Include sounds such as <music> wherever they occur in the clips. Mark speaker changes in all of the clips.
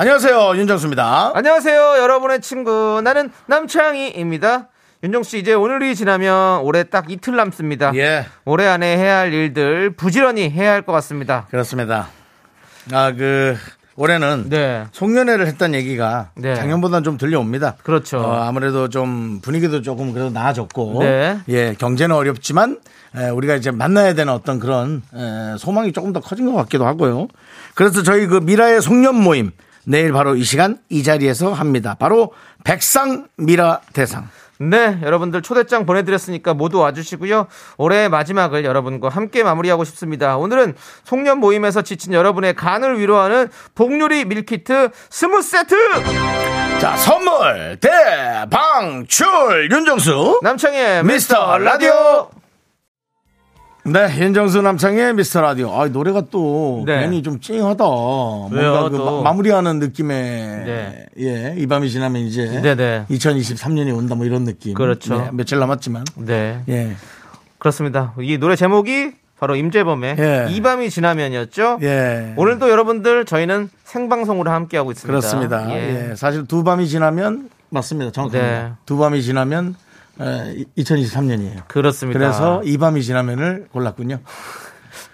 Speaker 1: 안녕하세요 윤정수입니다.
Speaker 2: 안녕하세요, 여러분의 친구. 나는 남창희입니다. 윤정씨, 이제 오늘이 지나면 올해 딱 이틀 남습니다.
Speaker 1: 예.
Speaker 2: 올해 안에 해야 할 일들 부지런히 해야 할 것 같습니다.
Speaker 1: 그렇습니다. 아 그 올해는
Speaker 2: 네.
Speaker 1: 송년회를 했다는 얘기가
Speaker 2: 네.
Speaker 1: 작년보다는 좀 들려옵니다.
Speaker 2: 그렇죠.
Speaker 1: 어, 아무래도 좀 분위기도 조금 그래도 나아졌고,
Speaker 2: 네.
Speaker 1: 예 경제는 어렵지만 에, 우리가 이제 만나야 되는 어떤 그런 에, 소망이 조금 더 커진 것 같기도 하고요. 그래서 저희 그 미라의 송년 모임 내일 바로 이 시간 이 자리에서 합니다. 바로 백상 미라 대상.
Speaker 2: 네, 여러분들 초대장 보내드렸으니까 모두 와주시고요. 올해의 마지막을 여러분과 함께 마무리하고 싶습니다. 오늘은 송년 모임에서 지친 여러분의 간을 위로하는 복요리 밀키트 스무 세트!
Speaker 1: 자 선물 대방출
Speaker 2: 네.
Speaker 1: 윤정수
Speaker 2: 남창희의
Speaker 1: 미스터 라디오. 네, 윤정수 남창의 미스터 라디오. 아, 이 노래가 또
Speaker 2: 네.
Speaker 1: 괜히 좀 찡하다. 뭔가
Speaker 2: 왜요,
Speaker 1: 그
Speaker 2: 또?
Speaker 1: 마, 무리하는 느낌의
Speaker 2: 네.
Speaker 1: 예, 이 밤이 지나면 이제
Speaker 2: 네네.
Speaker 1: 2023년이 온다 뭐 이런 느낌.
Speaker 2: 그렇죠.
Speaker 1: 네, 며칠 남았지만.
Speaker 2: 네.
Speaker 1: 예.
Speaker 2: 그렇습니다. 이 노래 제목이 바로 임재범의
Speaker 1: 예.
Speaker 2: 이 밤이 지나면이었죠.
Speaker 1: 예.
Speaker 2: 네. 오늘도 여러분들 저희는 생방송으로 함께하고 있습니다.
Speaker 1: 그렇습니다. 예. 사실 두 밤이 지나면 맞습니다. 정확합니다.
Speaker 2: 네.
Speaker 1: 두 밤이 지나면 2023년이에요.
Speaker 2: 그렇습니다.
Speaker 1: 그래서 이 밤이 지나면을 골랐군요.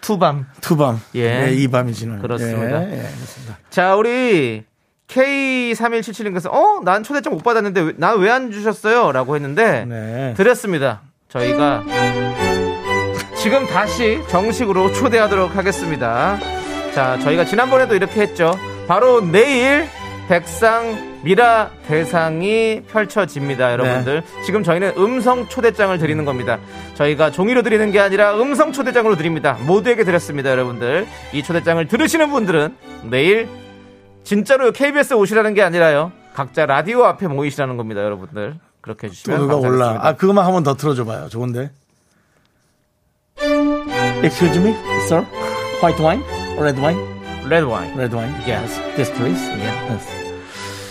Speaker 2: 투밤.
Speaker 1: 두 밤. 네,
Speaker 2: 예.
Speaker 1: 이 밤이 지나면.
Speaker 2: 그렇습니다.
Speaker 1: 예, 예, 그렇습니다.
Speaker 2: 자, 우리 K3177님께서 어? 난 초대장 못 받았는데 나 왜 안 주셨어요? 라고 했는데
Speaker 1: 네.
Speaker 2: 드렸습니다. 저희가 지금 다시 정식으로 초대하도록 하겠습니다. 자, 저희가 지난번에도 이렇게 했죠. 바로 내일 백상 미라 대상이 펼쳐집니다, 여러분들.
Speaker 1: 네.
Speaker 2: 지금 저희는 음성 초대장을 드리는 겁니다. 저희가 종이로 드리는 게 아니라 음성 초대장으로 드립니다. 모두에게 드렸습니다, 여러분들. 이 초대장을 들으시는 분들은 내일 진짜로 KBS 오시라는 게 아니라요. 각자 라디오 앞에 모이시라는 겁니다, 여러분들. 그렇게 해주시면
Speaker 1: 누가 올라.
Speaker 2: 감사하겠습니다.
Speaker 1: 아, 그것만 한 번 더 틀어줘봐요. 좋은데. Excuse me, sir. White wine? Red wine?
Speaker 2: 레드 와인.
Speaker 1: Red wine.
Speaker 2: Yes.
Speaker 1: Yes, please.
Speaker 2: 예.
Speaker 1: Yes.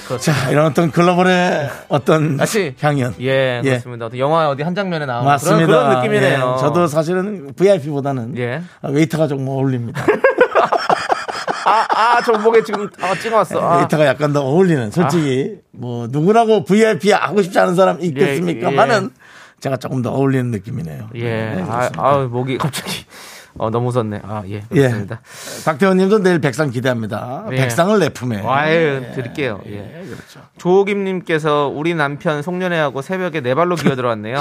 Speaker 2: 그렇죠.
Speaker 1: 자, 이런 어떤 글로벌의 어떤
Speaker 2: 다시
Speaker 1: 향연.
Speaker 2: 예,
Speaker 1: 예.
Speaker 2: 그렇습니다. 어떤 영화 어디 한 장면에 나오는
Speaker 1: 맞습니다.
Speaker 2: 그런, 그런 느낌이네요.
Speaker 1: 예, 저도 사실은 VIP보다는
Speaker 2: 예.
Speaker 1: 웨이터가 좀 어울립니다.
Speaker 2: 아, 아, 저목에 지금 아, 찍어왔어. <laughs> 아.
Speaker 1: 웨이터가 약간 더 어울리는. 솔직히 뭐 누구라고 VIP 하고 싶지 않은 사람
Speaker 2: 예,
Speaker 1: 있겠습니까만은 제가 조금 더 어울리는 느낌이네요.
Speaker 2: 예.
Speaker 1: 네,
Speaker 2: 아,
Speaker 1: 그렇습니다.
Speaker 2: 아, 목이 갑자기 어, 너무 웃었네. 아, 예.
Speaker 1: 예.
Speaker 2: 그렇습니다.
Speaker 1: 박태원님도 내일 백상 기대합니다.
Speaker 2: 예.
Speaker 1: 백상을 내 품에.
Speaker 2: 와일 드릴게요. 예.
Speaker 1: 그렇죠.
Speaker 2: 조호김님께서 우리 남편 송년회하고 새벽에 네 발로 기어 들어왔네요.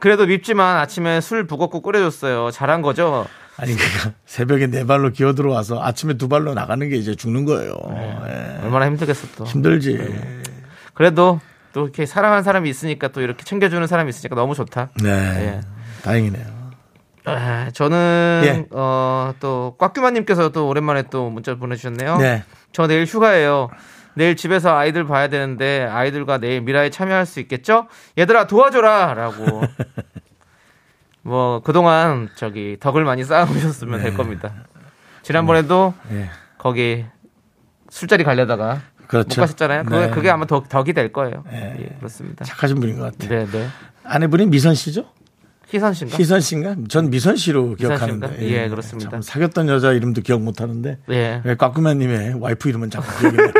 Speaker 2: 그래도 밉지만 아침에 술 부겁고 끓여줬어요. 잘한 거죠?
Speaker 1: 아니 그러니까 새벽에 네 발로 기어 들어와서 아침에 두 발로 나가는 게 이제 죽는 거예요. 예.
Speaker 2: 얼마나 힘들겠어 또.
Speaker 1: 힘들지.
Speaker 2: 예. 그래도 또 이렇게 사랑하는 사람이 있으니까 또 이렇게 챙겨주는 사람이 있으니까 너무 좋다. 예.
Speaker 1: 네. 다행이네요.
Speaker 2: 아, 저는
Speaker 1: 예.
Speaker 2: 어, 또 꽉규만님께서 또 오랜만에 또 문자 보내주셨네요.
Speaker 1: 네.
Speaker 2: 저 내일 휴가예요. 내일 집에서 아이들 봐야 되는데 아이들과 내일 미라에 참여할 수 있겠죠? 얘들아
Speaker 1: <laughs>
Speaker 2: 도와줘라라고. 뭐 그동안 저기 덕을 많이 쌓아오셨으면 될 겁니다. 지난번에도
Speaker 1: 네. 예.
Speaker 2: 거기 술자리 가려다가
Speaker 1: 그렇죠.
Speaker 2: 못 가셨잖아요. 그게,
Speaker 1: 네.
Speaker 2: 그게 아마 덕, 덕이 될 거예요. 예, 그렇습니다.
Speaker 1: 착하신 분인 것 같아요.
Speaker 2: 네, 네.
Speaker 1: 아내분이 미선 씨죠?
Speaker 2: 희선 씨인가?
Speaker 1: 희선 씨인가? 전 미선 씨로 기억하는데.
Speaker 2: 씨인가? 예, 그렇습니다.
Speaker 1: 참 사귀었던 여자 이름도 기억 못 하는데.
Speaker 2: 예.
Speaker 1: 왜 꽉구마님의 와이프 이름은 자꾸 기억이
Speaker 2: <laughs>
Speaker 1: 나요?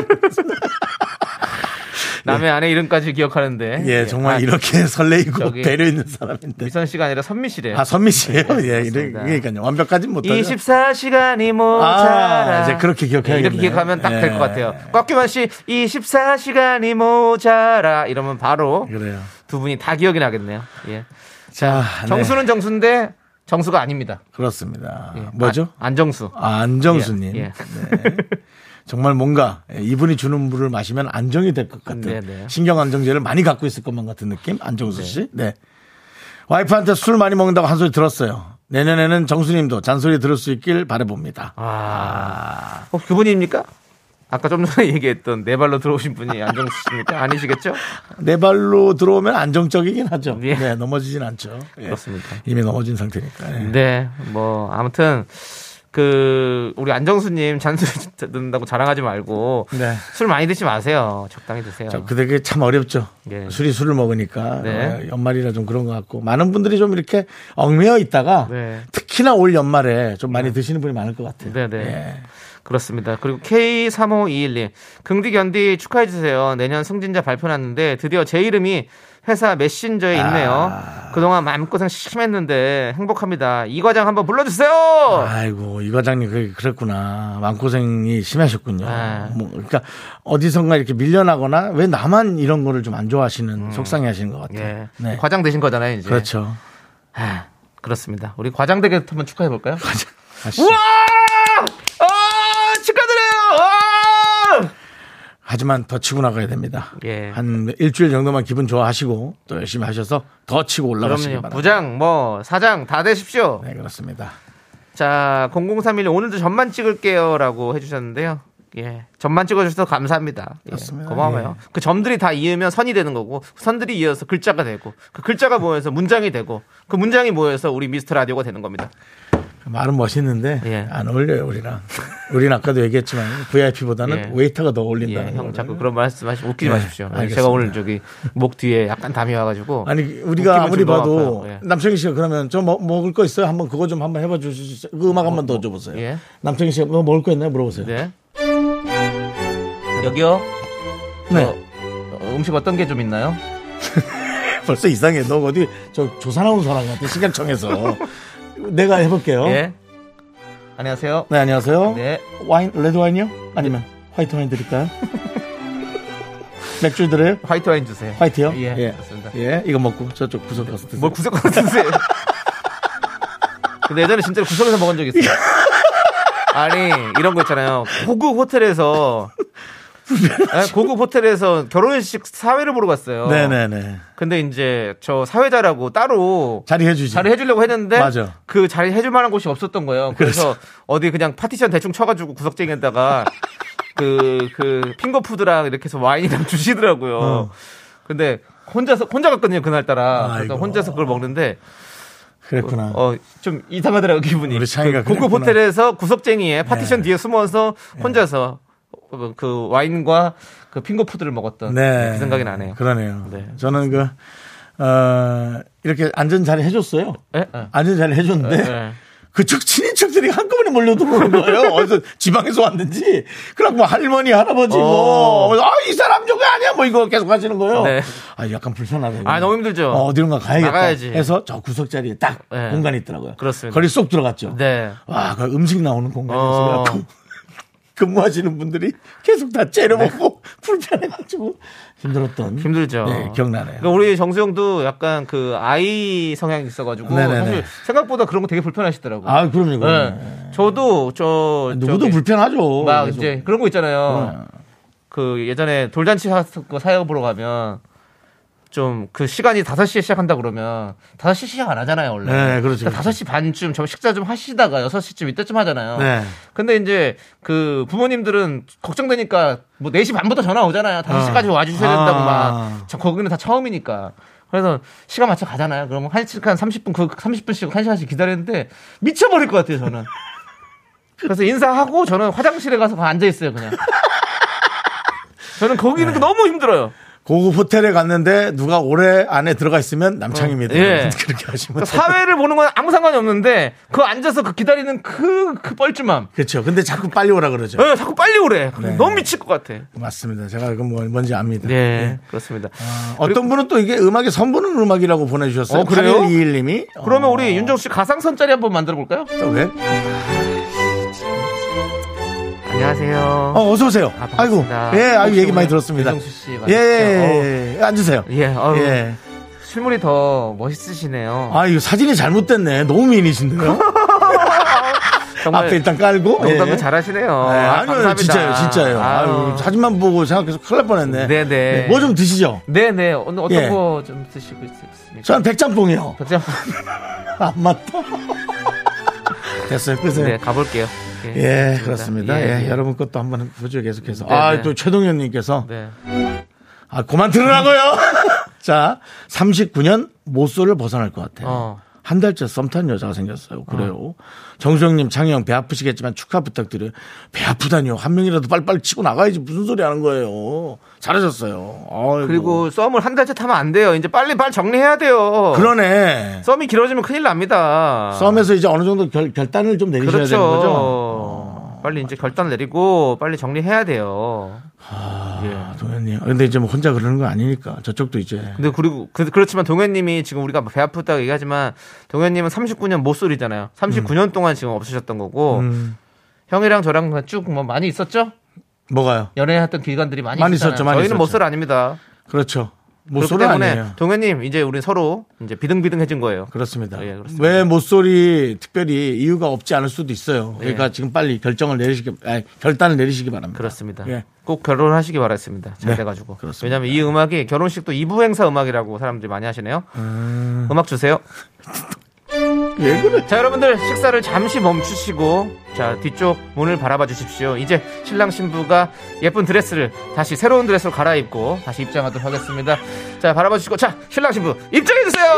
Speaker 2: 남의 아내 이름까지 기억하는데.
Speaker 1: 예, 정말
Speaker 2: 아,
Speaker 1: 이렇게 <laughs> 설레이고
Speaker 2: 저기-
Speaker 1: 배려 있는 사람인데.
Speaker 2: 미선 씨가 아니라 선미 씨래요.
Speaker 1: 아, 선미 씨예요 예, 이래-
Speaker 2: 그렇습니다.
Speaker 1: 그러니까요. 완벽하지 못하죠.
Speaker 2: 24시간이 모자라.
Speaker 1: 아, 이제 그렇게 기억해야겠네요.
Speaker 2: 이렇게 기억하면 딱 될 것
Speaker 1: 예.
Speaker 2: 같아요. 꽉규만 씨, 24시간이 모자라. 이러면 바로
Speaker 1: 그래요.
Speaker 2: 두 분이 다 기억이 나겠네요. 예.
Speaker 1: 자, 네.
Speaker 2: 정수는 정수인데 정수가 아닙니다.
Speaker 1: 그렇습니다.
Speaker 2: 예.
Speaker 1: 뭐죠?
Speaker 2: 안, 정수
Speaker 1: 아, 안정수님.
Speaker 2: 예, 예.
Speaker 1: 네. <laughs> 정말 뭔가 예, 이분이 주는 물을 마시면 안정이 될 것 같은
Speaker 2: 네, 네.
Speaker 1: 신경 안정제를 많이 갖고 있을 것만 같은 느낌. 안정수 씨. 네. 와이프한테 술 많이 먹는다고 한 소리 들었어요. 내년에는 정수님도 잔소리 들을 수 있길 바라봅니다.
Speaker 2: 아. 어, 그분입니까? 아. 아까 좀 전에 <laughs> 얘기했던 네 발로 들어오신 분이 안정수 씨입니까? 아니시겠죠?
Speaker 1: 네 발로 들어오면 안정적이긴 하죠.
Speaker 2: 예.
Speaker 1: 네, 넘어지진 않죠. 예.
Speaker 2: 그렇습니다.
Speaker 1: 이미 넘어진 상태니까. 예.
Speaker 2: 네, 뭐 아무튼 그 우리 안정수님 잔소리 듣는다고 자랑하지 말고
Speaker 1: 네.
Speaker 2: 술 많이 드시 마세요. 적당히 드세요.
Speaker 1: 자, 아, 그게 참 어렵죠.
Speaker 2: 예.
Speaker 1: 술이 술을 먹으니까
Speaker 2: 네.
Speaker 1: 어, 연말이라 좀 그런 것 같고 많은 분들이 좀 이렇게 얽매여 있다가
Speaker 2: 네.
Speaker 1: 특히나 올 연말에 좀 많이 드시는 분이 많을 것 같아요.
Speaker 2: 네, 네.
Speaker 1: 예.
Speaker 2: 그렇습니다. 그리고 K3521님. 긍디 견디 축하해주세요. 내년 승진자 발표 났는데 드디어 제 이름이 회사 메신저에 있네요.
Speaker 1: 아.
Speaker 2: 그동안 마음고생 심했는데 행복합니다. 이 과장 한번 불러주세요!
Speaker 1: 아이고 이 과장님 그 그랬구나 마음고생이 심하셨군요.
Speaker 2: 네.
Speaker 1: 뭐 그러니까 어디선가 이렇게 밀려나거나 왜 나만 이런 거를 좀 안 좋아하시는 속상해하시는 것 같아요.
Speaker 2: 음. 예.
Speaker 1: 네.
Speaker 2: 과장 예. 되신 거잖아요, 이제.
Speaker 1: 그렇죠.
Speaker 2: 아, 그렇습니다. 우리 과장 되게 한번 축하해볼까요?
Speaker 1: 아시죠?
Speaker 2: 우와! 아,
Speaker 1: 어,
Speaker 2: 축하드려요! 와!
Speaker 1: 하지만 더 치고 나가야 됩니다.
Speaker 2: 예.
Speaker 1: 한 일주일 정도만 기분 좋아하시고 또 열심히 하셔서 더 치고 올라가시기
Speaker 2: 그럼요.
Speaker 1: 바랍니다.
Speaker 2: 부장, 뭐, 사장 다 되십시오.
Speaker 1: 네 그렇습니다.
Speaker 2: 자, 0031님 오늘도 점만 찍을게요라고 해주셨는데요. 예, 점만 찍어주셔서 감사합니다. 예,
Speaker 1: 그렇습니다.
Speaker 2: 고마워요. 그 점들이 다 이으면 선이 되는 거고, 선들이 이어서 글자가 되고, 그 글자가 모여서 문장이 되고, 그 문장이 모여서 우리 미스터 라디오가 되는 겁니다.
Speaker 1: 그 말은 멋있는데
Speaker 2: 예.
Speaker 1: 안 어울려요 우리랑. 우리는 아까도 얘기했지만 VIP보다는
Speaker 2: 예.
Speaker 1: 웨이터가 더
Speaker 2: 예,
Speaker 1: 어울린다는
Speaker 2: 형
Speaker 1: 거.
Speaker 2: 자꾸 그런 말씀하시
Speaker 1: 예,
Speaker 2: 웃기지 마십시오. 예, 제가
Speaker 1: 알겠습니다.
Speaker 2: 오늘 저기 목 뒤에 약간 담이 와가지고
Speaker 1: 아니
Speaker 2: 웃기면
Speaker 1: 우리가 아무리
Speaker 2: 좀 너무
Speaker 1: 봐도
Speaker 2: 아파요. 예.
Speaker 1: 남창희 씨가 그러면 저 뭐, 먹을 거 있어요? 한번 그거 좀 한번 해봐 주시죠. 그 음악 한번 넣어 줘보세요.
Speaker 2: 예.
Speaker 1: 남창희 씨가 뭐 먹을 거 있나요? 물어보세요.
Speaker 2: 네. 여기요.
Speaker 1: 네.
Speaker 2: 어, 어, 음식 어떤 게 좀 있나요?
Speaker 1: <laughs> 벌써 이상해. 너 어디 저 조사 나온 사람 같아. 시간청에서 내가 해볼게요.
Speaker 2: 예. 안녕하세요.
Speaker 1: 어? 네 안녕하세요.
Speaker 2: 네.
Speaker 1: 와인 레드 와인이요? 아니면 화이트 와인
Speaker 2: <laughs>
Speaker 1: 드릴까요? 맥주 드려요?
Speaker 2: 화이트 와인 주세요.
Speaker 1: 화이트요?
Speaker 2: 예,
Speaker 1: 예.
Speaker 2: 그렇습니다. 뭐
Speaker 1: 예, 이거 먹고 저쪽 구석 가서 드세요.
Speaker 2: 뭘 구석
Speaker 1: <laughs>
Speaker 2: 가서 드세요. 근데 예전에 진짜 로 구석에서 먹은 적
Speaker 1: <laughs>
Speaker 2: 있어요. 아니 이런 거 있잖아요. 고급
Speaker 1: <laughs>
Speaker 2: 호텔에서 아니, 고급 호텔에서 결혼식 사회를 보러 갔어요.
Speaker 1: 네네네.
Speaker 2: 근데 이제 저 사회자라고 따로
Speaker 1: 자리 해주지.
Speaker 2: 자리 해주려고 했는데
Speaker 1: 맞아.
Speaker 2: 그 자리 해줄 만한 곳이 없었던 거예요. 그래서 어디 그냥 파티션 대충
Speaker 1: <laughs>
Speaker 2: 쳐가지고 구석쟁이에다가 그 그 핑거푸드랑 이렇게 해서 와인이랑 <laughs> 주시더라고요.
Speaker 1: 어.
Speaker 2: 근데 혼자서 혼자 갔거든요 그날 따라.
Speaker 1: 아이고.
Speaker 2: 그래서 혼자서 그걸 먹는데
Speaker 1: 그랬구나.
Speaker 2: 어 좀 이상하더라고 기분이.
Speaker 1: 우리 창이가
Speaker 2: 그 고급
Speaker 1: 그랬구나. 네.
Speaker 2: 호텔에서 구석쟁이에 파티션 뒤에 숨어서 혼자서 어, 그 와인과 그 핑거푸드를 먹었던
Speaker 1: 네.
Speaker 2: 그 생각이 나네요.
Speaker 1: 그러네요.
Speaker 2: 네.
Speaker 1: 저는 그, 어, 이렇게 안전 자리 해줬어요.
Speaker 2: 예? 예.
Speaker 1: 안전 자리 해줬는데.
Speaker 2: 예.
Speaker 1: 그쪽 친인척들이 한꺼번에 몰려들어오는 거예요. <laughs> 어디서 지방에서 왔는지. 그럼 뭐 할머니, 할아버지, 뭐, 아, 이 사람 저거 아니야? 뭐 이거 계속 하시는 거예요.
Speaker 2: 어. 네.
Speaker 1: 아, 약간 불편하다.
Speaker 2: 아, 너무 힘들죠.
Speaker 1: 어, 디론가 가야겠다.
Speaker 2: 나가야지.
Speaker 1: 해서 저 구석 자리에 딱
Speaker 2: 네.
Speaker 1: 공간이 있더라고요.
Speaker 2: 그렇습니다.
Speaker 1: 거기 쏙 들어갔죠.
Speaker 2: 네.
Speaker 1: 와, 그 음식 나오는 공간에서
Speaker 2: 어.
Speaker 1: 근무하시는 분들이 계속 다 째려먹고 불편해가지고 힘들었던
Speaker 2: 네. 힘들죠.
Speaker 1: 네, 기억나네요.
Speaker 2: 그러니까 우리 정수영도 약간 그 아이 성향이 있어가지고
Speaker 1: 네네네.
Speaker 2: 사실 생각보다 그런 거 되게 불편하시더라고요.
Speaker 1: 아, 그럼요. 그럼요.
Speaker 2: 네. 저도 저
Speaker 1: 누구도
Speaker 2: 저기
Speaker 1: 불편하죠.
Speaker 2: 막
Speaker 1: 계속.
Speaker 2: 이제 그런 거 있잖아요. 그 예전에 돌잔치 사- 그 사역으로 가면 좀 그 시간이 5시에 시작한다 그러면 5시 시작 안 하잖아요, 원래.
Speaker 1: 네, 그렇죠,
Speaker 2: 그러니까 5시 반쯤 저 식사 좀 하시다가 6시쯤 이때쯤 하잖아요.
Speaker 1: 네.
Speaker 2: 근데 이제 그 부모님들은 걱정되니까 뭐 4시 반부터 전화 오잖아요. 5시까지 와 주셔야 된다고
Speaker 1: 아.
Speaker 2: 막. 저 거기는 다 처음이니까. 그래서 시간 맞춰 가잖아요. 그러면 한 시간 30분 그 30분씩 1시간씩 기다리는데 미쳐 버릴 것 같아요, 저는. 그래서 인사하고 저는 화장실에 가서 앉아 있어요, 그냥. 저는 거기는
Speaker 1: 네.
Speaker 2: 너무 힘들어요.
Speaker 1: 고급 호텔에 갔는데 누가 올해 안에 들어가 있으면 남창입니다.
Speaker 2: 예.
Speaker 1: <laughs> 그렇게 하시면.
Speaker 2: 그러니까 사회를 보는 건 아무 상관이 없는데 그 앉아서 그 기다리는 그, 그 뻘쭘함.
Speaker 1: 그렇죠. 근데 자꾸 빨리 오라 그러죠.
Speaker 2: 예, 자꾸 빨리 오래.
Speaker 1: 네.
Speaker 2: 너무 미칠 것 같아.
Speaker 1: 맞습니다. 제가 그 뭐- 뭔지 압니다.
Speaker 2: 네,
Speaker 1: 예.
Speaker 2: 그렇습니다.
Speaker 1: 어떤 분은 또 이게 음악이 선보는 음악이라고 보내주셨어요.
Speaker 2: 어, 그래요?
Speaker 1: 8121님이. 어.
Speaker 2: 그러면 우리 윤정 씨 가상선짜리 한번 만들어 볼까요?
Speaker 1: 왜?
Speaker 2: 안녕하세요.
Speaker 1: 어, 어서오세요.
Speaker 2: 아,
Speaker 1: 아, 이고
Speaker 2: 반갑습니다.
Speaker 1: 예, 아이고,
Speaker 2: 혹시
Speaker 1: 얘기 많이
Speaker 2: 오늘
Speaker 1: 들었습니다.
Speaker 2: 윤정수 씨
Speaker 1: 예,
Speaker 2: 맞으시죠?
Speaker 1: 예, 예. 앉으세요.
Speaker 2: 예, 아유,
Speaker 1: 예.
Speaker 2: 실물이 더 멋있으시네요.
Speaker 1: 아, 이거 사진이 잘못됐네. 너무 미인이신데요?
Speaker 2: 정말
Speaker 1: 앞에 일단 깔고.
Speaker 2: 농담도
Speaker 1: 예.
Speaker 2: 잘하시네요.
Speaker 1: 네,
Speaker 2: 아,
Speaker 1: 아니요,
Speaker 2: 감사합니다.
Speaker 1: 진짜요, 진짜요. 아유, 사진만 보고 생각해서 큰일 날 뻔했네.
Speaker 2: 네네.
Speaker 1: 뭐 좀 드시죠?
Speaker 2: 네네. 오늘 어떤
Speaker 1: 예.
Speaker 2: 거 좀 드시고 있습니까?
Speaker 1: 저는
Speaker 2: <laughs>
Speaker 1: 백짬뽕이요.
Speaker 2: 저...
Speaker 1: 안 맞다. 됐어요, 끝을.
Speaker 2: 네, 가볼게요.
Speaker 1: 예, 그렇습니다. 예,
Speaker 2: 예, 예.
Speaker 1: 여러분 것도 한번 보죠, 계속해서.
Speaker 2: 네,
Speaker 1: 아,
Speaker 2: 네.
Speaker 1: 또 최동현님께서.
Speaker 2: 네.
Speaker 1: 아, 그만 들으라고요! <laughs> 자, 39년 모쏠을 벗어날 것 같아요.
Speaker 2: 어.
Speaker 1: 한 달째 썸탄 여자가 생겼어요. 그래요.
Speaker 2: 아.
Speaker 1: 정수영님, 장영, 배 아프시겠지만 축하 부탁드려요. 배 아프다니요. 한 명이라도 빨리빨리 치고 나가야지. 무슨 소리 하는 거예요. 잘하셨어요. 아이고.
Speaker 2: 그리고 썸을 한 달째 타면 안 돼요. 이제 빨리 빨리 정리해야 돼요.
Speaker 1: 그러네.
Speaker 2: 썸이 길어지면 큰일 납니다.
Speaker 1: 썸에서 이제 어느 정도 결, 결단을 좀 내리셔야
Speaker 2: 아. 그렇죠.
Speaker 1: 되는 거죠.
Speaker 2: 빨리 이제 결단 내리고 빨리 정리해야 돼요.
Speaker 1: 아, 동현님. 근데 이제 뭐 혼자 그러는 건 아니니까. 저쪽도 이제.
Speaker 2: 근데 그리고 그, 그렇지만 동현님이 지금 우리가 배 아프다고 얘기하지만 동현님은 39년 모쏠이잖아요. 39년
Speaker 1: 음.
Speaker 2: 동안 지금 없으셨던 거고 형이랑 저랑 쭉 뭐 많이 있었죠?
Speaker 1: 뭐가요?
Speaker 2: 연애했던 기간들이 많이,
Speaker 1: 많이
Speaker 2: 있었잖아요.
Speaker 1: 있었죠, 많이
Speaker 2: 저희는
Speaker 1: 있었죠.
Speaker 2: 모쏠 아닙니다.
Speaker 1: 그렇죠.
Speaker 2: 그렇기
Speaker 1: 모쏠은
Speaker 2: 때문에
Speaker 1: 아니에요.
Speaker 2: 동현님 이제 우리 서로 이제 비등비등해진 거예요.
Speaker 1: 그렇습니다.
Speaker 2: 예, 그렇습니다.
Speaker 1: 왜 모쏠이 특별히 이유가 없지 않을 수도 있어요. 그러니까 지금 빨리 결정을 내리시기, 아니, 결단을 내리시기 바랍니다.
Speaker 2: 예. 그렇습니다.
Speaker 1: 예.
Speaker 2: 꼭 결혼하시기 바라겠습니다. 잘
Speaker 1: 네,
Speaker 2: 돼가지고.
Speaker 1: 그렇습니다.
Speaker 2: 왜냐하면 이 음악이 결혼식도 이부 행사 음악이라고 사람들이 많이 하시네요. 음악 주세요.
Speaker 1: 왜 그래?
Speaker 2: 자 여러분들 식사를 잠시 멈추시고 자 뒤쪽 문을 바라봐 주십시오. 이제 신랑 신부가 예쁜 드레스를 다시 새로운 드레스로 갈아입고 다시 입장하도록 하겠습니다. 자 바라봐 주시고 자 신랑 신부 입장해 주세요.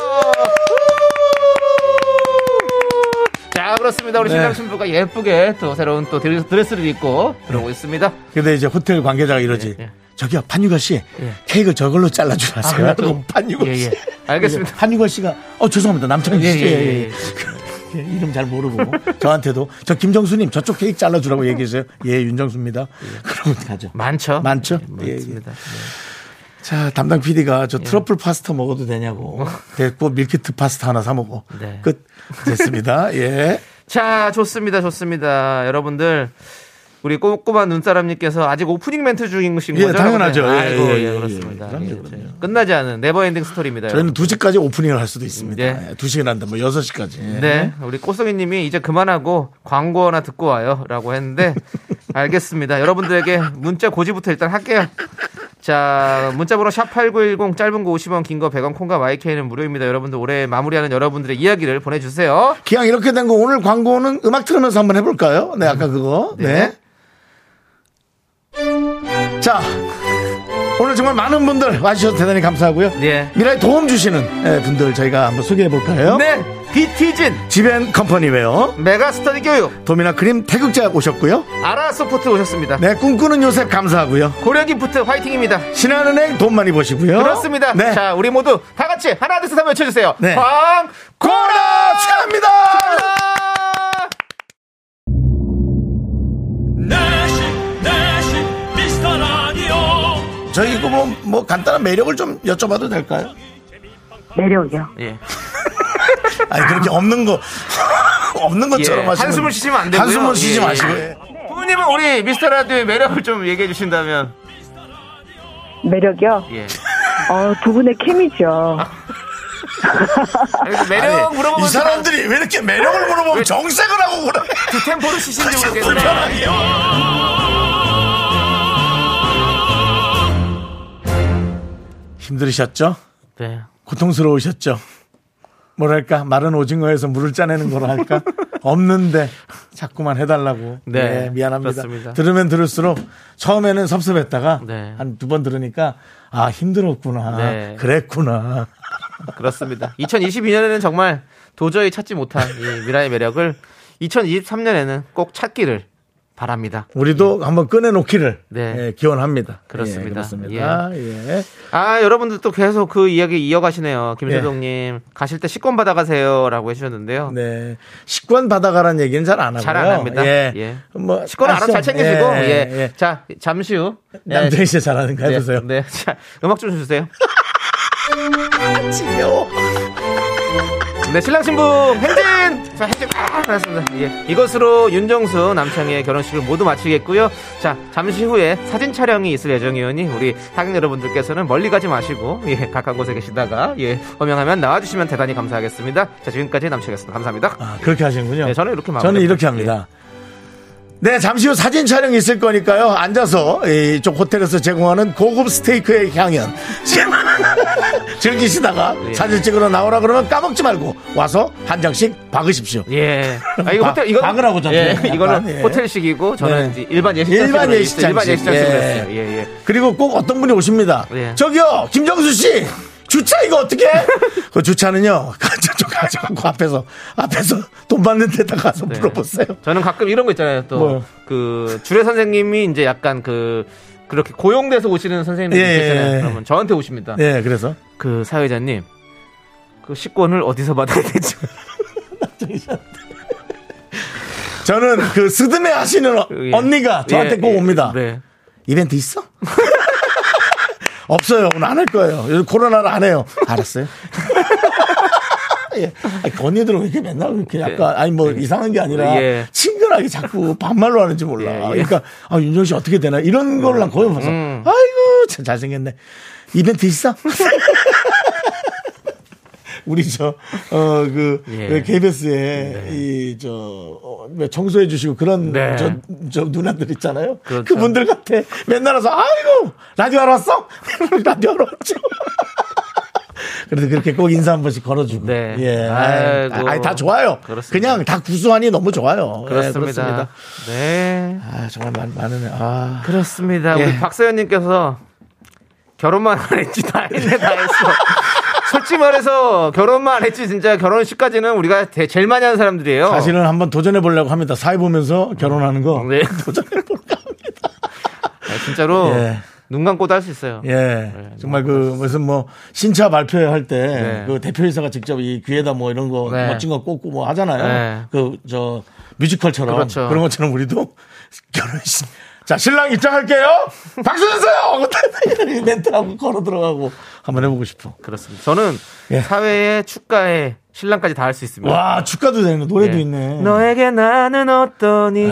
Speaker 2: 자 그렇습니다. 우리
Speaker 1: 네.
Speaker 2: 신랑 신부가 예쁘게 또 새로운 또 드레- 드레스를 입고 들어오고 있습니다.
Speaker 1: 근데 이제 호텔 관계자가 이러지.
Speaker 2: 예, 예.
Speaker 1: 저기요, 판유가 씨. 케이크 저걸로 잘라주라세요.
Speaker 2: 아, 그래요?
Speaker 1: <laughs> 판유가
Speaker 2: 예,
Speaker 1: 씨.
Speaker 2: 예. 알겠습니다.
Speaker 1: 판유가 씨가, 어, 죄송합니다. 남창희 씨.
Speaker 2: 예, 예,
Speaker 1: 예, 예. <laughs> 예, 이름 잘 모르고. 저한테도. 저 김정수님, 저쪽 케이크 잘라주라고 얘기했어요. 예, 윤정수입니다. 그러고 가죠.
Speaker 2: 많죠?
Speaker 1: 많죠?
Speaker 2: 예,
Speaker 1: 예,
Speaker 2: 많습니다. 예.
Speaker 1: 자, 담당 PD가 저 트러플 파스타 먹어도 되냐고. 됐고, 밀키트 파스타 하나 사먹어.
Speaker 2: 네.
Speaker 1: 끝. 됐습니다. 예.
Speaker 2: 자, 좋습니다. 좋습니다. 여러분들. 우리 꼼꼼한 눈사람님께서 아직 오프닝 멘트 중인 것인
Speaker 1: 예,
Speaker 2: 거죠?
Speaker 1: 당연하죠.
Speaker 2: 여러분들?
Speaker 1: 예,
Speaker 2: 아이고,
Speaker 1: 예,
Speaker 2: 예,
Speaker 1: 예,
Speaker 2: 그렇습니다.
Speaker 1: 예, 그럼요,
Speaker 2: 예,
Speaker 1: 그럼요.
Speaker 2: 저- 끝나지 않은 네버엔딩 스토리입니다.
Speaker 1: 저희는 2시까지 오프닝을 할 수도 있습니다.
Speaker 2: 예.
Speaker 1: 예, 2시간 한다, 뭐 6시까지.
Speaker 2: 여러분. 네, 우리 꼬성이님이 이제 그만하고 광고 하나 듣고
Speaker 1: <laughs>
Speaker 2: 와요라고 했는데 알겠습니다. 여러분들에게 문자 고지부터 일단 할게요. 자, 문자번호 샵 #8910 짧은 거 50원, 긴 거 100원, 콩과 YK는 무료입니다. 여러분들 올해 마무리하는 여러분들의 이야기를 보내주세요.
Speaker 1: 기왕 이렇게 된 거 오늘 광고는 음악 틀으면서 한번 해볼까요? 네, 아까 그거. 네. 자, 오늘 정말 많은 분들 와주셔서 대단히 감사하고요.
Speaker 2: 예.
Speaker 1: 미라에 도움 주시는 예, 분들 저희가 한번 소개해볼까요?
Speaker 2: 네, 비티진
Speaker 1: 지벤 컴퍼니웨어,
Speaker 2: 메가스터디 교육
Speaker 1: 도미나 크림 태극제약 오셨고요.
Speaker 2: 아라소프트 오셨습니다.
Speaker 1: 네, 꿈꾸는 요셉 감사하고요.
Speaker 2: 고려기프트 화이팅입니다.
Speaker 1: 신한은행 돈 많이 버시고요.
Speaker 2: 그렇습니다.
Speaker 1: 네.
Speaker 2: 자, 우리 모두 다 같이 하나 둘셋 한번 외쳐주세요.
Speaker 1: 네.
Speaker 2: 광고라
Speaker 1: 축하합니다!
Speaker 3: 내식 내식 미스터 라디오
Speaker 1: 저희 이거 뭐, 뭐 간단한 매력을 좀 여쭤봐도 될까요?
Speaker 4: 매력이요.
Speaker 2: 예.
Speaker 1: 아니 그렇게 없는 거 <laughs> 없는 것처럼
Speaker 2: 예,
Speaker 1: 하시면
Speaker 2: 한숨을 쉬시면 안 되고요.
Speaker 1: 한숨을 쉬지
Speaker 2: 예,
Speaker 1: 마시고
Speaker 2: 예. 부모님은 우리 미스터 라디오의 매력을 좀 얘기해 주신다면.
Speaker 4: 매력이요?
Speaker 2: 예.
Speaker 4: 어, 두 분의 케미죠.
Speaker 2: 그래서 매력 물어보면
Speaker 1: 이 사람들이 왜 이렇게 매력을 물어보면 정색을 하고 그래?
Speaker 2: 두 템포를 치신지 모르겠어요.
Speaker 1: 불편하게. 힘들으셨죠?
Speaker 2: 네.
Speaker 1: 고통스러우셨죠? 뭐랄까 마른 오징어에서 물을 짜내는 거라
Speaker 2: <laughs>
Speaker 1: 할까 없는데 자꾸만 해달라고
Speaker 2: 네,
Speaker 1: 네, 미안합니다
Speaker 2: 그렇습니다.
Speaker 1: 들으면 들을수록 처음에는 섭섭했다가
Speaker 2: 네.
Speaker 1: 한 두 번 들으니까 아 힘들었구나
Speaker 2: 네.
Speaker 1: 그랬구나
Speaker 2: 그렇습니다. 2022년에는 정말 도저히 찾지 못한 이 미라의 매력을 2023년에는 꼭 찾기를 바랍니다.
Speaker 1: 우리도 한번 꺼내놓기를
Speaker 2: 예. 네.
Speaker 1: 예, 기원합니다
Speaker 2: 그렇습니다.
Speaker 1: 예, 그렇습니다. 예.
Speaker 2: 아, 여러분들 또 계속 그 이야기 이어가시네요. 김세동님, 가실 때 식권 받아가세요. 라고 해주셨는데요.
Speaker 1: 네 식권 받아가란 얘기는 잘 안 하고요
Speaker 2: 잘 안 합니다.
Speaker 1: 예.
Speaker 2: 예.
Speaker 1: 뭐,
Speaker 2: 식권 알아서 잘 챙기시고, 예.
Speaker 1: 예, 예.
Speaker 2: 자, 잠시 후. 예,
Speaker 1: 남정희 씨 잘하는 거
Speaker 2: 네,
Speaker 1: 해보세요
Speaker 2: 네. 자, 음악 좀 주세요.
Speaker 1: 아, 지겨워.
Speaker 2: 네, 신랑 신부 행진! 자, 행진! 아, 알았습니다. 예. 이것으로 윤정수 남창희의 결혼식을 모두 마치겠고요. 자, 잠시 후에 사진 촬영이 있을 예정이오니 우리 하객 여러분들께서는 멀리 가지 마시고, 예, 가까운 곳에 계시다가, 예, 허명하면 나와주시면 대단히 감사하겠습니다. 자, 지금까지 남창이었습니다. 감사합니다.
Speaker 1: 아, 그렇게 하시는군요.
Speaker 2: 네, 저는 이렇게 마무리
Speaker 1: 저는 이렇게 합니다. 네, 잠시 후 사진 촬영이 있을 거니까요. 앉아서 이쪽 호텔에서 제공하는 고급 스테이크의 향연 <laughs> 즐기시다가
Speaker 2: 예.
Speaker 1: 사진 찍으러 나오라 그러면 까먹지 말고 와서 한 장씩 박으십시오.
Speaker 2: 예. 아, 이거
Speaker 1: 바-
Speaker 2: 호텔, 이거.
Speaker 1: 박으라고 저도
Speaker 2: 예,
Speaker 1: 약간,
Speaker 2: 이거는
Speaker 1: 예.
Speaker 2: 호텔식이고, 저는
Speaker 1: 네.
Speaker 2: 이제 일반 예식장.
Speaker 1: 일반 예식장식.
Speaker 2: 일반 예식장식으로
Speaker 1: 예.
Speaker 2: 했어요. 예, 예.
Speaker 1: 그리고 꼭 어떤 분이 오십니다.
Speaker 2: 예.
Speaker 1: 저기요, 김정수 씨! 주차 이거 어떻게? <laughs> 그 주차는요. <laughs> 저쪽 가져가고 앞에서 앞에서 돈 받는 데다 가서
Speaker 2: 네.
Speaker 1: 물어보세요.
Speaker 2: 저는 가끔 이런 거 있잖아요.
Speaker 1: 뭐요?
Speaker 2: 또 그 주례 선생님이 이제 약간 그 그렇게 고용돼서 오시는 선생님들
Speaker 1: 예,
Speaker 2: 계시잖아요.
Speaker 1: 예, 예.
Speaker 2: 그러면 저한테 오십니다.
Speaker 1: 예, 그래서
Speaker 2: 그 사회자님 그 식권을 어디서 받아야
Speaker 1: <laughs>
Speaker 2: 되죠?
Speaker 1: 저는 그 스드메 하시는 어-
Speaker 2: 예.
Speaker 1: 언니가 저한테
Speaker 2: 예,
Speaker 1: 꼭
Speaker 2: 예,
Speaker 1: 옵니다.
Speaker 2: 네.
Speaker 1: 이벤트 있어? <laughs> 없어요. 오늘 안 할 거예요. 요즘 코로나를 안 해요. 알았어요. <laughs> 예. 아니, 그 언니들은 왜 이렇게 맨날 이렇게 약간, 아니 뭐 이상한 게 아니라
Speaker 2: 예.
Speaker 1: 친근하게 자꾸 반말로 하는지 몰라.
Speaker 2: 예, 음, 예.
Speaker 1: 그러니까, 아, 윤정 씨 어떻게 되나? 이런 걸난 거의 없어. 아이고, 참 잘생겼네. 이벤트 있어? <laughs> 우리 저, 어, 그,
Speaker 2: 예.
Speaker 1: 왜 KBS에 이, 저, 어, 왜 청소해 주시고 그런
Speaker 2: 네.
Speaker 1: 저, 저 누나들 있잖아요.
Speaker 2: 그렇죠.
Speaker 1: 그분들 같아. 맨날 와서, 아이고, 라디오 하러 왔어? <laughs> 라디오 하러 왔죠. <laughs> 그래도 그렇게 꼭 인사 한 번씩 걸어주고.
Speaker 2: 네.
Speaker 1: 예. 아이,
Speaker 2: 아이고.
Speaker 1: 아이, 다 좋아요.
Speaker 2: 그렇습니다.
Speaker 1: 그냥다 구수하니 너무 좋아요. 예,
Speaker 2: 그렇습니다. 네.
Speaker 1: 아, 정말 많, 많으네. 아.
Speaker 2: 그렇습니다.
Speaker 1: 예.
Speaker 2: 우리 박서연님께서 결혼만 안 했지 다 했네 다
Speaker 1: <laughs>
Speaker 2: 했어. 솔직히 말해서 결혼만 안 했지 진짜 결혼식까지는 우리가 대- 제일 많이 하는 사람들이에요.
Speaker 1: 사실은 한번 도전해 보려고 합니다. 사회 보면서 결혼하는 거.
Speaker 2: 어. 네.
Speaker 1: 도전해 볼까 합니다.
Speaker 2: 아, 진짜로
Speaker 1: 예.
Speaker 2: 눈 감고도 할 수 있어요.
Speaker 1: 예. 정말 그 무슨 뭐 신차 발표회 할 때
Speaker 2: 네.
Speaker 1: 그 대표이사가 직접 이 귀에다 뭐 이런 거
Speaker 2: 네.
Speaker 1: 멋진 거 꽂고 뭐 하잖아요.
Speaker 2: 네.
Speaker 1: 그 저 뮤지컬처럼
Speaker 2: 그렇죠.
Speaker 1: 그런 것처럼 우리도 <laughs> 결혼식 자 신랑 입장할게요. 박수 주세요. 이 멘트하고 걸어 들어가고 한번 해보고 싶어.
Speaker 2: 그렇습니다. 저는
Speaker 1: 예.
Speaker 2: 사회에 축가에 신랑까지 다 할 수 있습니다.
Speaker 1: 와 축가도 되는 노래도
Speaker 2: 예.
Speaker 1: 있네.
Speaker 2: 너에게 나는 어떠니?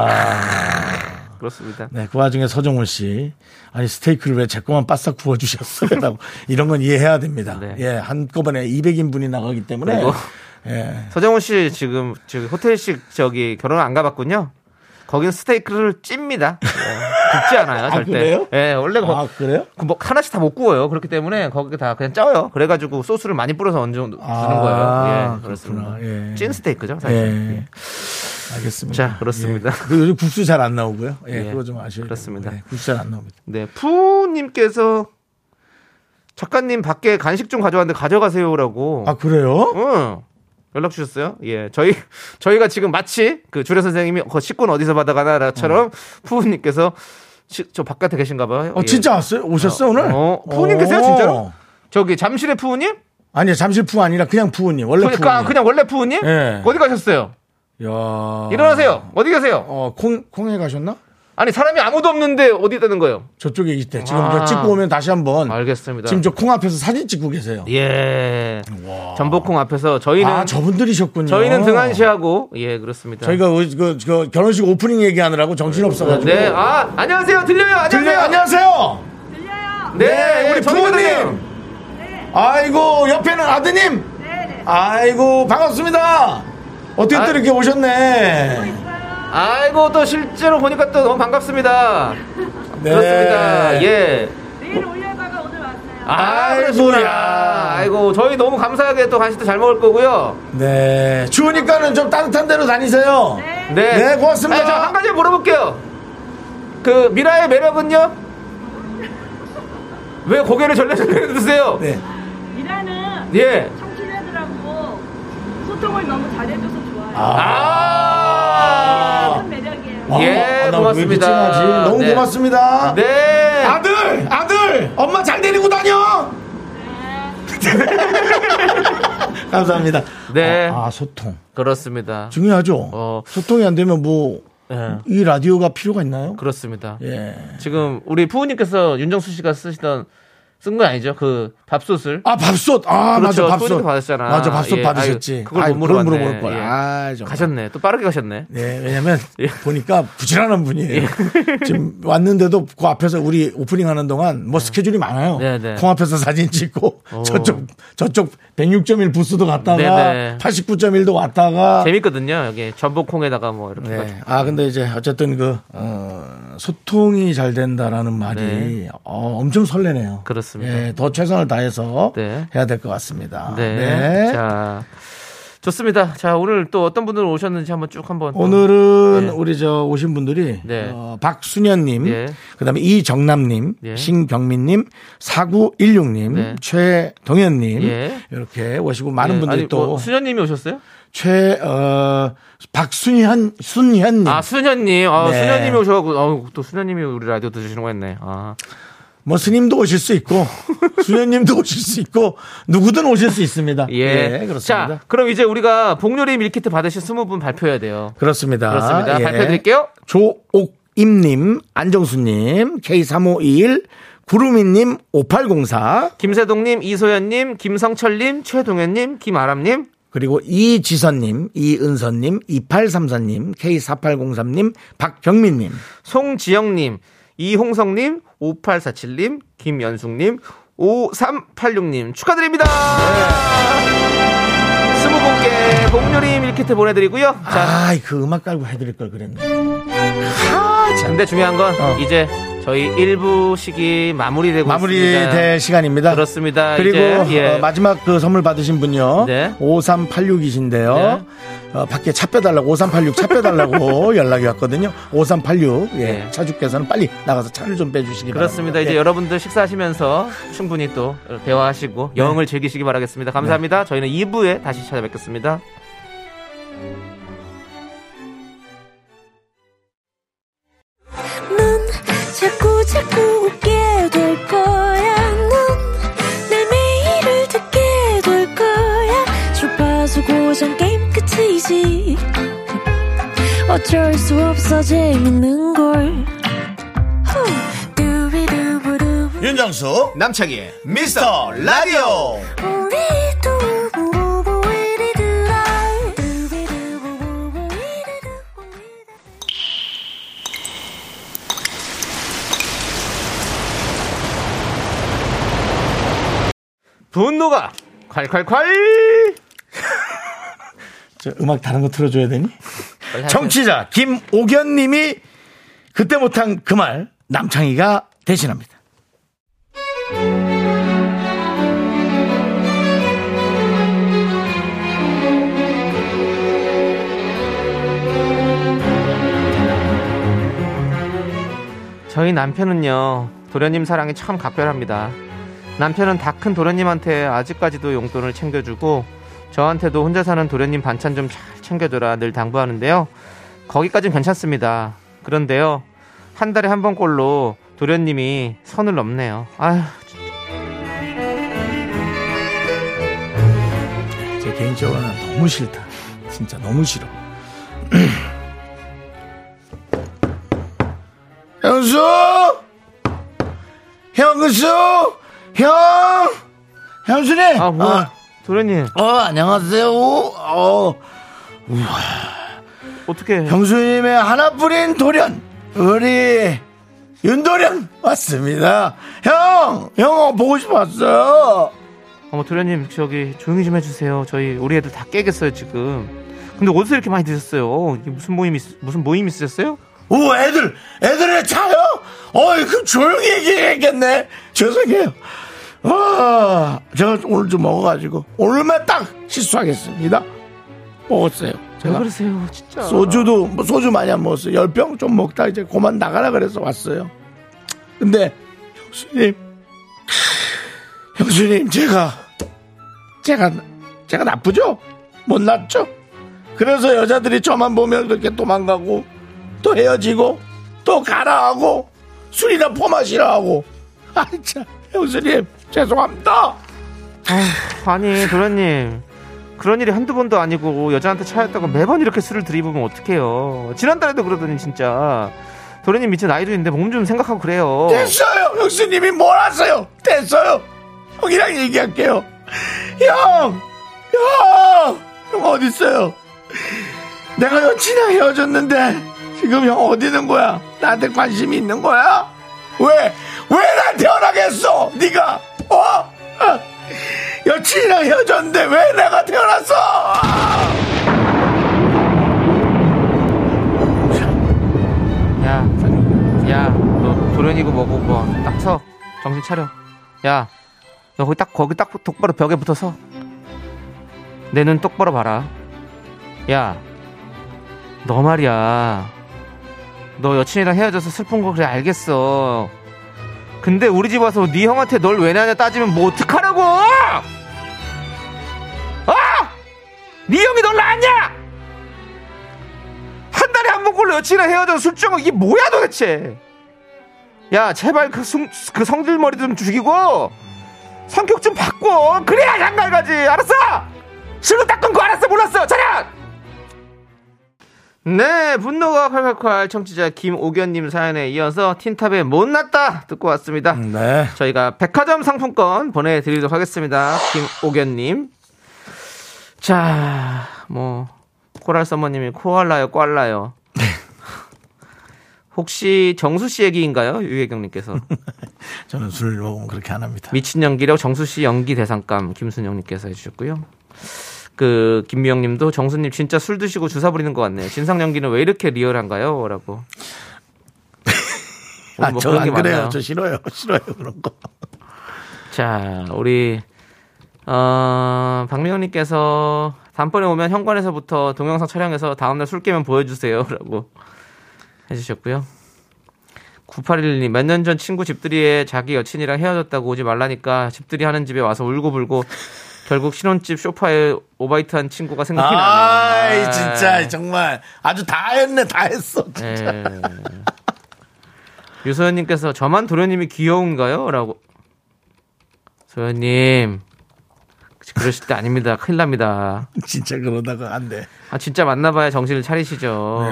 Speaker 1: 아.
Speaker 2: 그렇습니다.
Speaker 1: 네, 그 와중에 서정훈 씨. 아니, 스테이크를 왜 제 거만 바싹 구워주셨어요? 라고. 이런 건 이해해야 됩니다.
Speaker 2: 네.
Speaker 1: 예, 한꺼번에 200인분이 나가기 때문에.
Speaker 2: 그리고
Speaker 1: 예.
Speaker 2: 서정훈 씨 지금 저기 호텔식 저기 결혼 안 가봤군요. 거긴 스테이크를 찝니다. 예, 굽지 않아요
Speaker 1: 아,
Speaker 2: 절대.
Speaker 1: 그래요?
Speaker 2: 예, 원래 거,
Speaker 1: 아, 그래요?
Speaker 2: 그뭐 하나씩 다 못 구워요. 그렇기 때문에 거기 다 그냥 쪄요. 그래가지고 소스를 많이 뿌려서 얹어 주는
Speaker 1: 아,
Speaker 2: 거예요. 예, 그렇습니다.
Speaker 1: 그렇구나. 예.
Speaker 2: 찐 스테이크죠,
Speaker 1: 예.
Speaker 2: 사실. 예.
Speaker 1: 알겠습니다.
Speaker 2: 자, 그렇습니다.
Speaker 1: 예. 그 요즘 국수 잘 안 나오고요. 예,
Speaker 2: 예,
Speaker 1: 그거 좀 아쉬워요.
Speaker 2: 그렇습니다.
Speaker 1: 예, 국수 잘 안 나옵니다.
Speaker 2: 네, 푸님께서 작가님 밖에 간식 좀 가져왔는데 가져가세요라고.
Speaker 1: 아, 그래요?
Speaker 2: 응. 연락 주셨어요? 예. 저희, 저희가 지금 마치 그 주례 선생님이 그 식권 어디서 받아가나처럼 푸우님께서 시- 저 바깥에 계신가 봐요.
Speaker 1: 어,
Speaker 2: 예.
Speaker 1: 진짜 왔어요? 오셨어요, 오늘?
Speaker 2: 어, 푸우님 계세요,
Speaker 1: 어.
Speaker 2: 진짜로? 저기 잠실의 푸우님?
Speaker 1: 아니요, 잠실 푸 아니라 그냥 푸우님. 원래 푸우님.
Speaker 2: 그러니까 그냥 원래 푸우님?
Speaker 1: 예.
Speaker 2: 어디 가셨어요?
Speaker 1: 야.
Speaker 2: 아. 일어나세요. 어디 계세요?
Speaker 1: 어, 콩, 콩에 가셨나?
Speaker 2: 아니, 사람이 아무도 없는데 어디 있다는 거예요?
Speaker 1: 저쪽에 있대. 지금
Speaker 2: 아.
Speaker 1: 저 찍고 오면 다시 한번.
Speaker 2: 알겠습니다.
Speaker 1: 지금 저 콩 앞에서 사진 찍고 계세요.
Speaker 2: 예. 전복콩 앞에서 저희는
Speaker 1: 아 저분들이셨군요.
Speaker 2: 저희는 등한시하고 예, 그렇습니다.
Speaker 1: 저희가 그, 그- 그 결혼식 오프닝 얘기하느라고 정신 없어가지고.
Speaker 2: 네. 아, 안녕하세요. 들려요. 안녕하세요.
Speaker 1: 들려요? 안녕하세요.
Speaker 2: 네,
Speaker 1: 네, 우리
Speaker 2: 예, 저희거든요.
Speaker 1: 부모님. 아이고 옆에는 아드님. 아이고 반갑습니다. 어떻게 또
Speaker 2: 아.
Speaker 1: 이렇게 오셨네.
Speaker 2: 아이고 또 실제로 보니까 또 너무 반갑습니다.
Speaker 1: 네.
Speaker 2: 그렇습니다. 예. 아,
Speaker 1: 아이고야.
Speaker 2: 그러시구나. 아이고 저희 너무 감사하게 또 간식도 잘 먹을 거고요.
Speaker 1: 네. 추우니까는 좀 따뜻한 데로 다니세요.
Speaker 2: 네.
Speaker 1: 네, 고맙습니다.
Speaker 2: 저한 가지 물어볼게요. 그 미라의 매력은요? 왜 고개를 절레절레 드세요?
Speaker 1: 네.
Speaker 5: 미라는
Speaker 2: 예.
Speaker 5: 청취자들하고 소통을 너무 잘해줘서 좋아요.
Speaker 2: 아.
Speaker 5: 큰 매력이에요.
Speaker 1: 와,
Speaker 2: 예,
Speaker 1: 아, 나왜 이렇게
Speaker 2: 고맙습니다.
Speaker 1: 찡하지? 너무
Speaker 2: 네.
Speaker 1: 고맙습니다.
Speaker 2: 네.
Speaker 1: 아들, 아들, 엄마 잘 데리고 다녀. <laughs> 감사합니다.
Speaker 2: 네.
Speaker 1: 아, 아, 소통
Speaker 2: 그렇습니다.
Speaker 1: 중요하죠.
Speaker 2: 어.
Speaker 1: 소통이 안 되면 뭐 이
Speaker 2: 예.
Speaker 1: 라디오가 필요가 있나요?
Speaker 2: 그렇습니다.
Speaker 1: 예.
Speaker 2: 지금 우리 부모님께서 윤정수 씨가 쓰시던 쓴 건 아니죠. 그 밥솥을.
Speaker 1: 아 밥솥 아
Speaker 2: 그렇죠.
Speaker 1: 맞아
Speaker 2: 소니도
Speaker 1: 밥솥
Speaker 2: 받았잖아.
Speaker 1: 맞아 밥솥
Speaker 2: 예,
Speaker 1: 받으셨지
Speaker 2: 아유, 그걸
Speaker 1: 아유,
Speaker 2: 못
Speaker 1: 그걸
Speaker 2: 물어봤네.
Speaker 1: 물어볼 걸
Speaker 2: 예.
Speaker 1: 아, 정말.
Speaker 2: 가셨네. 또 빠르게 가셨네.
Speaker 1: 네, 왜냐면
Speaker 2: 예.
Speaker 1: 보니까 부지런한 분이에요. 지금 왔는데도 그 앞에서 우리 오프닝 하는 동안 뭐 스케줄이 많아요.
Speaker 2: 네, 네.
Speaker 1: 콩 앞에서 사진 찍고
Speaker 2: 오.
Speaker 1: 저쪽 저쪽 106.1 부스도 갔다가
Speaker 2: 네, 네.
Speaker 1: 89.1도 왔다가
Speaker 2: 재밌거든요. 여기 전복콩에다가 뭐 이렇게. 해가지고.
Speaker 1: 아. 네. 아 근데 이제 어쨌든 그 어, 소통이 잘 된다라는 말이
Speaker 2: 네.
Speaker 1: 어, 엄청 설레네요.
Speaker 2: 그렇습니다.
Speaker 1: 예, 더 최선을 다해서
Speaker 2: 네.
Speaker 1: 해야 될 것 같습니다.
Speaker 2: 네. 자. 좋습니다. 자, 오늘 또 어떤 분들 오셨는지 한번 쭉 한번. 또-
Speaker 1: 오늘은
Speaker 2: 네.
Speaker 1: 우리 저 오신 분들이
Speaker 2: 네.
Speaker 1: 어, 박순현님,
Speaker 2: 예.
Speaker 1: 그다음에 이정남님,
Speaker 2: 예.
Speaker 1: 신경민님, 4916님,
Speaker 2: 네.
Speaker 1: 최동현님
Speaker 2: 예.
Speaker 1: 이렇게 오시고 많은
Speaker 2: 예,
Speaker 1: 분들이
Speaker 2: 아니,
Speaker 1: 또
Speaker 2: 뭐 수녀님이 오셨어요?
Speaker 1: 최, 어, 박순현, 순현님.
Speaker 2: 아, 수녀님. 아,
Speaker 1: 네.
Speaker 2: 수녀님이 오셔가지고, 어우, 또 수녀님이 우리 라디오 들으시는 거 했네. 아.
Speaker 1: 뭐 스님도 오실 수 있고 <laughs> 수현님도 오실 수 있고 누구든 오실 수 있습니다.
Speaker 2: 예.
Speaker 1: 네, 그렇습니다.
Speaker 2: 자, 그럼 이제 우리가 복요리 밀키트 받으신 스무 분 발표해야 돼요.
Speaker 1: 그렇습니다.
Speaker 2: 그렇습니다.
Speaker 1: 예.
Speaker 2: 발표해드릴게요.
Speaker 1: 조옥임님, 안정수님, K3521, 구루미님, 5804,
Speaker 2: 김세동님, 이소연님, 김성철님, 최동현님, 김아람님.
Speaker 1: 그리고 이지선님, 이은선님, 2834님, K4803님, 박병민님.
Speaker 2: 송지영님, 이홍성님, 5847님, 김연숙님, 5386님 축하드립니다. 스무 분께 복요리 밀키트 보내드리고요. 자,
Speaker 1: 아, 그 음악 깔고 해드릴 걸 그랬네. 아, 참.
Speaker 2: 근데 중요한 건
Speaker 1: 어.
Speaker 2: 이제 저희 1부 시기 마무리되고 있습니다.
Speaker 1: 마무리될 시간입니다.
Speaker 2: 그렇습니다.
Speaker 1: 그리고
Speaker 2: 이제, 예.
Speaker 1: 어, 마지막 그 선물 받으신 분요.
Speaker 2: 네.
Speaker 1: 5386이신데요.
Speaker 2: 네.
Speaker 1: 어, 밖에 차 빼달라고 5386 차
Speaker 2: <laughs>
Speaker 1: 빼달라고 연락이 왔거든요. 5386 예,
Speaker 2: 네.
Speaker 1: 차주께서는 빨리 나가서 차를 좀 빼주시기
Speaker 2: 그렇습니다.
Speaker 1: 바랍니다.
Speaker 2: 이제
Speaker 1: 예.
Speaker 2: 여러분들 식사하시면서 충분히 또 대화하시고
Speaker 1: 네.
Speaker 2: 여행을 즐기시기 바라겠습니다. 감사합니다. 저희는 2부에 다시 찾아뵙겠습니다.
Speaker 6: 넌 자꾸 자꾸 웃게 될 거야. 넌내 매일을 듣게 될 거야. 주파수 고정 게임 끝이지. 어쩔 수 없어 재밌는 걸. 후. 두비두부두.
Speaker 1: 윤정수 남창희의 미스터 라디오
Speaker 6: 우리 두부부부 우리 두라. 두비두부부부 우리 두부 우리 두부.
Speaker 2: 분노가 콸콸콸!
Speaker 1: 저 음악 다른 거 틀어줘야 되니? 아,
Speaker 2: 빨리
Speaker 1: 정치자 김옥연님이 그때 못한 그 말 남창희가 대신합니다.
Speaker 2: 저희 남편은요 도련님 사랑이 참 각별합니다 남편은 다 큰 도련님한테 아직까지도 용돈을 챙겨주고 저한테도 혼자 사는 도련님 반찬 좀 잘 챙겨줘라 늘 당부하는데요 거기까진 괜찮습니다 그런데요 한 달에 한 번꼴로 도련님이 선을 넘네요 아휴
Speaker 1: 제 개인적으로는 너무 싫다. 진짜 너무 <clears throat> 싫어. 현수! 현수! 형! 현수님!
Speaker 2: 아 뭐야 도련님
Speaker 1: 어, 어, 안녕하세요. 어,
Speaker 2: 어떻게
Speaker 1: 형수님의 하나뿐인 돌연, 우리 윤돌연 왔습니다. 형! 형 보고 싶었어.
Speaker 2: 어머 도련님 저기 조용히 좀 해주세요 저희 우리 애들 다 깨겠어요 지금 근데 어디서 이렇게 많이 드셨어요 이게 무슨 모임 있, 무슨 모임 있으셨어요?
Speaker 1: 오, 애들, 애들의 차요? 어이, 그 조용히 얘기했겠네. 죄송해요. 아, 제가 오늘 좀 먹어가지고, 오늘만 딱 실수하겠습니다. 먹었어요.
Speaker 2: 왜
Speaker 1: 제가
Speaker 2: 그러세요 진짜
Speaker 1: 소주도, 뭐 소주 많이 안 먹었어요. 열 병 좀 먹다 이제 그만 나가라 그래서 왔어요. 근데, 형수님, 형수님, 제가, 제가, 제가 나쁘죠? 못났죠? 그래서 여자들이 저만 보면 그렇게 도망가고, 또 헤어지고, 또 가라 하고, 술이나 포마시라 하고. 아, 참, 형수님, 죄송합니다.
Speaker 2: 아니 도련님 그런 일이 한두 번도 아니고 여자한테 차였다고 매번 이렇게 술을 들이부면 어떡해요 지난달에도 그러더니 진짜 도련님 이제 나이도 있는데 몸 좀 생각하고 그래요.
Speaker 1: 네, 됐어요. 형수님이 뭘 하세요? 됐어요. 형이랑 얘기할게요. 형! 형! 형 어디 있어요? 내가 여친이랑 헤어졌는데 지금 형 어디 있는 거야? 나한테 관심이 있는 거야? 왜? 왜 나 태어나겠어? 네가 어? 어? 여친이랑 헤어졌는데 왜 내가 태어났어?
Speaker 2: 야, 야, 너 도련이고 뭐고 뭐딱 서. 정신 차려. 야, 너 거기 딱 거기 딱 똑바로 벽에 붙어서 내 눈 똑바로 봐라. 야, 너 말이야. 너 여친이랑 헤어져서 슬픈 거 그래 알겠어. 근데 우리 집 와서 네 형한테 널 왜 나냐 따지면 뭐 어떡하라고! 아! 어? 네 형이 널 낳았냐! 한 달에 한 번 꼴로 여친이랑 헤어져서 술 취한 거 이게 뭐야 도대체 야 제발 그, 성, 그 성질머리 좀 죽이고 성격 좀 바꿔 그래야 장가를 가지 알았어 실로 닦은 거 알았어 몰랐어 차렷 네 분노가 칼칼칼 청취자 김오견님 사연에 이어서 틴탑의 못났다 듣고 왔습니다
Speaker 1: 네.
Speaker 2: 저희가 백화점 상품권 보내드리도록 하겠습니다. 김오견님. 자, 뭐, 코랄 서머님이 코알라요, 꽐라요.
Speaker 1: 네.
Speaker 2: 혹시 정수 씨 얘기인가요? 유혜경님께서.
Speaker 1: 저는 술 먹으면 그렇게 안 합니다.
Speaker 2: 미친 연기력 정수 씨 연기 대상감 김순영님께서 해주셨고요. 그 김미영님도 정수님 진짜 술 드시고 주사 부리는 것 같네요. 진상 연기는 왜 이렇게 리얼한가요?라고.
Speaker 1: 아,
Speaker 2: 뭐
Speaker 1: 저
Speaker 2: 그런
Speaker 1: 안
Speaker 2: 게
Speaker 1: 그래요.
Speaker 2: 많나요?
Speaker 1: 저 싫어요. <laughs> 싫어요. 그런 거.
Speaker 2: 자, 우리 어, 박미영님께서 다음번에 오면 현관에서부터 동영상 촬영해서 다음날 술 깨면 보여주세요라고 <laughs> 해주셨고요. 9811님 몇 년 전 친구 집들이에 자기 여친이랑 헤어졌다고 오지 말라니까 집들이 하는 집에 와서 울고 불고 결국 신혼집 소파에 오바이트한 친구가 생각이 나네요.
Speaker 1: 아이, 진짜, 정말. 아주 다 했네, 다 했어. <laughs>
Speaker 2: 예. 유소연님께서 저만 도련님이 귀여운가요? 라고. 소연님. 그러실 때 아닙니다. 큰일 납니다.
Speaker 1: 진짜 그러다가 안 돼.
Speaker 2: 아, 진짜 만나봐야 정신을 차리시죠.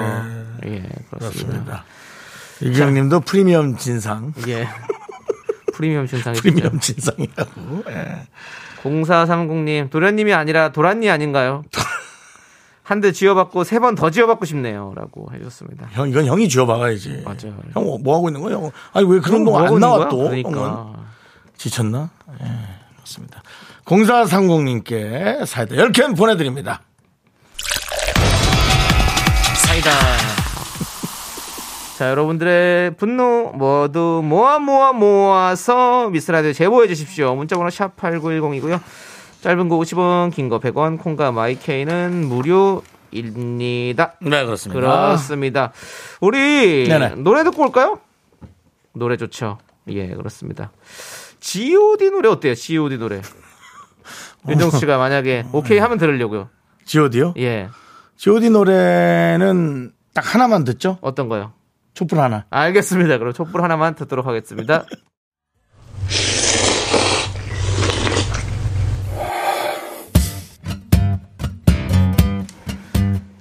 Speaker 2: 예, 그렇습니다.
Speaker 1: 그렇습니다. 네. 이경 님도 프리미엄 진상.
Speaker 2: 예. 프리미엄 신상이죠.
Speaker 1: 프리미엄 <laughs> 진상이라고. 예.
Speaker 2: 0430님, 도련님이 아니라 도란니 아닌가요? 한 대 지어받고 세 번 더 지어받고 싶네요. 라고 해줬습니다.
Speaker 1: 형, 이건 형이 쥐어박아야지.
Speaker 2: 맞아요.
Speaker 1: 형, 뭐 하고 있는 거야? 형. 아니, 왜 그런
Speaker 2: 뭐
Speaker 1: 동안 안
Speaker 2: 하고 있는
Speaker 1: 나와
Speaker 2: 거야?
Speaker 1: 또? 형은?
Speaker 2: 그러니까.
Speaker 1: 지쳤나? 예, 맞습니다. 0430님께 사이다 10캔 보내드립니다.
Speaker 2: 사이다. 자, 여러분들의 분노 모두 모아 모아 모아서 미스라디오 제보해 주십시오. 문자번호 샵 8910이고요. 짧은 거 50원, 긴 거 100원, 콩과 마이케이는 무료입니다.
Speaker 1: 네, 그렇습니다.
Speaker 2: 그렇습니다. 우리
Speaker 1: 네네.
Speaker 2: 노래 듣고 올까요? 노래 좋죠. 예, 그렇습니다. G.O.D 노래 어때요? G.O.D
Speaker 1: <laughs>
Speaker 2: 노래. 윤정수 씨가 만약에 오케이 하면 들으려고요.
Speaker 1: 지오디요?
Speaker 2: 예,
Speaker 1: 지오디 노래는 딱 하나만 듣죠?
Speaker 2: 어떤 거요?
Speaker 1: 촛불 하나.
Speaker 2: 알겠습니다. 그럼 촛불 하나만 듣도록 하겠습니다.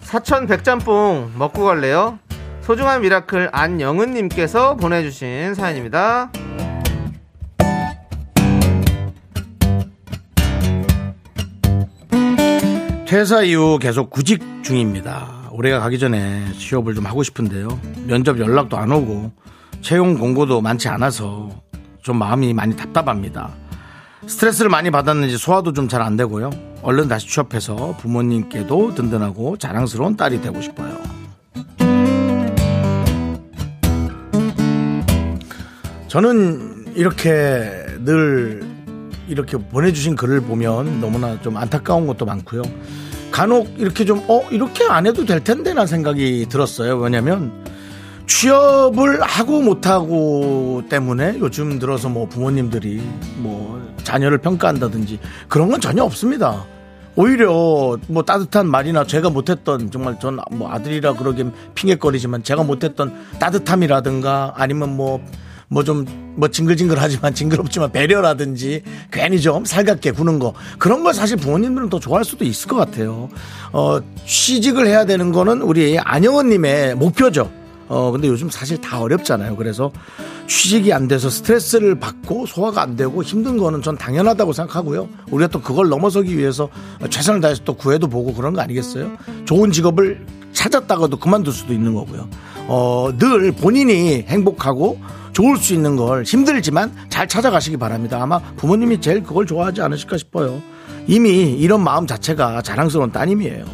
Speaker 2: 사천 백짬뽕 먹고 갈래요? 소중한 미라클 안영은님께서 보내주신 사연입니다.
Speaker 1: 퇴사 이후 계속 구직 중입니다. 올해가 가기 전에 취업을 좀 하고 싶은데요. 면접 연락도 안 오고 채용 공고도 많지 않아서 좀 마음이 많이 답답합니다. 스트레스를 많이 받았는지 소화도 좀 잘 안 되고요. 얼른 다시 취업해서 부모님께도 든든하고 자랑스러운 딸이 되고 싶어요. 저는 이렇게 늘 이렇게 보내주신 글을 보면 너무나 좀 안타까운 것도 많고요. 간혹 이렇게 좀, 어, 이렇게 안 해도 될 텐데 라는 생각이 들었어요. 왜냐면 취업을 하고 못하고 때문에 요즘 들어서 뭐 부모님들이 뭐 자녀를 평가한다든지 그런 건 전혀 없습니다. 오히려 뭐 따뜻한 말이나 제가 못했던 정말 전 뭐 아들이라 그러긴 핑계거리지만 제가 못했던 따뜻함이라든가 아니면 뭐 뭐 좀 뭐 징글징글하지만 <laughs> 징그럽지만 배려라든지 괜히 좀 살갑게 구는 거 그런 걸 사실 부모님들은 더 좋아할 수도 있을 것 같아요. 어 취직을 해야 되는 거는 우리 안영원님의 목표죠. 어, 근데 요즘 사실 다 어렵잖아요. 그래서 취직이 안 돼서 스트레스를 받고 소화가 안 되고 힘든 거는 전 당연하다고 생각하고요. 우리가 또 그걸 넘어서기 위해서 최선을 다해서 또 구해도 보고 그런 거 아니겠어요? 좋은 직업을 찾았다가도 그만둘 수도 있는 거고요. 어, 늘 본인이 행복하고 좋을 수 있는 걸 힘들지만 잘 찾아가시기 바랍니다. 아마 부모님이 제일 그걸 좋아하지 않으실까 싶어요. 이미 이런 마음 자체가 자랑스러운 따님이에요.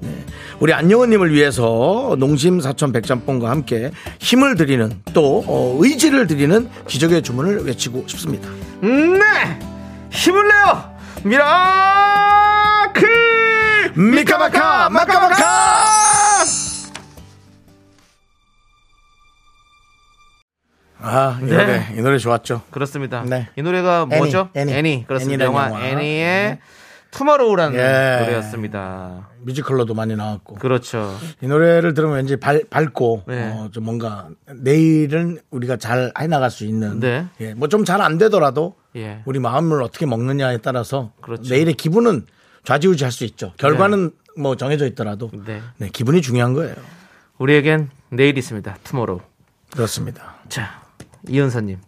Speaker 1: 네. 우리 안녕원님을 위해서 농심 사천 백짬뽕과 함께 힘을 드리는 또 어, 의지를 드리는 기적의 주문을 외치고 싶습니다.
Speaker 2: 네! 힘을 내요! 미라클!
Speaker 1: 미카마카 마카마카 아이
Speaker 2: 네.
Speaker 1: 노래 이 노래 좋았죠.
Speaker 2: 그렇습니다.
Speaker 1: 네.
Speaker 2: 이 노래가
Speaker 1: 애니,
Speaker 2: 뭐죠?
Speaker 1: 애니.
Speaker 2: 애니. 그렇습니다.
Speaker 1: 애니라는
Speaker 2: 영화,
Speaker 1: 영화. 네.
Speaker 2: 애니의 투머로우라는
Speaker 1: 예.
Speaker 2: 노래였습니다.
Speaker 1: 뮤지컬로도 많이 나왔고
Speaker 2: 그렇죠.
Speaker 1: 이 노래를 들으면 왠지 발, 밝고
Speaker 2: 네.
Speaker 1: 어, 좀 뭔가 내일은 우리가 잘 해나갈 수 있는
Speaker 2: 네.
Speaker 1: 예, 뭐 좀 잘 안 되더라도
Speaker 2: 예.
Speaker 1: 우리 마음을 어떻게 먹느냐에 따라서
Speaker 2: 그렇죠.
Speaker 1: 내일의 기분은 좌지우지할 수 있죠. 결과는 뭐 정해져 있더라도
Speaker 2: 네.
Speaker 1: 네, 기분이 중요한 거예요.
Speaker 2: 우리에겐 내일이 있습니다. 투머로우.
Speaker 1: 그렇습니다.
Speaker 2: 자, 이은서님.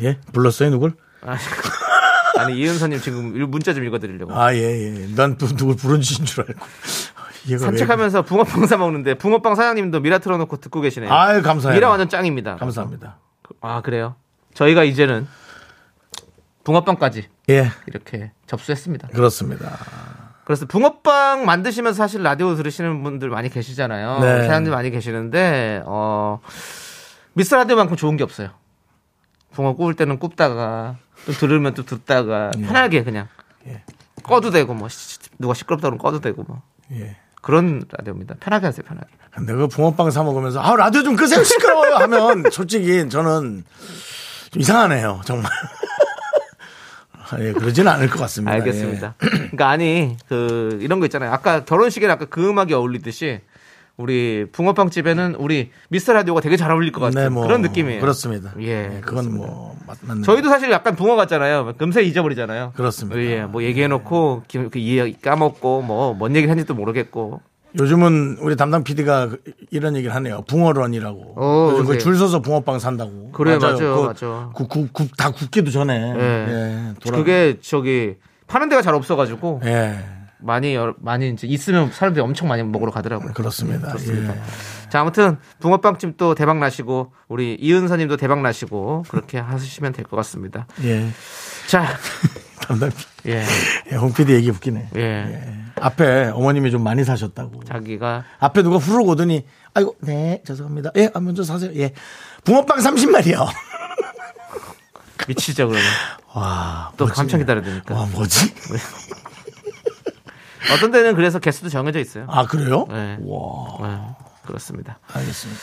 Speaker 1: 예, 불렀어요 누굴?
Speaker 2: 아니, <laughs> 아니, 이은서님 지금 일- 문자 좀 읽어드리려고.
Speaker 1: 아 예, 예. 난 또 누굴 부른지인 줄 알고 <laughs> 얘가
Speaker 2: 산책하면서 붕어빵 사 먹는데 붕어빵 사장님도 미라 틀어놓고 듣고 계시네요.
Speaker 1: 아유, 감사해요.
Speaker 2: 미라 완전 짱입니다.
Speaker 1: 왜... 감사합니다.
Speaker 2: 아 그래요? 저희가 이제는 붕어빵까지
Speaker 1: 예,
Speaker 2: 이렇게 접수했습니다.
Speaker 1: 그렇습니다.
Speaker 2: 그래서 붕어빵 만드시면서 사실 라디오 들으시는 분들 많이 계시잖아요.
Speaker 1: 네.
Speaker 2: 사람들 많이 계시는데 어, 미스 라디오만큼 좋은 게 없어요. 붕어 구울 때는 굽다가 또 들으면 또 듣다가
Speaker 1: 예.
Speaker 2: 편하게 그냥 꺼도 되고 뭐 시- 시- 누가 시끄럽다 그러면 꺼도 되고 뭐
Speaker 1: 예.
Speaker 2: 그런 라디오입니다. 편하게 하세요, 편하게.
Speaker 1: 근데 그 붕어빵 사 먹으면서 아 라디오 좀 끄세요 시끄러워요 하면 <laughs> 솔직히 저는 좀 이상하네요 정말 <laughs> 아, 예 그러지는 않을 것 같습니다 예.
Speaker 2: 알겠습니다. 그러니까 아니 그 이런 거 있잖아요. 아까 결혼식에 아까 그 음악이 어울리듯이 우리 붕어빵 집에는 우리 미스터 라디오가 되게 잘 어울릴 것
Speaker 1: 예.
Speaker 2: 같은
Speaker 1: 네, 뭐
Speaker 2: 그런 느낌이에요.
Speaker 1: 그렇습니다
Speaker 2: 예,
Speaker 1: 그건 뭐 맞, 맞는
Speaker 2: 음. 저희도 사실 약간 붕어 같잖아요. 금세 잊어버리잖아요.
Speaker 1: 그렇습니다.
Speaker 2: 예, 뭐 얘기해놓고 기- 그 이해 까먹고 뭐 뭔 얘기를 했는지도 모르겠고.
Speaker 1: 요즘은 우리 담당 PD가 이런 얘기를 하네요 붕어런이라고
Speaker 2: 어,
Speaker 1: 요즘 그
Speaker 2: 오세요.
Speaker 1: 줄 서서 붕어빵 산다고
Speaker 2: 그래요, 맞아요, 맞아요.
Speaker 1: 그, 굽- 굽- 다 굽기도 전에
Speaker 2: 예.
Speaker 1: 예, 돌아-
Speaker 2: 그게 저기 파는 데가 잘 없어가지고
Speaker 1: 예
Speaker 2: 많이 여- 많이 이제 있으면 사람들이 엄청 많이 먹으러 가더라고요.
Speaker 1: 그렇습니다
Speaker 2: 그렇습니다.
Speaker 1: 예.
Speaker 2: 자, 아무튼 붕어빵집도 대박 나시고 우리 이은서님도 대박 나시고 그렇게 하시면 될 것 같습니다.
Speaker 1: 예.
Speaker 2: 자,
Speaker 1: 담당 PD.
Speaker 2: 예,
Speaker 1: <laughs> 예, 홍 PD 얘기 웃기네
Speaker 2: 예,
Speaker 1: 앞에 어머님이 좀 많이 사셨다고
Speaker 2: 자기가
Speaker 1: 앞에 누가 후루룩 오더니 아이고 네 죄송합니다 예 아, 먼저 사세요 예 붕어빵 30마리요
Speaker 2: 미치죠 그러면
Speaker 1: 와또
Speaker 2: 또 한참 기다려야 되니까.
Speaker 1: 와 뭐지
Speaker 2: <laughs> 어떤 데는 그래서 개수도 정해져 있어요.
Speaker 1: 아 그래요
Speaker 2: 예.
Speaker 1: 와
Speaker 2: 예, 그렇습니다.
Speaker 1: 알겠습니다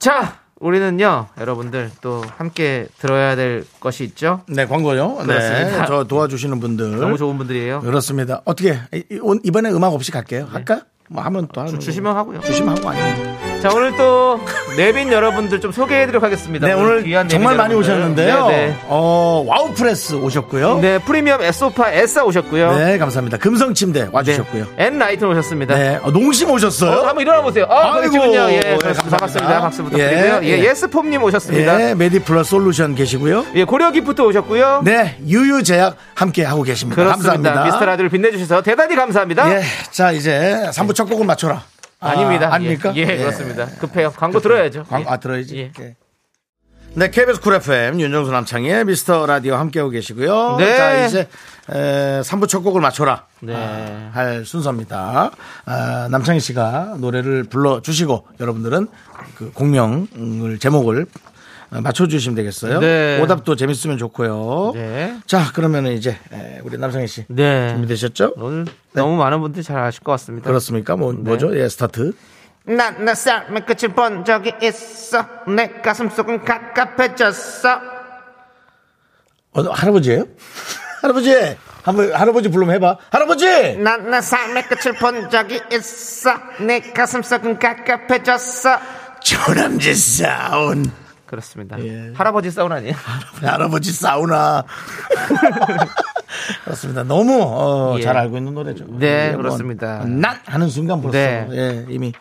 Speaker 2: 자, 우리는요, 여러분들 또 함께 들어야 될 것이 있죠.
Speaker 1: 네 광고요
Speaker 2: 그렇습니다.
Speaker 1: 네저 도와주시는 분들
Speaker 2: 너무 좋은 분들이에요.
Speaker 1: 그렇습니다 어떻게 이- 이- 온- 이번에 음악 없이 갈게요 할까요 뭐 하면 또 하는
Speaker 2: 네. 주시면 하고요.
Speaker 1: 거고. 주시면 하고 아니면
Speaker 2: 자 오늘 또 내빈 여러분들 좀 소개해드리도록 하겠습니다.
Speaker 1: 네 오늘
Speaker 2: 귀한 내빈
Speaker 1: 정말 많이
Speaker 2: 여러분들.
Speaker 1: 오셨는데요
Speaker 2: 네, 네.
Speaker 1: 어 와우 프레스 오셨고요 네,
Speaker 2: 네, 프리미엄 에소파 에싸 오셨고요.
Speaker 1: 감사합니다 금성 침대 와주셨고요 네,
Speaker 2: 엔 라이트 오셨습니다.
Speaker 1: 어, 농심
Speaker 2: 어,
Speaker 1: 오셨어요
Speaker 2: 한번 일어나 보세요. 아,
Speaker 1: 아이고.
Speaker 2: 반갑습니다. 예,
Speaker 1: 예, 감사합니다.
Speaker 2: 반갑습니다. 반갑습니다. 박수 부탁드리고요.
Speaker 1: 예,
Speaker 2: 예,
Speaker 1: 예.
Speaker 2: 예, 스폼님 오셨습니다. 예,
Speaker 1: 예, 메디플러스 솔루션 계시고요.
Speaker 2: 고려 기프트 오셨고요.
Speaker 1: 네, 유유제약 함께 하고 계십니다.
Speaker 2: 그렇습니다.
Speaker 1: 감사합니다.
Speaker 2: 미스터 라디오를 빛내주셔서 대단히 감사합니다.
Speaker 1: 예, 자 이제 3부 첫 곡은 맞춰라. 아,
Speaker 2: 아닙니다.
Speaker 1: 아닙니까?
Speaker 2: 예, 예, 그렇습니다. 급해요. 광고 들어야죠.
Speaker 1: 광고
Speaker 2: 예.
Speaker 1: 아 들어야지.
Speaker 2: 예.
Speaker 1: 예. 네, KBS 쿨 FM 윤정수 남창희의 미스터 라디오 함께하고 계시고요.
Speaker 2: 네.
Speaker 1: 자 이제 에, 3부 첫 곡을 맞춰라.
Speaker 2: 네.
Speaker 1: 아, 할 순서입니다. 아, 남창희 씨가 노래를 불러 주시고 여러분들은 그 공명을 제목을 맞춰 주시면 되겠어요.
Speaker 2: 네.
Speaker 1: 오답도 재밌으면 좋고요.
Speaker 2: 네.
Speaker 1: 자 그러면 이제 에, 우리 남성희 씨
Speaker 2: 네.
Speaker 1: 준비되셨죠?
Speaker 2: 오늘 너무 많은 분들이 잘 아실 것 같습니다.
Speaker 1: 그렇습니까? 뭐, 뭐죠? 예 스타트.
Speaker 2: 난내 네. 삶의 끝을 본 적이 있어. 내 가슴 속은 갑갑해졌어.
Speaker 1: 어, 할아버지예요? <laughs> 할아버지 한번 할아버지 불러면 해봐. 할아버지
Speaker 2: 난내 삶의 끝을 본 적이 있어. 내 가슴 속은 갑갑해졌어.
Speaker 1: 조남지 사운
Speaker 2: 그렇습니다.
Speaker 1: 예.
Speaker 2: 할아버지
Speaker 1: <laughs>
Speaker 2: 싸운 아니에요?
Speaker 1: 할아버지 사우나. <laughs> 그렇습니다. 너무 어,
Speaker 2: 예.
Speaker 1: 잘 알고 있는 노래죠.
Speaker 2: 네,
Speaker 1: 예, 뭐,
Speaker 2: 그렇습니다.
Speaker 1: 난 하는 순간 벌써
Speaker 2: 네.
Speaker 1: 예, 이미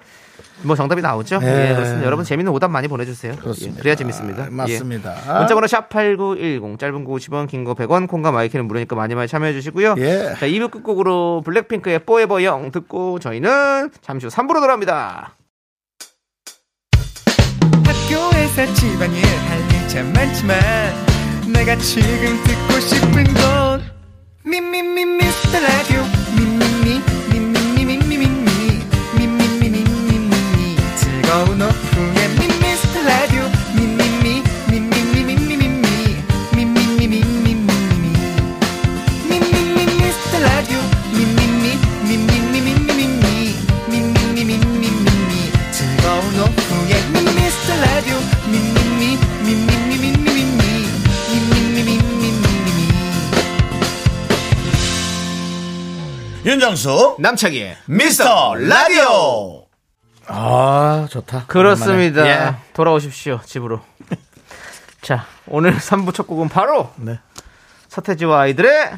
Speaker 2: 뭐 정답이 나오죠?
Speaker 1: 예.
Speaker 2: 예, 그렇습니다. 여러분 재밌는 오답 많이 보내주세요.
Speaker 1: 그렇습니다. 아,
Speaker 2: 예, 그래야 재밌습니다.
Speaker 1: 맞습니다.
Speaker 2: 예. 문자번호 샵 #8910 짧은 거 50원, 긴 거 100원, 콩과 마이크는 무료니까 많이 많이 참여해주시고요.
Speaker 1: 예.
Speaker 2: 자, 2부 끝곡으로 블랙핑크의 포에버 영 듣고 저희는 잠시 후 3부로 돌아옵니다.
Speaker 7: 학교에서 집안일 할 일 참 많지만 내가 지금 듣고 싶은 건 미미미 미스터 라디오 미미미 미미미 미미미 미미미 미미미 즐거운 오후에 미스터 라디오 미미미 미미미 미미미 미미미 미미미 미미미 미스터 라디오 미미미 미미미 미미미 미미미 미미미 즐거운 오후에 미스터 라디오 미미미 미미미 미미미 미미미 미미미
Speaker 8: 윤정수
Speaker 2: 남창희의
Speaker 8: 미스터 라디오
Speaker 1: 아, 좋다.
Speaker 2: 그렇습니다. 예.
Speaker 1: 오랜만에. 예.
Speaker 2: 돌아오십시오 집으로. <laughs> 자 오늘 3부 첫 곡은 바로
Speaker 1: 네.
Speaker 2: 서태지와 아이들의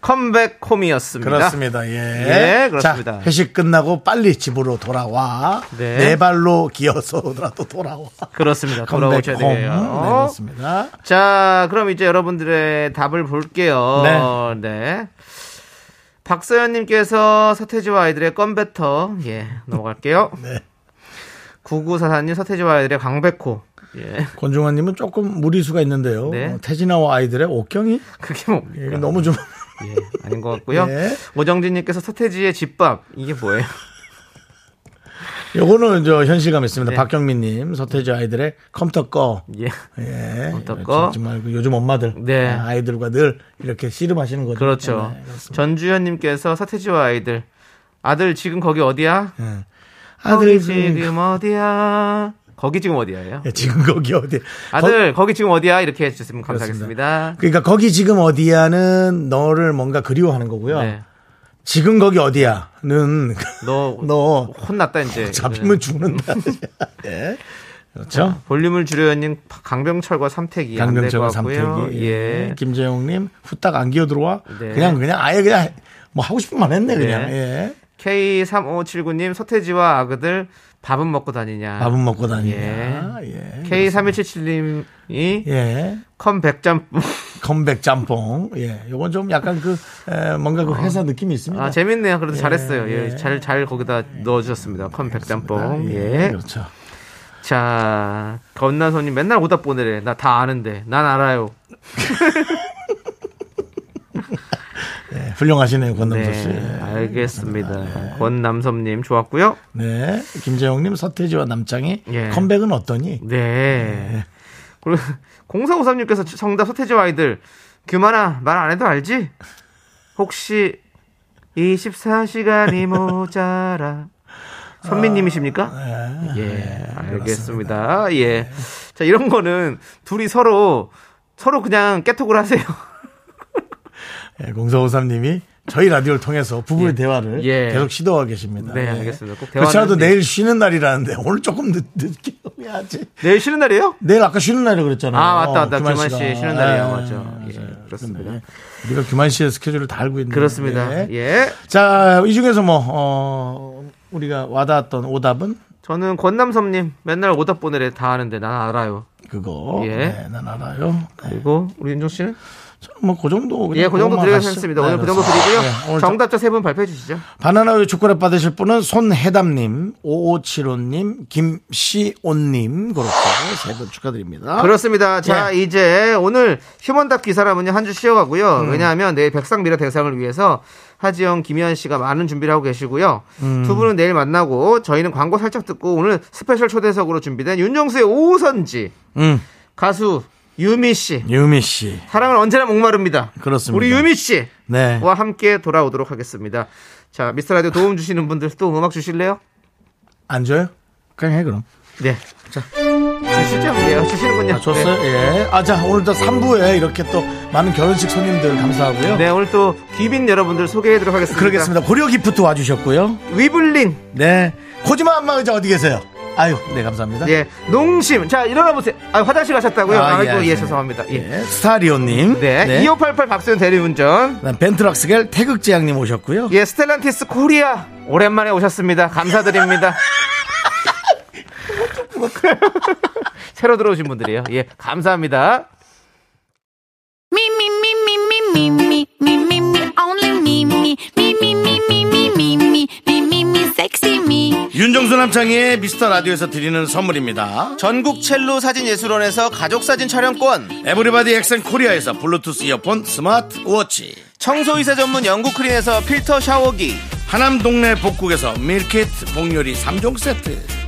Speaker 2: 컴백 홈이었습니다.
Speaker 1: 그렇습니다.
Speaker 2: 예,
Speaker 1: 예.
Speaker 2: 그렇습니다.
Speaker 1: 자, 회식 끝나고 빨리 집으로 돌아와.
Speaker 2: 네.
Speaker 1: 네. 발로 기어서라도 돌아와.
Speaker 2: 그렇습니다.
Speaker 1: 컴백
Speaker 2: 돌아오셔야
Speaker 1: 홈.
Speaker 2: 돼요.
Speaker 1: 네, 그렇습니다.
Speaker 2: 자, 그럼 이제 여러분들의 답을 볼게요. 네. 박서연님께서 서태지와 아이들의 껌베터. 예, 넘어갈게요.
Speaker 1: <laughs> 네.
Speaker 2: 9944님 서태지와 아이들의 광백호. 예, <laughs>
Speaker 1: 권중환님은 조금 무리수가 있는데요.
Speaker 2: 네.
Speaker 1: 어, 태진아와 아이들의 옥경이
Speaker 2: 그게 뭡니까?
Speaker 1: 이게 너무 좀 <laughs>
Speaker 2: 예, 아닌 것 같고요.
Speaker 1: 네.
Speaker 2: 오정진님께서 서태지의 집밥. 이게 뭐예요? <laughs>
Speaker 1: 요거는 저 현실감 있습니다.
Speaker 2: 네.
Speaker 1: 박경민님 서태지 아이들의 컴퓨터 꺼.
Speaker 2: 예.
Speaker 1: 예.
Speaker 2: 컴퓨터 꺼.
Speaker 1: 정말 그 요즘 엄마들
Speaker 2: 네.
Speaker 1: 아, 아이들과 늘 이렇게 씨름하시는 거죠.
Speaker 2: 그렇죠.
Speaker 1: 네, 그렇습니다.
Speaker 2: 전주현님께서 서태지와 아이들. 아들 지금 거기 어디야?
Speaker 1: 아들
Speaker 2: 거기 지금 어디야? 거기 지금 어디야예요?
Speaker 1: 예, <laughs> 지금 거기 어디?
Speaker 2: 아들 거기 지금 어디야 이렇게 해주셨으면 감사하겠습니다.
Speaker 1: 그러니까 거기 지금 어디야는 너를 뭔가 그리워하는 거고요.
Speaker 2: 네.
Speaker 1: 지금 거기 어디야는 <laughs>
Speaker 2: 너,
Speaker 1: 너
Speaker 2: 혼났다 이제.
Speaker 1: 잡히면 죽는다. <laughs> 예. 그렇죠.
Speaker 2: 네. 볼륨을 줄여님 강병철과 삼택이
Speaker 1: 강병철
Speaker 2: 안 되고 왔고요.
Speaker 1: 삼태기,
Speaker 2: 예.
Speaker 1: 예. 김재용님 후딱 안 기어 들어와.
Speaker 2: 네.
Speaker 1: 그냥 그냥 아예 그냥 뭐 하고 싶은 말 했네 그냥.
Speaker 2: 네.
Speaker 1: 예.
Speaker 2: K3579님 서태지와 아그들 밥은 먹고 다니냐.
Speaker 1: 밥은 먹고 다니냐. 예.
Speaker 2: K3177님이
Speaker 1: 예.
Speaker 2: 컴백점
Speaker 1: 컴백 짬뽕. 예. 요건 좀 약간 그 에, 뭔가 그 회사 느낌이 있습니다.
Speaker 2: 아 재밌네요. 그래도 잘했어요. 예.
Speaker 1: 예.
Speaker 2: 잘 잘 거기다 넣어주셨습니다. 컴백짬뽕. 예.
Speaker 1: 그렇죠.
Speaker 2: 자 건나손님 맨날 오답 보내래. 나 다 아는데. 난 알아요.
Speaker 1: 예, 훌륭하시네요, 권남석 씨.
Speaker 2: 네,
Speaker 1: 예.
Speaker 2: 알겠습니다. 권남섭님 좋았고요.
Speaker 1: 네. 김재용님, 서태지와 남창희
Speaker 2: 예.
Speaker 1: 컴백은 어떠니?
Speaker 2: 네. 그리고 0453님께서 정답 서태지 아이들 규만아 말 안 해도 알지? 혹시 <laughs> 24시간이 모자라 선배님이십니까? 예, 알겠습니다. 예. 자 이런 거는 둘이 서로 서로 그냥 깨톡을 하세요. <laughs>
Speaker 1: 예, 0453님이 저희 라디오를 통해서 부부의
Speaker 2: 예.
Speaker 1: 대화를
Speaker 2: 예.
Speaker 1: 계속 시도하고 계십니다.
Speaker 2: 네, 알겠습니다. 꼭 대화는
Speaker 1: 그렇지라도
Speaker 2: 네.
Speaker 1: 내일 쉬는 날이라는데 오늘 조금 늦, 늦게 해야지.
Speaker 2: 내일 쉬는 날이에요?
Speaker 1: 내일 아까 쉬는 날이 그랬잖아요.
Speaker 2: 아 맞다 맞다
Speaker 1: 규만
Speaker 2: 규만 씨
Speaker 1: 씨가.
Speaker 2: 쉬는 날이에요
Speaker 1: 예,
Speaker 2: 맞죠? 예,
Speaker 1: 맞아요.
Speaker 2: 그렇습니다.
Speaker 1: 네. 우리가 규만 씨의 스케줄을 다 알고 있는데.
Speaker 2: 음,
Speaker 1: 예.
Speaker 2: 그렇습니다. 예.
Speaker 1: 자, 이 중에서 뭐, 어, 우리가 와닿았던 오답은
Speaker 2: 저는 권남섭님 맨날 오답 보내래 다 하는데 난 알아요.
Speaker 1: 그거.
Speaker 2: 예.
Speaker 1: 네, 난 알아요.
Speaker 2: 그리고 우리 윤종 씨는
Speaker 1: 뭐그 정도.
Speaker 2: 예, 그 정도
Speaker 1: 그것만
Speaker 2: 드리겠습니다.
Speaker 1: 가시죠.
Speaker 2: 오늘 그 정도
Speaker 1: 네,
Speaker 2: 드리고요.
Speaker 1: 네, 오늘
Speaker 2: 정답자 세 분 발표해 주시죠.
Speaker 1: 바나나 우유 초콜릿 받으실 분은 손해담님, 5575님, 김시온님 그렇게 세 분 축하드립니다.
Speaker 2: 그렇습니다. 자,
Speaker 1: 네.
Speaker 2: 이제 오늘 휴먼답 기사라면요 한 주 쉬어가고요.
Speaker 1: 음.
Speaker 2: 왜냐하면 내일 백상미라 대상을 위해서 하지영, 김희연 씨가 많은 준비를 하고 계시고요.
Speaker 1: 음.
Speaker 2: 두 분은 내일 만나고 저희는 광고 살짝 듣고 오늘 스페셜 초대석으로 준비된 윤정수의 오선지
Speaker 1: 음,
Speaker 2: 가수 유미 씨
Speaker 1: 유미 씨.
Speaker 2: 사랑은 언제나 목마릅니다.
Speaker 1: 그렇습니다.
Speaker 2: 우리 유미 씨.
Speaker 1: 네.
Speaker 2: 와 함께 돌아오도록 하겠습니다. 자, 미스터 라디오 도움 주시는 분들 또 음악 주실래요?
Speaker 1: 안 줘요? 그냥 해 그럼.
Speaker 2: 네. 자. 주시죠. 예, 주시는군요.
Speaker 1: 아, 줬어요? 예. 아, 자, 오늘 또 3부에 이렇게 또 많은 결혼식 손님들 감사하고요.
Speaker 2: 네. 네, 오늘 또 귀빈 여러분들 소개해드리도록 하겠습니다.
Speaker 1: 그러겠습니다. 고려 기프트 와주셨고요.
Speaker 2: 위블링,
Speaker 1: 네. 코지마 안마 의자 어디 계세요? 아유, 네, 감사합니다.
Speaker 2: 예, 농심. 자, 일어나 보세요. 아, 화장실 가셨다고요?
Speaker 1: 아,
Speaker 2: 아,
Speaker 1: 예,
Speaker 2: 이고 예,
Speaker 1: 예.
Speaker 2: 죄송합니다. 예.
Speaker 1: 예, 스타리오님.
Speaker 2: 네, 2588 박수현 대리운전.
Speaker 1: 그다음 벤트락스겔 태극제약님 오셨고요.
Speaker 2: 예, 스텔란티스 코리아 오랜만에 오셨습니다. 감사드립니다. <laughs> 새로 들어오신 분들이에요. 예, 감사합니다.
Speaker 6: Me, me, me, me, me, me, me, me, me, me, only me, me, me, me, me, me, me, me, me, me, me, me, sexy me.
Speaker 1: 윤정수 남창희의 미스터 라디오에서 드리는 선물입니다.
Speaker 7: 전국 첼로 사진 예술원에서 가족 사진 촬영권,
Speaker 1: 에브리바디 엑센 코리아에서 블루투스 이어폰 스마트 워치.
Speaker 7: 청소이사 전문 영국 크린에서 필터 샤워기,
Speaker 1: 하남 동네 복국에서 밀키트 복요리 3종 세트.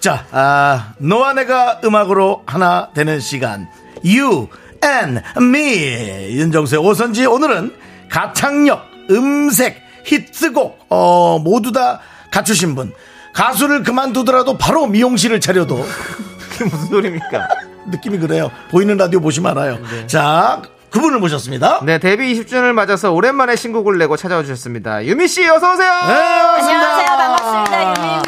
Speaker 1: 자, 아, 너와 내가 음악으로 하나 되는 시간. You and me. 윤정수의 오선지. 오늘은 가창력, 음색, 히트곡, 어, 모두 다 갖추신 분. 가수를 그만두더라도 바로 미용실을 차려도
Speaker 2: 그게 무슨 소리입니까?
Speaker 1: 느낌이 그래요. 보이는 라디오 보시면 알아요. 자, 그분을 모셨습니다.
Speaker 2: <laughs> 네, 데뷔 20주년을 맞아서 오랜만에 신곡을 내고 찾아와 주셨습니다. 유미 씨 어서 오세요.
Speaker 1: 네. 안녕하세요.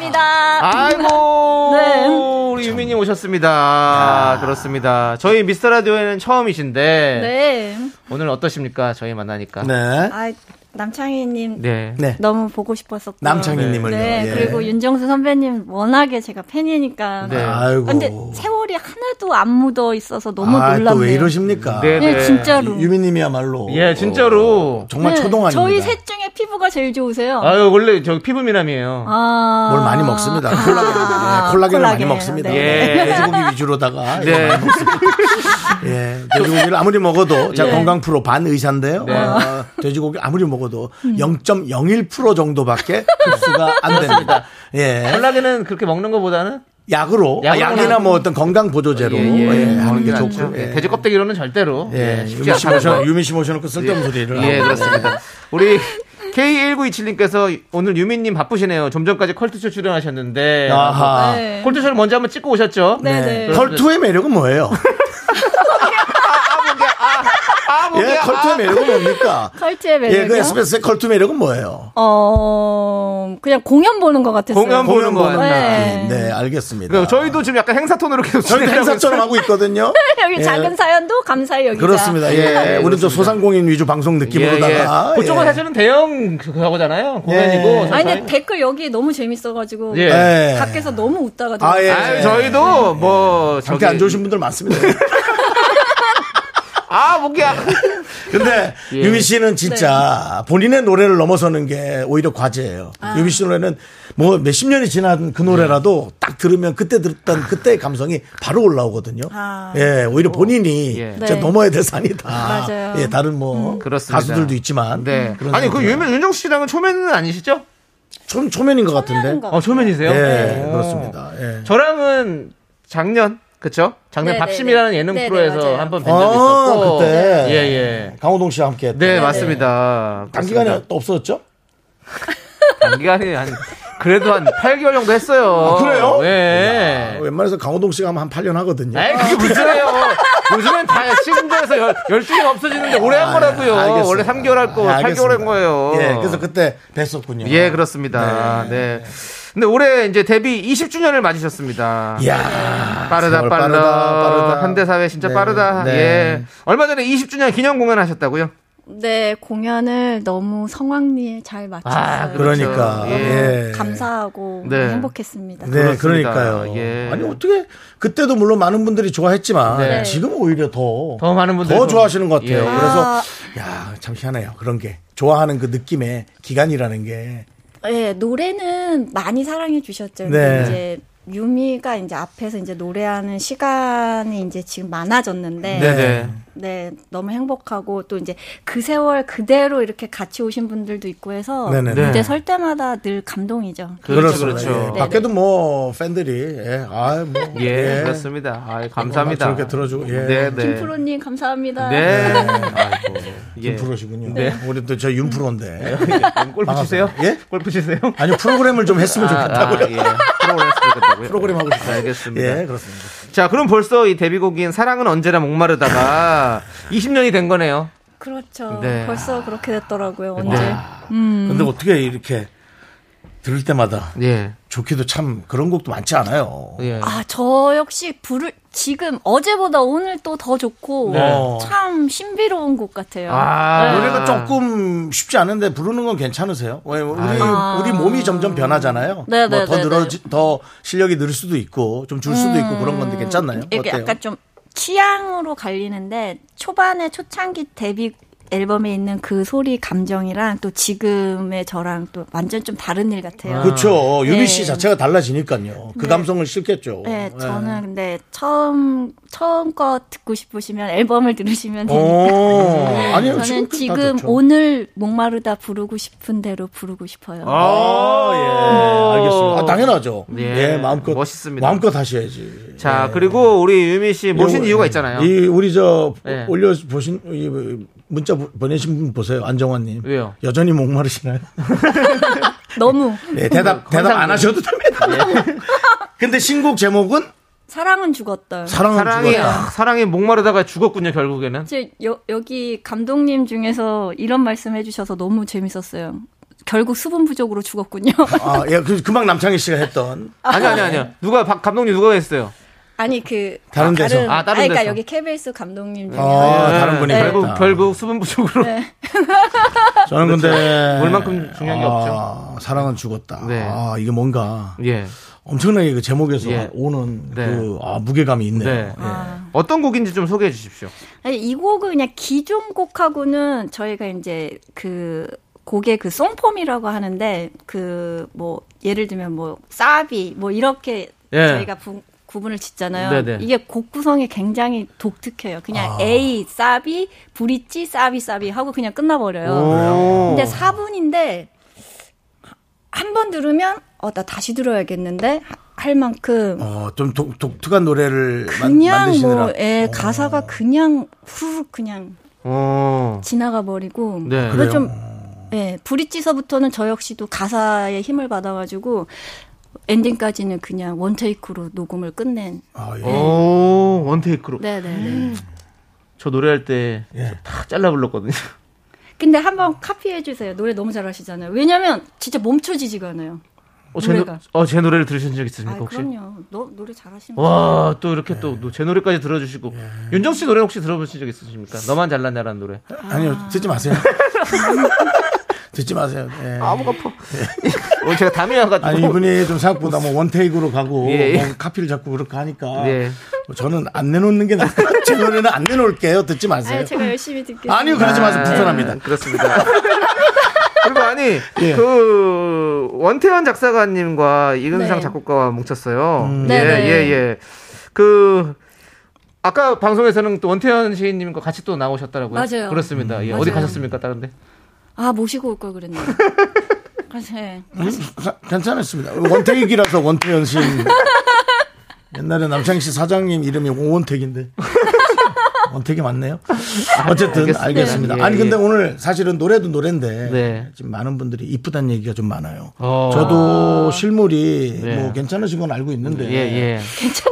Speaker 2: 아이고.
Speaker 9: 네.
Speaker 2: 우리 유미 님 오셨습니다. 그렇습니다. 저희 미스터 라디오에는 처음이신데
Speaker 9: 네.
Speaker 2: 오늘 어떠십니까? 저희 만나니까.
Speaker 1: 네.
Speaker 9: 아, 남창희님
Speaker 2: 네.
Speaker 1: 네.
Speaker 9: 너무 보고 싶었었고.
Speaker 1: 남창희님을요.
Speaker 9: 네,
Speaker 1: 예.
Speaker 9: 그리고 윤정수 선배님 워낙에 제가 팬이니까.
Speaker 2: 네.
Speaker 1: 아이고.
Speaker 9: 근데 세월이 하나도 안 묻어 있어서 너무
Speaker 1: 아,
Speaker 9: 놀랍네요.
Speaker 1: 또왜 이러십니까?
Speaker 2: 네,
Speaker 9: 네,
Speaker 2: 네.
Speaker 9: 진짜로.
Speaker 1: 유미님이야말로. 어,
Speaker 2: 예, 진짜로.
Speaker 1: 정말
Speaker 9: 네,
Speaker 1: 초동안입니다.
Speaker 9: 저희 셋 중에 피부가 제일 좋으세요.
Speaker 2: 아유, 원래 저 피부 미남이에요.
Speaker 9: 아.
Speaker 1: 뭘 많이 먹습니다. 콜라겐.
Speaker 9: 아,
Speaker 1: 네, 콜라겐을 많이
Speaker 9: 콜라겐.
Speaker 1: 먹습니다.
Speaker 2: 네. 예.
Speaker 1: 돼지고기 위주로다가.
Speaker 2: 네.
Speaker 1: 이거 많이 먹습니다. 예. 돼지고기를 아무리 먹어도, 제가 건강 프로 반 의사인데요.
Speaker 2: 네.
Speaker 1: 어, 돼지고기 아무리 먹어도 0.01% 정도밖에 흡수가 안 됩니다.
Speaker 9: 네.
Speaker 1: 예.
Speaker 2: 콜라겐은 그렇게 먹는 것보다는
Speaker 1: 약으로, 아,
Speaker 2: 약으로는-
Speaker 1: 약이나 뭐 어떤 건강 보조제로 예, 하는 게
Speaker 2: 먹는
Speaker 1: 좋고.
Speaker 2: 낫죠. 네,
Speaker 1: 예.
Speaker 2: 돼지 껍데기로는 절대로
Speaker 1: 예,
Speaker 2: 예, 쉽지
Speaker 1: 유미 씨
Speaker 2: 않다는
Speaker 1: 모셔,
Speaker 2: 거.
Speaker 1: 유미 씨 모셔놓고 쓸데없는 소리를.
Speaker 2: 예,
Speaker 1: 하고.
Speaker 2: 그렇습니다. 우리 K1927님께서 오늘 유민님 바쁘시네요. 좀 전까지 컬투쇼 출연하셨는데.
Speaker 1: 아하. 예,
Speaker 9: 네.
Speaker 2: 컬투쇼를 먼저 한번 찍고 오셨죠?
Speaker 9: 네, 네.
Speaker 2: 그렇습니다.
Speaker 1: 컬투의 매력은 뭐예요?
Speaker 2: 아,
Speaker 1: 예, 컬투의 매력은 뭡니까?
Speaker 9: 컬트의
Speaker 1: 예, 그
Speaker 9: 매력이요?
Speaker 1: SBS의 컬투 매력은 뭐예요?
Speaker 9: 어, 그냥 공연 보는 것 같았어요.
Speaker 2: 공연 보- 보는 거
Speaker 9: 같다.
Speaker 1: 느낌. 네, 알겠습니다.
Speaker 2: 그러니까 저희도 지금 약간 행사 톤으로 계속
Speaker 1: 저희
Speaker 2: 진행하고
Speaker 1: 행사처럼 하고
Speaker 9: <laughs>
Speaker 1: 있거든요.
Speaker 9: <laughs> 여기
Speaker 1: 예.
Speaker 9: 작은 사연도 감사히 여기자.
Speaker 1: 그렇습니다. 예,
Speaker 2: 예,
Speaker 1: 우리 저
Speaker 2: 그렇습니다.
Speaker 1: 소상공인 위주 방송 느낌으로다가.
Speaker 2: 예. 그쪽은
Speaker 1: 예.
Speaker 2: 사실은 대형 그거잖아요. 공연이고.
Speaker 1: 예.
Speaker 9: 아니
Speaker 2: 저희-
Speaker 9: 근데 댓글 여기 너무 재밌어가지고
Speaker 2: 네. 예.
Speaker 1: 예.
Speaker 9: 밖에서 너무 웃다가
Speaker 1: 아, 예.
Speaker 2: 아유, 저희도 뭐
Speaker 1: 상태 안 좋으신 분들
Speaker 2: <laughs>
Speaker 1: 많습니다.
Speaker 2: 아, 목이야.
Speaker 1: 근데
Speaker 2: 예.
Speaker 1: 유미 씨는
Speaker 9: 네.
Speaker 1: 진짜 본인의 노래를 넘어서는 게 오히려 과제예요.
Speaker 9: 아.
Speaker 1: 유미 씨 노래는 뭐 몇십 년이 지난 그 노래라도
Speaker 2: 예.
Speaker 1: 딱 들으면 그때 들었던 그때의 감성이 바로 올라오거든요.
Speaker 9: 아.
Speaker 1: 예, 오히려 본인이
Speaker 2: 예. 음.
Speaker 1: 진짜
Speaker 9: 네.
Speaker 1: 넘어야 될 산이다.
Speaker 9: 맞아요.
Speaker 1: 예, 다른 뭐
Speaker 2: 그렇습니다.
Speaker 1: 가수들도 있지만.
Speaker 2: 네.
Speaker 1: 그런
Speaker 2: 아니, 그
Speaker 1: 생각이
Speaker 2: 유민 윤정 씨랑은 초면은 아니시죠?
Speaker 1: 초, 초면인 것 같은데.
Speaker 9: 거.
Speaker 2: 어, 초면이세요?
Speaker 1: 예,
Speaker 2: 어.
Speaker 1: 그렇습니다. 예.
Speaker 2: 저랑은 작년 그쵸? 작년
Speaker 9: 네,
Speaker 2: 밥심이라는
Speaker 9: 네, 네.
Speaker 2: 예능
Speaker 9: 네, 네,
Speaker 2: 프로에서
Speaker 9: 맞아요.
Speaker 2: 한번 뵌 적이
Speaker 1: 아,
Speaker 2: 있었고 네,
Speaker 1: 그때.
Speaker 2: 예예
Speaker 1: 강호동 씨와 함께. 했던.
Speaker 2: 네, 맞습니다
Speaker 1: 단기간에 또 없어졌죠?
Speaker 2: 단기간에 한 그래도 한 8개월 정도 했어요
Speaker 1: 아, 그래요?
Speaker 2: 예
Speaker 1: 웬만해서 강호동 씨가 하면 한 8년 하거든요.
Speaker 2: 에이 그게 무슨 해요 요즘엔 다 시즌제에서 열- 열중이 없어지는데 오래 한 거라고요
Speaker 1: 아, 예, 알겠습니다.
Speaker 2: 원래 3개월 할 거
Speaker 1: 아,
Speaker 2: 8개월 한
Speaker 1: 알겠습니다.
Speaker 2: 거예요
Speaker 1: 예, 그래서 그때 뵀었군요.
Speaker 2: 예, 그렇습니다 네. 근데 올해 이제 데뷔 20주년을 맞으셨습니다
Speaker 1: 이야,
Speaker 2: 빠르다
Speaker 1: 세월
Speaker 2: 빠르다 현대 사회 진짜
Speaker 1: 네,
Speaker 2: 빠르다.
Speaker 1: 네.
Speaker 2: 예. 얼마 전에 20주년 기념 공연하셨다고요?
Speaker 9: 네 공연을 너무 성황리에 잘 마쳤어요.
Speaker 2: 아, 그렇죠.
Speaker 1: 그러니까
Speaker 2: 예.
Speaker 1: 예.
Speaker 9: 감사하고
Speaker 2: 네.
Speaker 9: 행복했습니다.
Speaker 1: 네,
Speaker 2: 그렇습니다.
Speaker 1: 그러니까요.
Speaker 2: 예.
Speaker 1: 아니 어떻게 그때도 물론 많은 분들이 좋아했지만
Speaker 2: 네.
Speaker 1: 지금 오히려 더
Speaker 2: 더 많은 분들이
Speaker 1: 더
Speaker 2: 좀-
Speaker 1: 좋아하시는 것 같아요.
Speaker 2: 예.
Speaker 1: 그래서 야, 참 희한해요. 그런 게 좋아하는 그 느낌의 기간이라는 게
Speaker 9: 네 노래는 많이 예, 사랑해 주셨죠.
Speaker 1: 네.
Speaker 9: 이제 유미가 이제 앞에서 이제 노래하는 시간이 이제 지금 많아졌는데
Speaker 2: 네네.
Speaker 9: 네, 너무 행복하고 또 이제 그 세월 그대로 이렇게 같이 오신 분들도 있고 해서
Speaker 1: 네네.
Speaker 2: 네.
Speaker 9: 무대 설 때마다 늘 감동이죠.
Speaker 2: 그렇죠,
Speaker 1: 그렇습니다.
Speaker 2: 그렇죠.
Speaker 1: 예. 밖에도 뭐 팬들이 예. 아, 뭐.
Speaker 2: 예,
Speaker 1: 예.
Speaker 2: 그렇습니다. 아, 감사합니다.
Speaker 1: 저렇게 들어주고, 예.
Speaker 2: 네, 네.
Speaker 9: 김프로님 감사합니다.
Speaker 2: 네. 아이고. 예.
Speaker 1: 프로시군요.
Speaker 2: 네.
Speaker 1: 우리 또 저 윤프로인데.
Speaker 2: 아, 골프 치세요?
Speaker 1: 예?
Speaker 2: 골프 치세요?
Speaker 1: 아니 프로그램을 좀 했으면 좋겠다고요.
Speaker 2: 아, 예. 프로그램 했으면
Speaker 1: 프로그램 하고
Speaker 2: 싶다고요. 알겠습니다.
Speaker 1: 예, 그렇습니다.
Speaker 2: 자, 그럼 벌써 이 데뷔곡인 사랑은 언제나 목마르다가 <laughs> 20년이 된 거네요.
Speaker 9: 그렇죠.
Speaker 2: 네.
Speaker 9: 벌써 그렇게 됐더라고요. 언제?
Speaker 1: 근데 어떻게 이렇게 들을 때마다
Speaker 2: 예.
Speaker 1: 좋기도 참 그런 곡도 많지 않아요.
Speaker 2: 예.
Speaker 9: 아, 저 역시 부를 지금 어제보다 오늘 또 더 좋고
Speaker 1: 네.
Speaker 9: 참 신비로운 곡 같아요.
Speaker 2: 아.
Speaker 1: 노래가 조금 쉽지 않은데 부르는 건 괜찮으세요? 왜 우리
Speaker 9: 아.
Speaker 1: 우리 몸이 점점 변하잖아요.
Speaker 9: 네,
Speaker 1: 뭐
Speaker 9: 네,
Speaker 1: 더
Speaker 9: 네,
Speaker 1: 늘어
Speaker 9: 네.
Speaker 1: 더 실력이 늘 수도 있고 좀 줄 수도 있고 그런 건데 괜찮나요?
Speaker 9: 음. 이게
Speaker 1: 어때요?
Speaker 9: 약간 좀 취향으로 갈리는데 초반에 초창기 데뷔 앨범에 있는 그 소리 감정이랑 또 지금의 저랑 또 완전 좀 다른 일 같아요.
Speaker 1: 그렇죠. 유미
Speaker 9: 네.
Speaker 1: 씨 자체가 달라지니까요. 그 감성을 실겠죠.
Speaker 9: 네,
Speaker 1: 예.
Speaker 9: 저는 근데 처음 처음 거 듣고 싶으시면 앨범을 들으시면 되니까.
Speaker 1: 오, 어. 아니요.
Speaker 9: 저는
Speaker 1: 다
Speaker 9: 지금
Speaker 1: 좋죠.
Speaker 9: 오늘 목마르다 부르고 싶은 대로 부르고 싶어요.
Speaker 1: 아, 예. 알겠습니다. 아, 당연하죠.
Speaker 2: 예.
Speaker 1: 예, 마음껏.
Speaker 2: 멋있습니다.
Speaker 1: 마음껏 하셔야지.
Speaker 2: 자, 그리고 우리 유미 씨 모신
Speaker 1: 요-
Speaker 2: 이유가
Speaker 1: 예,
Speaker 2: 있잖아요.
Speaker 1: 뭐, 이 우리 저
Speaker 2: 예.
Speaker 1: 올려 보신 이 문자 보- 보내신 분 보세요. 안정환님.
Speaker 2: 왜요?
Speaker 1: 여전히
Speaker 2: <laughs>
Speaker 1: 목마르시나요?
Speaker 9: 너무
Speaker 1: 네, 대답 대답
Speaker 2: 뭐-
Speaker 1: 안 하셔도 됩니다.
Speaker 2: 예.
Speaker 1: <laughs> 근데 신곡 제목은
Speaker 9: 사랑은 죽었다.
Speaker 1: 사랑은
Speaker 2: 사랑이
Speaker 1: 죽었다.
Speaker 2: 아, 사랑이 목마르다가 죽었군요, 결국에는.
Speaker 9: 제 여, 여기 감독님 중에서 이런 말씀 해주셔서 너무 재밌었어요. 결국 수분
Speaker 2: <laughs>
Speaker 9: 부족으로 죽었군요.
Speaker 1: 아, 예, 그 금방 남창희 씨가 했던
Speaker 2: 아니 아니 아니요. 누가 박 감독님 누가 했어요?
Speaker 9: 아니 그
Speaker 1: 다른 데서.
Speaker 2: 아, 다른
Speaker 9: 아니, 그러니까
Speaker 2: 데서.
Speaker 9: 여기 KBS 감독님 중에
Speaker 1: 아, 다른 분이
Speaker 2: 예. 결국
Speaker 1: 그랬다.
Speaker 2: 결국 수분 부족으로
Speaker 9: 네.
Speaker 1: 저는 근데
Speaker 2: 얼만큼 그렇죠. 중요한 게
Speaker 1: 아, 사랑은 죽었다.
Speaker 2: 네.
Speaker 1: 아, 이게 뭔가
Speaker 2: 예.
Speaker 1: 엄청나게 그 제목에서
Speaker 2: 예.
Speaker 1: 오는
Speaker 2: 네.
Speaker 1: 그 아, 무게감이 있네요.
Speaker 2: 네.
Speaker 1: 예.
Speaker 9: 아.
Speaker 2: 어떤 곡인지 좀 소개해 주십시오.
Speaker 9: 아니, 이 곡은 그냥 기존 곡하고는 저희가 이제 그 곡의 그 송폼이라고 하는데 그 뭐 예를 들면 뭐 사비 뭐 이렇게
Speaker 2: 예.
Speaker 9: 저희가 부- 구분을 짓잖아요.
Speaker 2: 네네.
Speaker 9: 이게 곡 구성이 굉장히 독특해요.
Speaker 1: 아.
Speaker 9: 그냥 A 사비 브릿지 사비 사비 하고 그냥 끝나버려요. 어.
Speaker 1: 어.
Speaker 9: 근데 4분인데 한 번 들으면 어 나 다시 들어야겠는데 하- 할 만큼
Speaker 1: 어, 좀 독, 특한 노래를 만-
Speaker 9: 그냥
Speaker 1: 만드시느라. 어.
Speaker 9: 뭐 예, 가사가 그냥 후룩 그냥
Speaker 2: 어.
Speaker 9: 지나가 버리고
Speaker 2: 네.
Speaker 9: 그래서 좀 예, 브릿지서부터는 저 역시도 가사에 힘을 받아 가지고 엔딩까지는 그냥 원테이크로 녹음을 끝낸
Speaker 1: 아,
Speaker 2: 어,
Speaker 1: 예.
Speaker 9: 네.
Speaker 2: 오, 원테이크로.
Speaker 9: 네네.
Speaker 1: 음.
Speaker 2: 저 노래할 때 다
Speaker 1: 예.
Speaker 2: 잘라 불렀거든요.
Speaker 9: 근데 한번 카피해 주세요. 노래 너무 잘하시잖아요. 왜냐면 진짜 멈춰지지가 않아요.
Speaker 2: 어, 제, 노,
Speaker 9: 노래가.
Speaker 2: 어, 제 노래를 들으신 적 있으십니까,
Speaker 9: 아,
Speaker 2: 네, 혹시? 어,
Speaker 9: 그럼요. 너 노래 잘하시는 거.
Speaker 2: 와, 또 이렇게
Speaker 1: 네.
Speaker 2: 또 제 노래까지 들어주시고.
Speaker 1: 예.
Speaker 2: 윤정 씨 노래 혹시 들어보신 적 있으십니까? 너만 잘났냐라는 노래.
Speaker 1: 아니요, 듣지 마세요. <laughs> 듣지 마세요. 예.
Speaker 2: <laughs> 오늘 어, 제가 담이 와가지고.
Speaker 1: 아니 이분이 좀 생각보다 뭐 원테이크로 가고
Speaker 2: 예, 예.
Speaker 1: 뭐 카피를 자꾸 그렇게 하니까
Speaker 2: 예.
Speaker 1: 뭐 저는 안 내놓는 게 나아요. <laughs> 제 노래는 안 내놓을게요. 듣지 마세요.
Speaker 9: 아니, 제가 열심히 듣겠습니다.
Speaker 1: 아니요 그러지 마세요. 불편합니다.
Speaker 2: 아, 그렇습니다. <laughs> 그리고 아니
Speaker 1: 예.
Speaker 2: 그 원태현 작사가님과 이근상
Speaker 9: 네.
Speaker 2: 작곡가와 뭉쳤어요.
Speaker 1: 음.
Speaker 2: 예,
Speaker 9: 네네.
Speaker 2: 예, 예. 그 아까 방송에서는 또 원태현 시인님과 같이 또 나오셨더라고요.
Speaker 9: 맞아요.
Speaker 2: 그렇습니다.
Speaker 1: 음.
Speaker 2: 예, 어디
Speaker 9: 맞아요.
Speaker 2: 가셨습니까, 다른데?
Speaker 9: 아, 모시고 올 걸
Speaker 2: <laughs>
Speaker 9: 그랬네요. 그래서 예.
Speaker 1: 음, 사- 괜찮았습니다. 원태익이라서 원태현 씨. 옛날에 남창희 씨 사장님 이름이 오원택인데. 원택이 맞네요. 어쨌든
Speaker 2: 알겠습니다.
Speaker 1: 알겠습니다.
Speaker 2: 예,
Speaker 1: 아니
Speaker 2: 예.
Speaker 1: 근데 오늘 사실은 노래도 노래인데
Speaker 2: 네.
Speaker 1: 지금 많은 분들이 이쁘다는 얘기가 좀 많아요.
Speaker 2: 어.
Speaker 1: 저도 실물이
Speaker 2: 네.
Speaker 1: 뭐 괜찮으신 건 알고 있는데.
Speaker 2: 예, 예.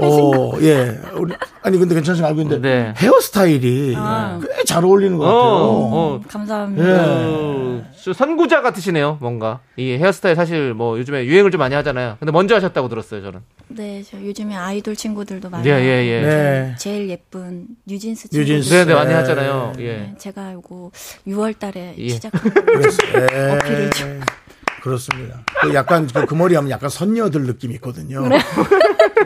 Speaker 1: 어, 예. 우리- 아니 근데 괜찮으신 건 알고 있는데
Speaker 2: 네.
Speaker 1: 헤어스타일이
Speaker 9: 아.
Speaker 1: 꽤 잘 어울리는 것
Speaker 2: 어,
Speaker 1: 같아요.
Speaker 2: 어.
Speaker 9: 감사합니다.
Speaker 1: 네.
Speaker 2: 어, 저 선구자 같으시네요, 뭔가. 이 헤어스타일 사실 뭐 요즘에 유행을 좀 많이 하잖아요. 근데 먼저 하셨다고 들었어요, 저는.
Speaker 9: 네, 저 요즘에 아이돌 친구들도 많아요.
Speaker 2: 예, 예, 예.
Speaker 1: 네.
Speaker 9: 제일 예쁜 뉴진스 친구.
Speaker 1: 뉴진스.
Speaker 2: 네, 네, 많이 하잖아요. 예.
Speaker 9: 네, 제가 요거 6월 달에
Speaker 2: 예.
Speaker 9: 시작한
Speaker 2: <laughs>
Speaker 1: 예.
Speaker 9: 어필을 좀.
Speaker 1: 그렇습니다. 그 약간 그, 그 머리 하면 약간 선녀들 느낌이 있거든요.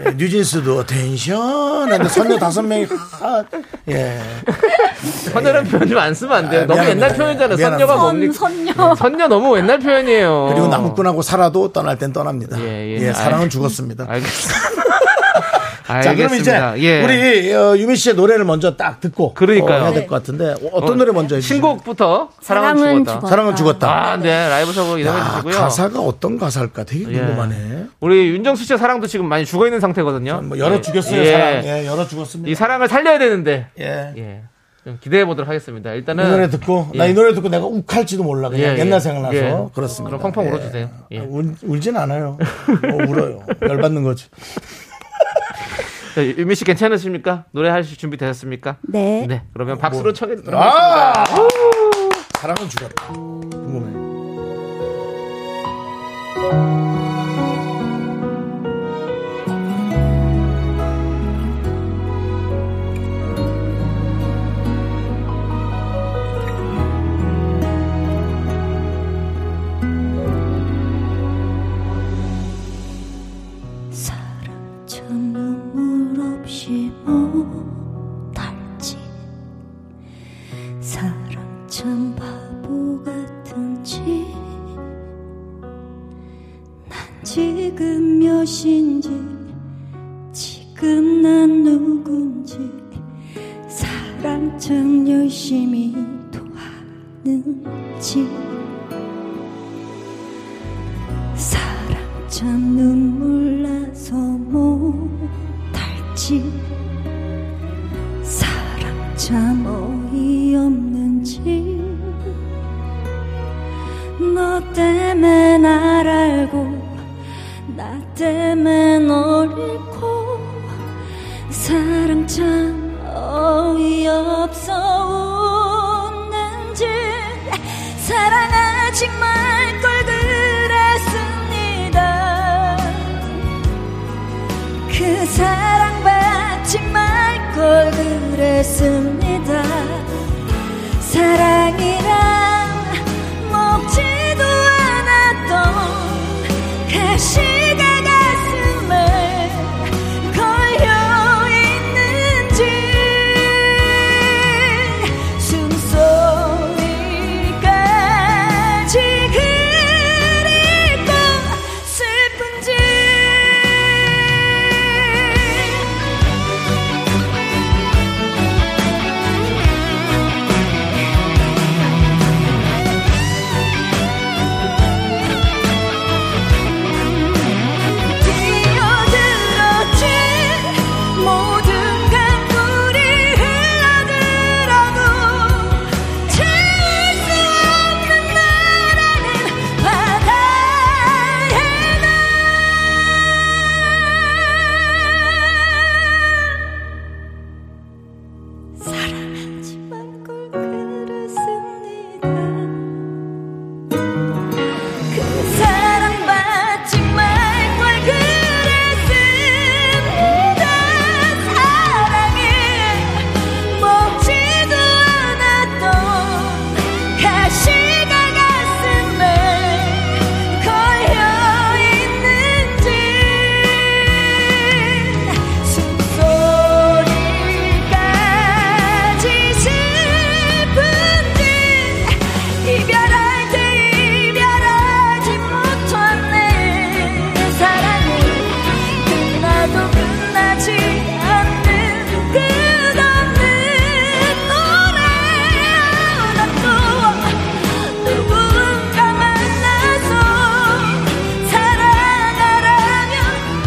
Speaker 1: 예, 뉴진스도 텐션. 근데 선녀 다섯 명이 하- 예.
Speaker 2: 선녀란 표현 좀 안 쓰면 안 돼요.
Speaker 1: 네. 아,
Speaker 2: 너무
Speaker 1: 미안합니다.
Speaker 2: 옛날 표현이잖아요.
Speaker 1: 미안합니다.
Speaker 2: 선녀가
Speaker 9: 선,
Speaker 2: 뭡니까? 네,
Speaker 9: 선녀.
Speaker 2: 선녀 너무 옛날 표현이에요.
Speaker 1: 그리고 남편하고 살아도 떠날 땐 떠납니다.
Speaker 2: 어.
Speaker 1: 예,
Speaker 2: 예, 예.
Speaker 1: 사랑은
Speaker 2: 아이.
Speaker 1: 죽었습니다.
Speaker 2: 알겠습니다.
Speaker 1: 자, 그럼 이제
Speaker 2: 알겠습니다. 예.
Speaker 1: 우리 어, 유미 씨의 노래를 먼저 딱 듣고
Speaker 2: 그러니까요.
Speaker 1: 어, 해야 될 것 같은데 어, 어떤 노래 먼저 해주세요?
Speaker 2: 신곡부터 사랑은,
Speaker 9: 사랑은
Speaker 2: 죽었다.
Speaker 9: 죽었다.
Speaker 1: 사랑은 죽었다.
Speaker 2: 아, 네. 라이브석으로 이동해
Speaker 1: 아,
Speaker 2: 주시고요.
Speaker 1: 가사가 어떤 가사일까 되게
Speaker 2: 예.
Speaker 1: 궁금하네.
Speaker 2: 우리 윤정수 씨의 사랑도 지금 많이 죽어 있는 상태거든요.
Speaker 1: 뭐 열어 죽였어요
Speaker 2: 예.
Speaker 1: 사랑. 예, 열어
Speaker 2: 이
Speaker 1: 죽었습니다.
Speaker 2: 사랑을 살려야 되는데.
Speaker 1: 예.
Speaker 2: 예. 좀 기대해 보도록 하겠습니다.
Speaker 1: 이
Speaker 2: 일단은
Speaker 1: 노래 듣고 나 이 노래 듣고 내가 욱할지도 몰라 그냥
Speaker 2: 예,
Speaker 1: 옛날
Speaker 2: 예.
Speaker 1: 생각나서
Speaker 2: 예.
Speaker 1: 그렇습니다.
Speaker 2: 그럼 펑펑
Speaker 1: 예.
Speaker 2: 울어주세요. 예.
Speaker 1: 아, 울, 울진
Speaker 2: <laughs>
Speaker 1: 않아요. 뭐 울어요. 열받는 거지.
Speaker 2: 자, 예, 유미 씨 괜찮으십니까? 노래 하실 준비 되셨습니까?
Speaker 9: 네.
Speaker 2: 네.
Speaker 1: 뭐.
Speaker 2: 그러면 박수로 쳐게 도록 하겠습니다.
Speaker 1: 아! 사랑은 죽었다. 궁금해.
Speaker 6: 사랑 저 눈물 없이 못할지 사랑 참 바보 같은지 난 지금 몇인지 지금 난 누군지 사랑 참 열심히 도하는지 사랑 참 눈물 나서 못할지 사랑 참 어이없는지 너 때문에 날 알고 나 때문에 널 잃고 사랑 참 어이없어 웃는지 사랑하지 말 걸 그랬습니다 그 사랑 받지 말 걸 그랬습니다 사랑이란 먹지도 않았던 그 가시가 가슴을 걸려 있는지 숨소리까지 그리고 슬픈지 뛰어들었지
Speaker 9: 뭐
Speaker 6: 모든 강물이 흘러들어도 채울 수 없는 나라는 바다의 나 사랑하지 말걸 그랬습니다 사랑받지 말걸 그랬습니다 사랑해 먹지도 않았던 가시가 가슴에 걸려있는지 숨소리까지 슬픈지 이별할 때 이별하지 못했네 내 사랑이 끝나도 끝나지 않는 그 끝없는 노래 나도 누군가 만나서 사랑하라면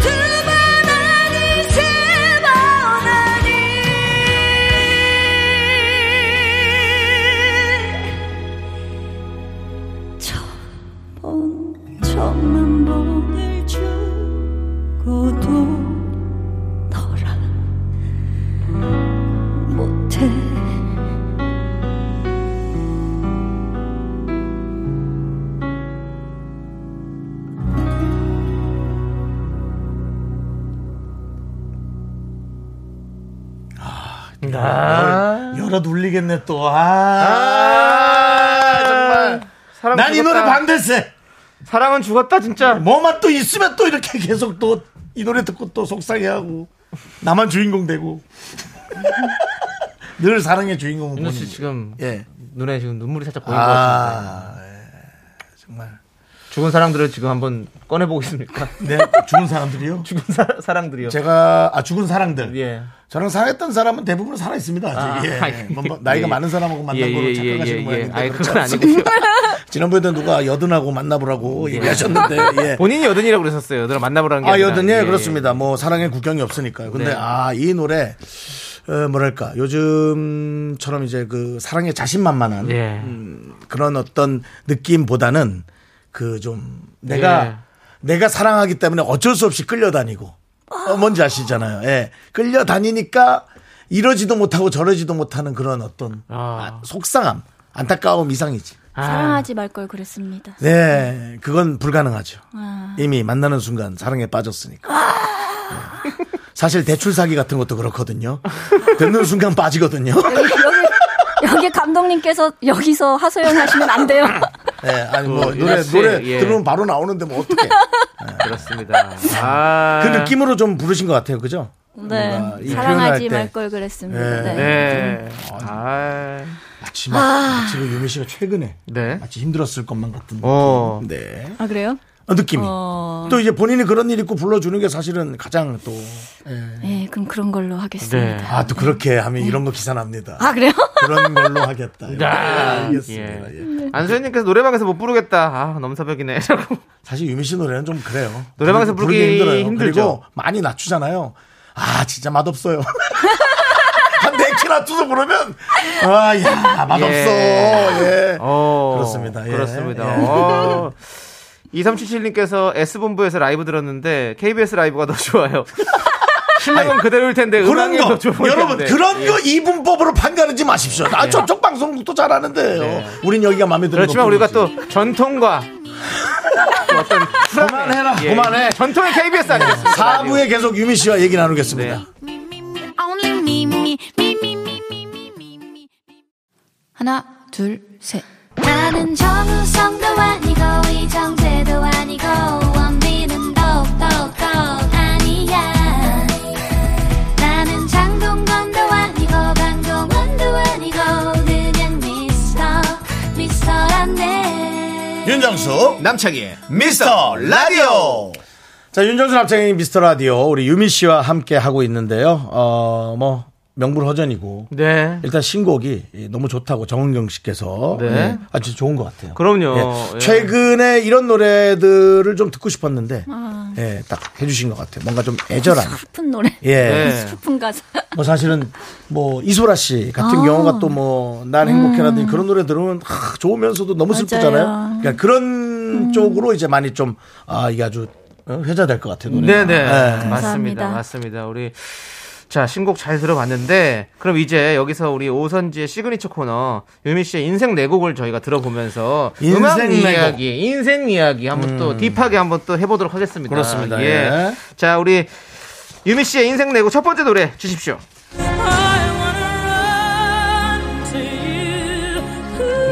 Speaker 6: 두 번 아니 세 번 아니 처음 천만 번을 죽어도 너랑 못해
Speaker 2: 아,
Speaker 1: 열어 눌리겠네 또. 아,
Speaker 2: 아, 정말. 사랑
Speaker 1: 난 이 예.
Speaker 2: 죽었다.
Speaker 1: 노래 반대세.
Speaker 2: 사랑은 죽었다 진짜.
Speaker 1: 뭐만 또 있으면 또 이렇게 계속 또 이 노래 듣고 또 속상해하고 나만 주인공 되고 <laughs> 늘 사랑의 주인공
Speaker 2: 윤호 씨 지금
Speaker 1: 예.
Speaker 2: 눈에 지금 눈물이 살짝 보이는 것 같습니다.
Speaker 1: 아 예, 정말
Speaker 2: 죽은 사랑들을 지금 한번
Speaker 1: <laughs>
Speaker 2: 꺼내 보겠습니까?
Speaker 1: 네 죽은 사람들이요.
Speaker 2: <laughs> 죽은 사, 사랑들이요.
Speaker 1: 제가 아 죽은 사랑들.
Speaker 2: 예.
Speaker 1: 저랑 사랑했던 사람은 대부분 살아 있습니다.
Speaker 2: 아,
Speaker 1: 아직. 예.
Speaker 2: 아, 예.
Speaker 1: 뭐, 뭐, 나이가
Speaker 2: 예.
Speaker 1: 많은 사람하고 만난
Speaker 2: 예,
Speaker 1: 걸로
Speaker 2: 예,
Speaker 1: 착각하시는
Speaker 2: 예, 예,
Speaker 1: 모양인데 그렇죠.
Speaker 2: 예. 아니,
Speaker 1: 그렇지
Speaker 2: 그건
Speaker 1: 않습니다.
Speaker 2: 아니고요.
Speaker 1: 지난번에도 누가 여든하고 만나보라고 얘기하셨는데 예.
Speaker 2: 본인이 여든이라고 그러셨어요. 여든을 만나보라는 게
Speaker 1: 아
Speaker 2: 아니라.
Speaker 1: 여든 예
Speaker 2: 예,
Speaker 1: 그렇습니다. 뭐 사랑의 국경이 없으니까요. 근데
Speaker 2: 네.
Speaker 1: 아 이 노래 어, 뭐랄까 요즘처럼 이제 그 사랑의 자신만만한 음,
Speaker 2: 예.
Speaker 1: 그런 어떤 느낌보다는 그 좀 내가
Speaker 2: 예.
Speaker 1: 내가 사랑하기 때문에 어쩔 수 없이 끌려다니고 어, 뭔지 아시잖아요. 예. 끌려다니니까 이러지도 못하고 저러지도 못하는 그런 어떤 아,
Speaker 2: 아.
Speaker 1: 속상함, 안타까움 이상이지.
Speaker 9: 사랑하지 말 걸 그랬습니다. <laughs>
Speaker 1: 네, 그건 불가능하죠. 이미 만나는 순간 사랑에 빠졌으니까. 네. 사실 대출 사기 같은 것도 그렇거든요. 듣는 순간 빠지거든요.
Speaker 9: 여기, 여기 감독님께서 여기서 하소연하시면
Speaker 1: <laughs>
Speaker 9: 안 돼요.
Speaker 1: 예, 아니 뭐
Speaker 2: 어,
Speaker 1: 노래
Speaker 2: 역시,
Speaker 1: 노래
Speaker 2: 예.
Speaker 1: 들으면 바로 나오는데 뭐 어떻게?
Speaker 2: 그렇습니다. 아.
Speaker 1: 그 느낌으로 좀 부르신 것 같아요, 그죠?
Speaker 9: 네.
Speaker 1: 뭔가 이 표현할 때.
Speaker 9: 사랑하지 말 걸 그랬습니다.
Speaker 1: 네.
Speaker 9: 네.
Speaker 2: 네. 아.
Speaker 1: 마치 막 지금 유미 씨가 최근에
Speaker 2: 네.
Speaker 1: 마치 힘들었을 것만 같은.
Speaker 2: 어.
Speaker 1: 네.
Speaker 9: 아 그래요?
Speaker 1: 어, 느낌이.
Speaker 9: 어.
Speaker 1: 또 이제 본인이 그런 일 있고 불러주는 게 사실은 가장 또. 예.
Speaker 9: 네, 그럼 그런 걸로 하겠습니다.
Speaker 2: 네.
Speaker 1: 아, 또 그렇게 하면 이런 거 기사납니다.
Speaker 9: 아 그래요? <laughs>
Speaker 1: 그런 걸로 하겠다. 이렇게
Speaker 2: 아,
Speaker 1: 알겠습니다. 예.
Speaker 2: 안소연님께서 노래방에서 못 부르겠다. 아, 넘사벽이네. <laughs> 라고.
Speaker 1: 사실 유미 씨 노래는 좀 그래요.
Speaker 2: 노래방에서
Speaker 1: 부르기
Speaker 2: 부르기
Speaker 1: 힘들어요.
Speaker 2: 힘들죠.
Speaker 1: 그리고 많이 낮추잖아요. 아, 진짜 맛없어요. <laughs> 한네 키 낮춰서 부르면, 아, 야, 맛없어. 예.
Speaker 2: 어,
Speaker 1: 그렇습니다. 예.
Speaker 2: 그렇습니다.
Speaker 1: 예.
Speaker 2: 어. 2377님께서 S본부에서 라이브 들었는데 KBS 라이브가
Speaker 1: <laughs>
Speaker 2: 더 좋아요. 실력은 그대로일 텐데
Speaker 1: 그런
Speaker 2: 음악이 더
Speaker 1: 거,
Speaker 2: 좋은
Speaker 1: 여러분,
Speaker 2: 텐데. 예.
Speaker 1: 그런 거 이분법으로 판가르지 마십시오. 아, 저쪽 방송국도 잘하는데요. 우린 여기가 마음에 드는
Speaker 2: 네. 그렇지만
Speaker 1: 거
Speaker 2: 우리가
Speaker 1: 뿐이지.
Speaker 2: 또
Speaker 1: <laughs>
Speaker 2: 전통과 또 어떤 훌륭한-
Speaker 1: 그만해라,
Speaker 2: 예.
Speaker 1: 그만해. 네.
Speaker 2: 전통의 KBS 아니겠습니까? 라디오.
Speaker 1: 4부에 계속 유미 씨와 얘기 나누겠습니다.
Speaker 2: 네.
Speaker 6: Only me, me, me, me, me, me, me, me, me.
Speaker 9: 하나, 둘, 셋.
Speaker 6: 나는 정우성도 아니고 이정재도 아니고 원빈은 더욱더 아니야 나는 장동건도 아니고 강동원도 아니고 그냥 미스터 미스터란데
Speaker 8: 윤정수
Speaker 7: 남창희의
Speaker 8: 미스터 라디오
Speaker 1: 자, 윤정수 남창의 미스터 라디오, 우리 유미 씨와 함께 하고 있는데요. 어, 뭐, 명불허전이고.
Speaker 2: 네.
Speaker 1: 일단 신곡이 너무 좋다고 정은경 씨께서
Speaker 2: 네.
Speaker 1: 네, 아주 좋은 것 같아요.
Speaker 2: 그럼요.
Speaker 1: 예.
Speaker 2: 예.
Speaker 1: 최근에 이런 노래들을 좀 듣고 싶었는데 예, 딱 해주신 것 같아요. 뭔가 좀 애절한.
Speaker 9: 슬픈 노래.
Speaker 1: 예.
Speaker 2: 네.
Speaker 9: 슬픈 가사.
Speaker 1: 뭐 사실은 뭐 이소라 씨 같은 경우가 또 뭐 난 행복해라든지 그런 노래 들으면 하, 좋으면서도 너무 슬프잖아요. 그러니까 그런 쪽으로 이제 많이 좀 아 이게 아주 어, 회자될 것 같아요. 노래가.
Speaker 2: 네네.
Speaker 1: 예.
Speaker 2: 맞습니다.
Speaker 9: 감사합니다.
Speaker 2: 맞습니다. 우리 자 신곡 잘 들어봤는데 그럼 이제 여기서 우리 오선지의 시그니처 코너 유미 씨의 인생 네 곡을 저희가 들어보면서
Speaker 1: 인생
Speaker 2: 음악
Speaker 1: 네 곡. 음.
Speaker 2: 이야기, 인생 이야기 한번 또 딥하게 한번 또 해보도록 하겠습니다.
Speaker 1: 그렇습니다. 예.
Speaker 2: 자 우리 유미 씨의 인생 네 곡 첫 번째 노래 주십시오.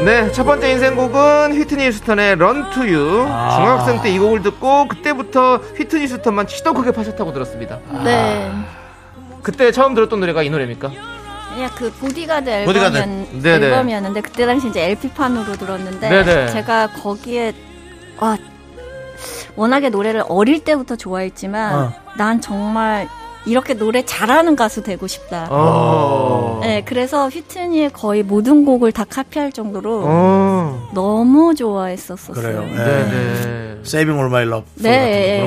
Speaker 2: 네, 첫 번째 인생곡은 휘트니 휴스턴의 런 투 유.
Speaker 1: 아.
Speaker 2: 중학생 때 이 곡을 듣고 그때부터 휘트니 휴스턴만 시더크게 파셨다고 들었습니다.
Speaker 1: 아.
Speaker 9: <laughs> 네.
Speaker 2: 그때 처음 들었던 노래가 이 노래입니까?
Speaker 9: 그냥 그 보디가드
Speaker 1: 보디가드.
Speaker 9: 앨범이었,
Speaker 2: 네네.
Speaker 9: 앨범이었는데 그때 당시 이제 LP판으로 들었는데
Speaker 2: 네네.
Speaker 9: 제가 거기에 와, 워낙에 노래를 어릴 때부터 좋아했지만
Speaker 1: 어.
Speaker 9: 난 정말 이렇게 노래 잘하는 가수 되고 싶다.
Speaker 2: 어.
Speaker 9: 네, 그래서 휘트니의 거의 모든 곡을 다 카피할 정도로
Speaker 2: 어.
Speaker 9: 너무 좋아했었어요.
Speaker 1: 그래요.
Speaker 2: 네.
Speaker 1: 예.
Speaker 2: 네네.
Speaker 1: 세이빙 올마이 러브
Speaker 9: 네,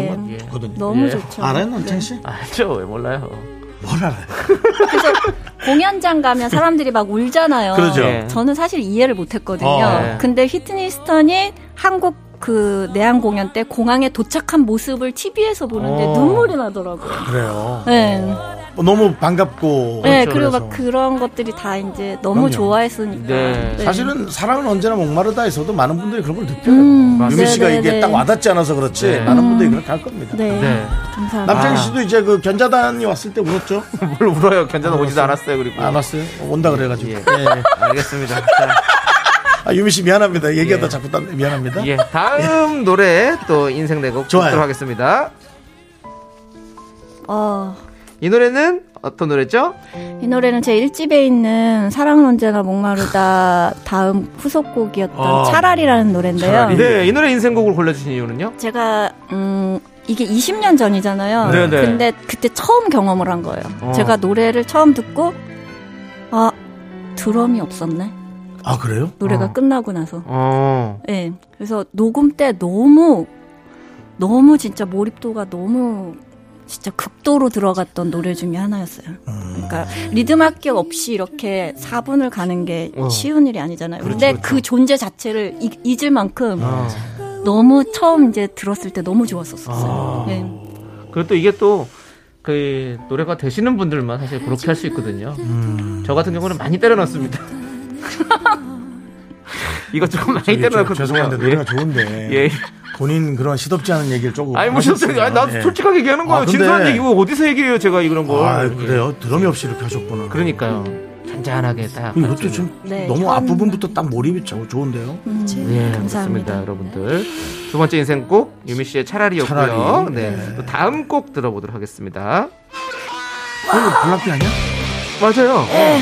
Speaker 9: 예,
Speaker 1: 그런
Speaker 9: 예.
Speaker 1: 거 좋거든요.
Speaker 9: 너무
Speaker 2: 예.
Speaker 9: 좋죠.
Speaker 1: 알아요, 남창 씨?
Speaker 2: 알죠? 왜 몰라요?
Speaker 1: 뭘 알아요?
Speaker 9: 그래서 공연장 가면 사람들이 막 울잖아요.
Speaker 1: 그러죠.
Speaker 2: 예.
Speaker 9: 저는 사실 이해를 못했거든요.
Speaker 1: 어,
Speaker 2: 네.
Speaker 9: 근데 휘트니 스턴이 한국 그 내한 공연 때 공항에 도착한 모습을 TV에서 보는데
Speaker 2: 어.
Speaker 9: 눈물이 나더라고요.
Speaker 1: 그래요.
Speaker 9: 네.
Speaker 1: 뭐 너무 반갑고
Speaker 9: 네,
Speaker 1: 그렇죠,
Speaker 9: 그리고막
Speaker 1: 그래서.
Speaker 9: 그런 것들이 다 이제 너무
Speaker 1: 그럼요.
Speaker 9: 좋아했으니까.
Speaker 2: 네.
Speaker 1: 사실은 사랑은 언제나 목마르다 해서도 많은 분들이 그런 걸 느껴요. 유미
Speaker 2: 맞습니다.
Speaker 1: 씨가 이게
Speaker 9: 음. 네네네.
Speaker 1: 딱 와닿지 않아서 그렇지
Speaker 2: 네.
Speaker 1: 많은 분들이 그렇게 할 겁니다.
Speaker 9: 네.
Speaker 2: 네.
Speaker 9: 감사합니다.
Speaker 1: 남창희
Speaker 2: 아.
Speaker 1: 씨도 이제 그 견자단이 왔을 때 울었죠?
Speaker 2: <laughs> 뭘 울어요?
Speaker 1: 아,
Speaker 2: 견자는 오지도 않았어요, 그리고.
Speaker 1: 안 왔어요? 온다 그래가지고.
Speaker 2: 예.
Speaker 1: 예, 예. <laughs>
Speaker 2: 알겠습니다. 자,
Speaker 1: 아, 유미 씨 미안합니다. 얘기하다
Speaker 2: 예.
Speaker 1: 자꾸 딴 미안합니다.
Speaker 2: 예. 다음 노래 또 인생 내곡
Speaker 1: 네. 좋아요.
Speaker 2: 듣도록 하겠습니다.
Speaker 9: 어,
Speaker 2: 이 노래는 어떤 노래죠?
Speaker 9: 이 노래는 제 1집에 있는 사랑은 언제나 목마르다 다음 후속곡이었던
Speaker 2: 아,
Speaker 9: 차라리라는 노래인데요.
Speaker 1: 차라리.
Speaker 2: 네, 이 노래 인생곡을 골라주신 이유는요?
Speaker 9: 제가 음 이게 20년 전이잖아요.
Speaker 2: 네네.
Speaker 9: 근데 그때 처음 경험을 한 거예요.
Speaker 1: 아.
Speaker 2: 어.
Speaker 9: 제가 노래를 처음 듣고 아 드럼이 없었네
Speaker 1: 아 그래요?
Speaker 9: 노래가
Speaker 2: 어.
Speaker 9: 끝나고 나서.
Speaker 2: 어,
Speaker 9: 예. 그래서 녹음 때 너무 너무 진짜 몰입도가 너무 진짜 극도로 들어갔던 노래 중에 하나였어요. 그러니까 리듬 합격 없이 이렇게 4분을 가는 게
Speaker 2: 음. 어. 그렇죠,
Speaker 9: 쉬운 일이 아니잖아요. 근데 그 존재 자체를 잊, 잊을 만큼
Speaker 2: 어.
Speaker 1: 네. 아,
Speaker 9: 너무 처음 이제 들었을 때 너무 좋았었어요.
Speaker 2: 아.
Speaker 9: 예.
Speaker 2: 그리고 또 이게 또 그 노래가 되시는 분들만 사실 그렇게 할 수 있거든요.
Speaker 1: 음.
Speaker 2: 저 같은 경우는 많이
Speaker 1: <laughs>
Speaker 2: 때려 넣습니다. 이거 조금 많이 때려
Speaker 1: 저,
Speaker 2: 넣고
Speaker 1: 죄송한데 노래가 좋은데
Speaker 2: 예.
Speaker 1: 본인 그런 시덥지 않은 얘기를 조금
Speaker 2: 아니 무슨 소리? 아니,
Speaker 1: 뭐
Speaker 2: 나
Speaker 1: 하셨어요.
Speaker 2: 솔직하게 얘기하는 거예요.
Speaker 1: 아, 근데-
Speaker 2: 진솔한 얘기고 어디서 얘기해요, 제가 이런 걸. 예.
Speaker 1: 아 그래요? 드럼이 없이 이렇게 하셨구나
Speaker 2: 그러니까요. 잔잔하게 딱. 예,
Speaker 1: 이것도 지금
Speaker 9: 네, 음.
Speaker 1: 너무
Speaker 9: 처음-
Speaker 1: 앞부분부터 딱 몰입이 참 좋은데요
Speaker 2: 예,
Speaker 9: 감사합니다.
Speaker 2: 그렇습니다, 여러분들. 두 번째 인생 곡 유미 씨의 차라리였고요.
Speaker 1: 차라리.
Speaker 2: 네. 또 다음 곡 들어보도록 하겠습니다.
Speaker 1: 이거 뭐 블락비 아니야?
Speaker 2: 맞아요.
Speaker 9: 네.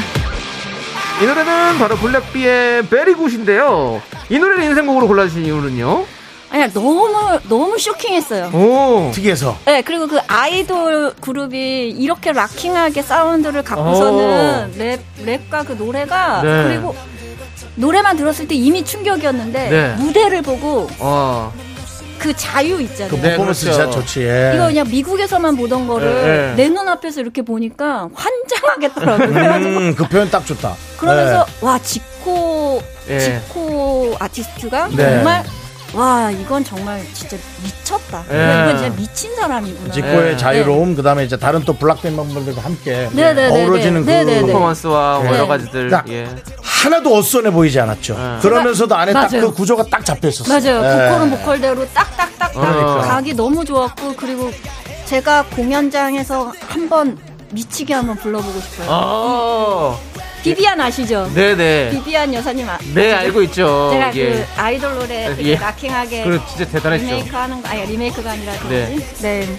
Speaker 2: 이 노래는 바로 블랙비의 베리굿인데요. 이 노래를 인생곡으로 골라주신 이유는요?
Speaker 9: 아니야 너무 너무 쇼킹했어요.
Speaker 2: 오.
Speaker 1: 특이해서
Speaker 9: 네, 그리고 그 아이돌 그룹이 이렇게 락킹하게 사운드를 갖고서는 랩, 랩과 그 노래가
Speaker 2: 네.
Speaker 9: 그리고 노래만 들었을 때 이미 충격이었는데
Speaker 2: 네.
Speaker 9: 무대를 보고
Speaker 2: 어.
Speaker 9: 그 자유
Speaker 1: 그
Speaker 9: 있잖아요.
Speaker 2: 네,
Speaker 1: 퍼포먼스
Speaker 2: 그렇죠.
Speaker 1: 진짜 좋지 예.
Speaker 9: 이거 그냥 미국에서만 보던
Speaker 2: 네, 네.
Speaker 9: 거를 내 눈앞에서 이렇게 보니까 환장하겠더라고요. 그래가지고
Speaker 1: 음, 그 표현 딱 좋다
Speaker 9: <laughs> 그러면서 와, 지코,
Speaker 2: 네. 예.
Speaker 9: 지코 아티스트가
Speaker 1: 네.
Speaker 9: 정말 와, 이건 정말 진짜 미쳤다.
Speaker 2: 예.
Speaker 9: 이건 진짜 미친 사람이구나.
Speaker 1: 예. 직구의
Speaker 2: 네.
Speaker 1: 자유로움 그다음에 이제 다른 또 블락비 멤버들과 함께
Speaker 9: 네, 네, 네,
Speaker 1: 어우러지는
Speaker 9: 네,
Speaker 1: 그
Speaker 9: 네, 네.
Speaker 2: 퍼포먼스와
Speaker 1: 네.
Speaker 2: 여러 가지들.
Speaker 1: 딱.
Speaker 2: 예.
Speaker 1: 하나도 어수선해 보이지 않았죠
Speaker 2: 네.
Speaker 1: 그러면서도 안에 딱
Speaker 9: 맞아요.
Speaker 1: 그 구조가 딱 잡혀 있었어요
Speaker 9: 맞아요. 그
Speaker 1: 예.
Speaker 9: 보컬은 보컬대로 딱딱딱딱
Speaker 2: 그러니까.
Speaker 9: 각이 너무 좋았고 그리고 제가 공연장에서 한번 미치게 한번 불러보고 싶어요.
Speaker 2: 어.
Speaker 9: 비비안 아시죠?
Speaker 2: 네네.
Speaker 9: 비비안 여사님 아,
Speaker 2: 네, 알고 있죠.
Speaker 9: 제가
Speaker 2: 예.
Speaker 9: 그 아이돌 노래 이렇게
Speaker 2: 예.
Speaker 9: 락킹하게
Speaker 2: 그 진짜 대단했죠.
Speaker 9: 리메이크 하는 거 아니 리메이크가 아니라 그
Speaker 2: 네.
Speaker 9: 뭐지? 네.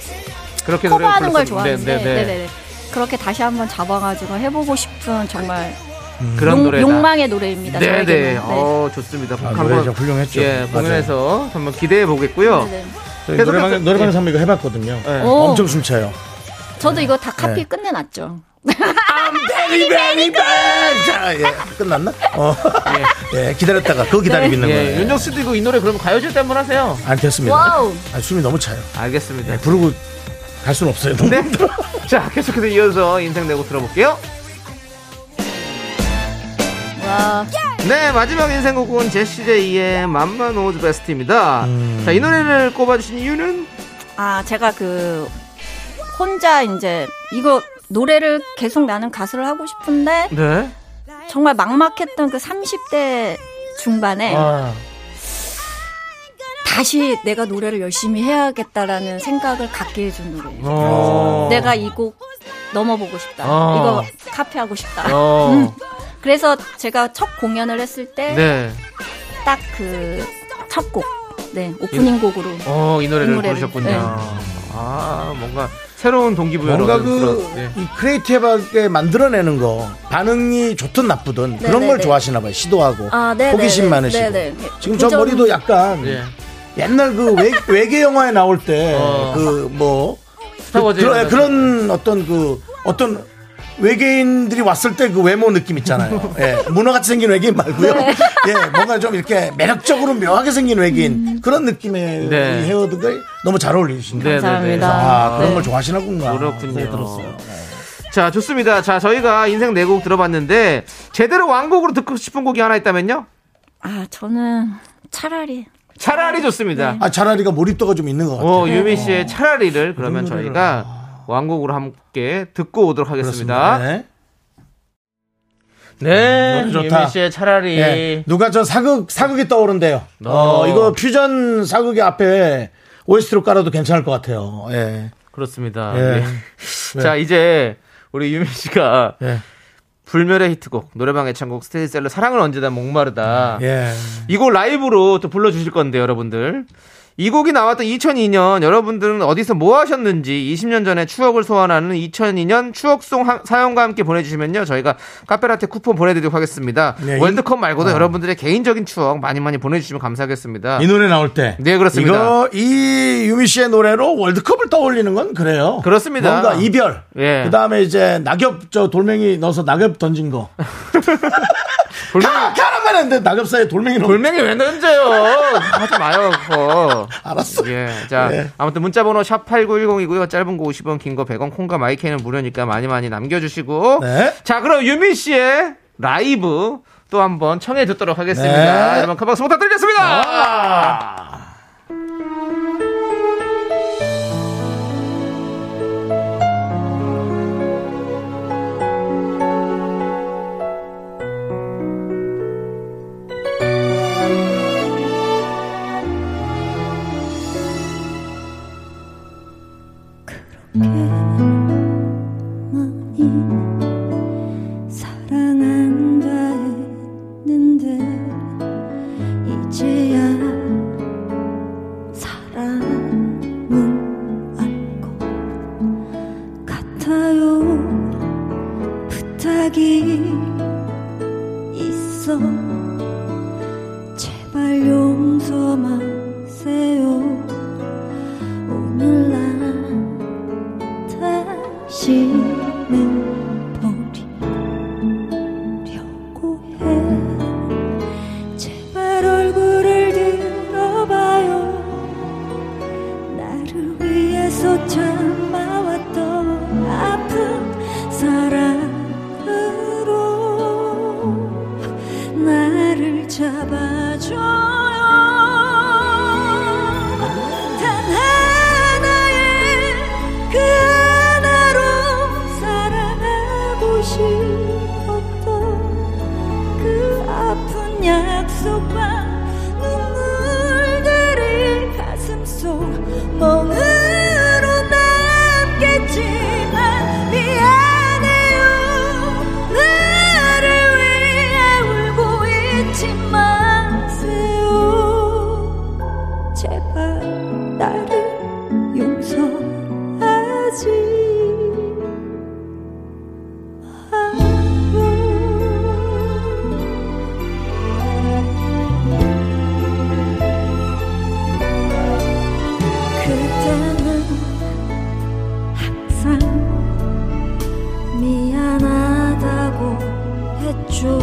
Speaker 2: 그렇게 네, 노래
Speaker 9: 커버하는 걸 좋아하는데 네네네. 그렇게 다시 한번 잡아가지고 해보고 싶은 정말
Speaker 2: 그런
Speaker 9: 욕-
Speaker 2: 노래.
Speaker 9: 욕망의 노래입니다.
Speaker 2: 네네.
Speaker 9: 네. 저에게는. 네.
Speaker 2: 어, 좋습니다.
Speaker 1: 아,
Speaker 2: 한번-
Speaker 1: 노래 진짜 훌륭했죠
Speaker 2: 예,
Speaker 1: 맞아요.
Speaker 2: 공연에서 한번 기대해 보겠고요.
Speaker 9: 네네. 어?
Speaker 1: 저희
Speaker 2: 계속해서-
Speaker 1: 노래방 노래방에서 한번 이거 해봤거든요
Speaker 2: 예.
Speaker 9: 오.
Speaker 1: 엄청 숨차요
Speaker 9: 저도 이거 다 카피
Speaker 1: 네.
Speaker 9: 끝내놨죠.
Speaker 1: 베리베리뱅! 자, 예. 끝났나? 어. 예, 기다렸다가 그거 기다리고 있는
Speaker 2: 예,
Speaker 1: 거예요.
Speaker 2: 윤정 씨도 이거 이 노래 그러면 가요제 때 한번 하세요.
Speaker 1: 안
Speaker 2: 네.
Speaker 1: 됐습니다.
Speaker 9: 와우.
Speaker 1: 아, 숨이 너무 차요.
Speaker 2: 알겠습니다.
Speaker 1: 예, 부르고 갈 수는 없어요. 너무 <laughs>
Speaker 2: 네.
Speaker 1: 힘들어.
Speaker 2: 자, 계속해서 이어서 인생 내고 들어볼게요.
Speaker 9: 와.
Speaker 2: 네, 마지막 인생 곡은 제시제이의 맘만 오즈 베스트입니다.
Speaker 1: 음.
Speaker 2: 자, 이 노래를 꼽아주신 이유는?
Speaker 9: 아, 제가 그 혼자 이제 이거 노래를 계속 나는 가수를 하고 싶은데
Speaker 2: 네.
Speaker 9: 정말 막막했던 그 30대 중반에
Speaker 2: 아,
Speaker 9: 다시 내가 노래를 열심히 해야겠다라는 생각을 갖게 해준 노래예요.
Speaker 2: 어.
Speaker 9: 내가 이 곡 넘어보고 싶다.
Speaker 2: 어.
Speaker 9: 이거 카피하고 싶다.
Speaker 2: 어.
Speaker 9: 음. 그래서 제가 첫 공연을 했을
Speaker 2: 네.
Speaker 9: 때 딱 그 첫 곡, 네 오프닝 곡으로
Speaker 2: 어, 이 노래를
Speaker 9: 이 노래를,
Speaker 2: 부르셨군요.
Speaker 9: 네.
Speaker 2: 아, 뭔가 새로운 동기부여를
Speaker 1: 뭔가
Speaker 2: 얻은
Speaker 1: 그,
Speaker 2: 그런, 예.
Speaker 1: 이 크리에이티브하게 만들어내는 거, 반응이 좋든 나쁘든 그런
Speaker 9: 네,
Speaker 1: 걸
Speaker 9: 네.
Speaker 1: 좋아하시나 봐요. 시도하고.
Speaker 9: 아, 네, 네,
Speaker 1: 호기심
Speaker 9: 네.
Speaker 1: 많으시고.
Speaker 9: 네, 네.
Speaker 1: 지금
Speaker 9: 그
Speaker 1: 저
Speaker 9: 점-
Speaker 1: 머리도 약간
Speaker 2: 예.
Speaker 1: 옛날 그 외, 계 영화에 나올 때,
Speaker 2: 어.
Speaker 1: 그 뭐,
Speaker 2: 스타워즈
Speaker 1: 그런,
Speaker 2: 이런
Speaker 1: 그런 어떤 그 어떤 외계인들이 왔을 때 그 외모 느낌
Speaker 2: <laughs>
Speaker 1: 있잖아요. 예, 문어같이 생긴 외계인 말고요.
Speaker 2: 네.
Speaker 1: <laughs> 예, 뭔가 좀 이렇게 매력적으로 묘하게 생긴 외계인 그런 느낌의
Speaker 2: 음. 네.
Speaker 1: 이 헤어드가 너무 잘 어울리신데.
Speaker 2: 네, 네, 네.
Speaker 9: 감사합니다.
Speaker 1: 아, 그런
Speaker 9: 네.
Speaker 1: 걸 좋아하시나군가.
Speaker 2: 그렇군요.
Speaker 1: 생각이 들었어요. 네.
Speaker 2: 자, 좋습니다. 자, 저희가 인생 네 곡 들어봤는데, 제대로 왕곡으로 듣고 싶은 곡이 하나 있다면요?
Speaker 9: 아 저는 차라리
Speaker 2: 차라리 좋습니다.
Speaker 9: 네.
Speaker 1: 아, 차라리가 몰입도가 좀 있는 것 같아요.
Speaker 2: 어, 유미 씨의 차라리를 그러면 저희가 왕곡으로 함께 듣고 오도록 하겠습니다.
Speaker 1: 네.
Speaker 2: 네,
Speaker 1: 노래 좋다.
Speaker 2: 유미 씨의 차라리.
Speaker 1: 예, 누가 저 사극 사극이 떠오른대요.
Speaker 2: 어.
Speaker 1: 어, 이거 퓨전 사극의 앞에 OST로 깔아도 괜찮을 것 같아요. 예.
Speaker 2: 그렇습니다.
Speaker 1: 예.
Speaker 2: 예. 자, 이제 우리 유미 씨가
Speaker 1: 예.
Speaker 2: 불멸의 히트곡, 노래방 애창곡 스테디셀러 사랑은 언제나 목마르다.
Speaker 1: 예.
Speaker 2: 이거 라이브로 또 불러주실 건데, 여러분들. 이 곡이 나왔던 2002년 여러분들은 어디서 뭐 하셨는지 20년 전의 추억을 소환하는 2002년 추억송 하- 사연과 함께 보내주시면요 저희가 카페라테 쿠폰 보내드리도록 하겠습니다.
Speaker 1: 네, 이-
Speaker 2: 월드컵 말고도 여러분들의 개인적인 추억 많이 많이 보내주시면 감사하겠습니다.
Speaker 1: 이 노래 나올 때.
Speaker 2: 네, 그렇습니다.
Speaker 1: 이거 이 유미 씨의 노래로 월드컵을 떠올리는 건 그래요.
Speaker 2: 그렇습니다.
Speaker 1: 뭔가 이별.
Speaker 2: 예.
Speaker 1: 그 다음에 이제 낙엽 저 돌멩이 넣어서 낙엽 던진 거.
Speaker 2: <laughs> 돌멩이-
Speaker 1: 가! 가라만 했는데 낙엽 사이에 돌멩이 넣어.
Speaker 2: 돌멩이 왜 던져요? <laughs> 하지 마요, 그거.
Speaker 1: 알았어.
Speaker 2: 예. 자,
Speaker 1: 네.
Speaker 2: 아무튼 문자번호 샵8910이고요. 짧은 거 50원, 긴 거 100원, 콩과 마이크는 무료니까 많이 많이 남겨주시고.
Speaker 1: 네.
Speaker 2: 자, 그럼 유민 씨의 라이브 또 한번 청해 듣도록 하겠습니다.
Speaker 1: 네.
Speaker 2: 여러분, 큰 박수 부탁드리겠습니다.
Speaker 9: 사랑 안 되는데 이제야 사랑은 알것 같아요 부탁이 있어 제발 용서 마세요 오늘 나 다시는 버리 려고 해 제발 얼굴을 들어봐요 나를 위해서 참아왔던 아픈 사랑으로 나를 잡아줘요 단 하나의 그 하나로 사랑하고 싶었던 그 아픈 약속과 눈물들이 가슴속 멍으로 남겠지만 미안해요 나를 위해 울고 있지 마세요 제발 나를 용서하지 마요 그때는 항상 미안하다고 했죠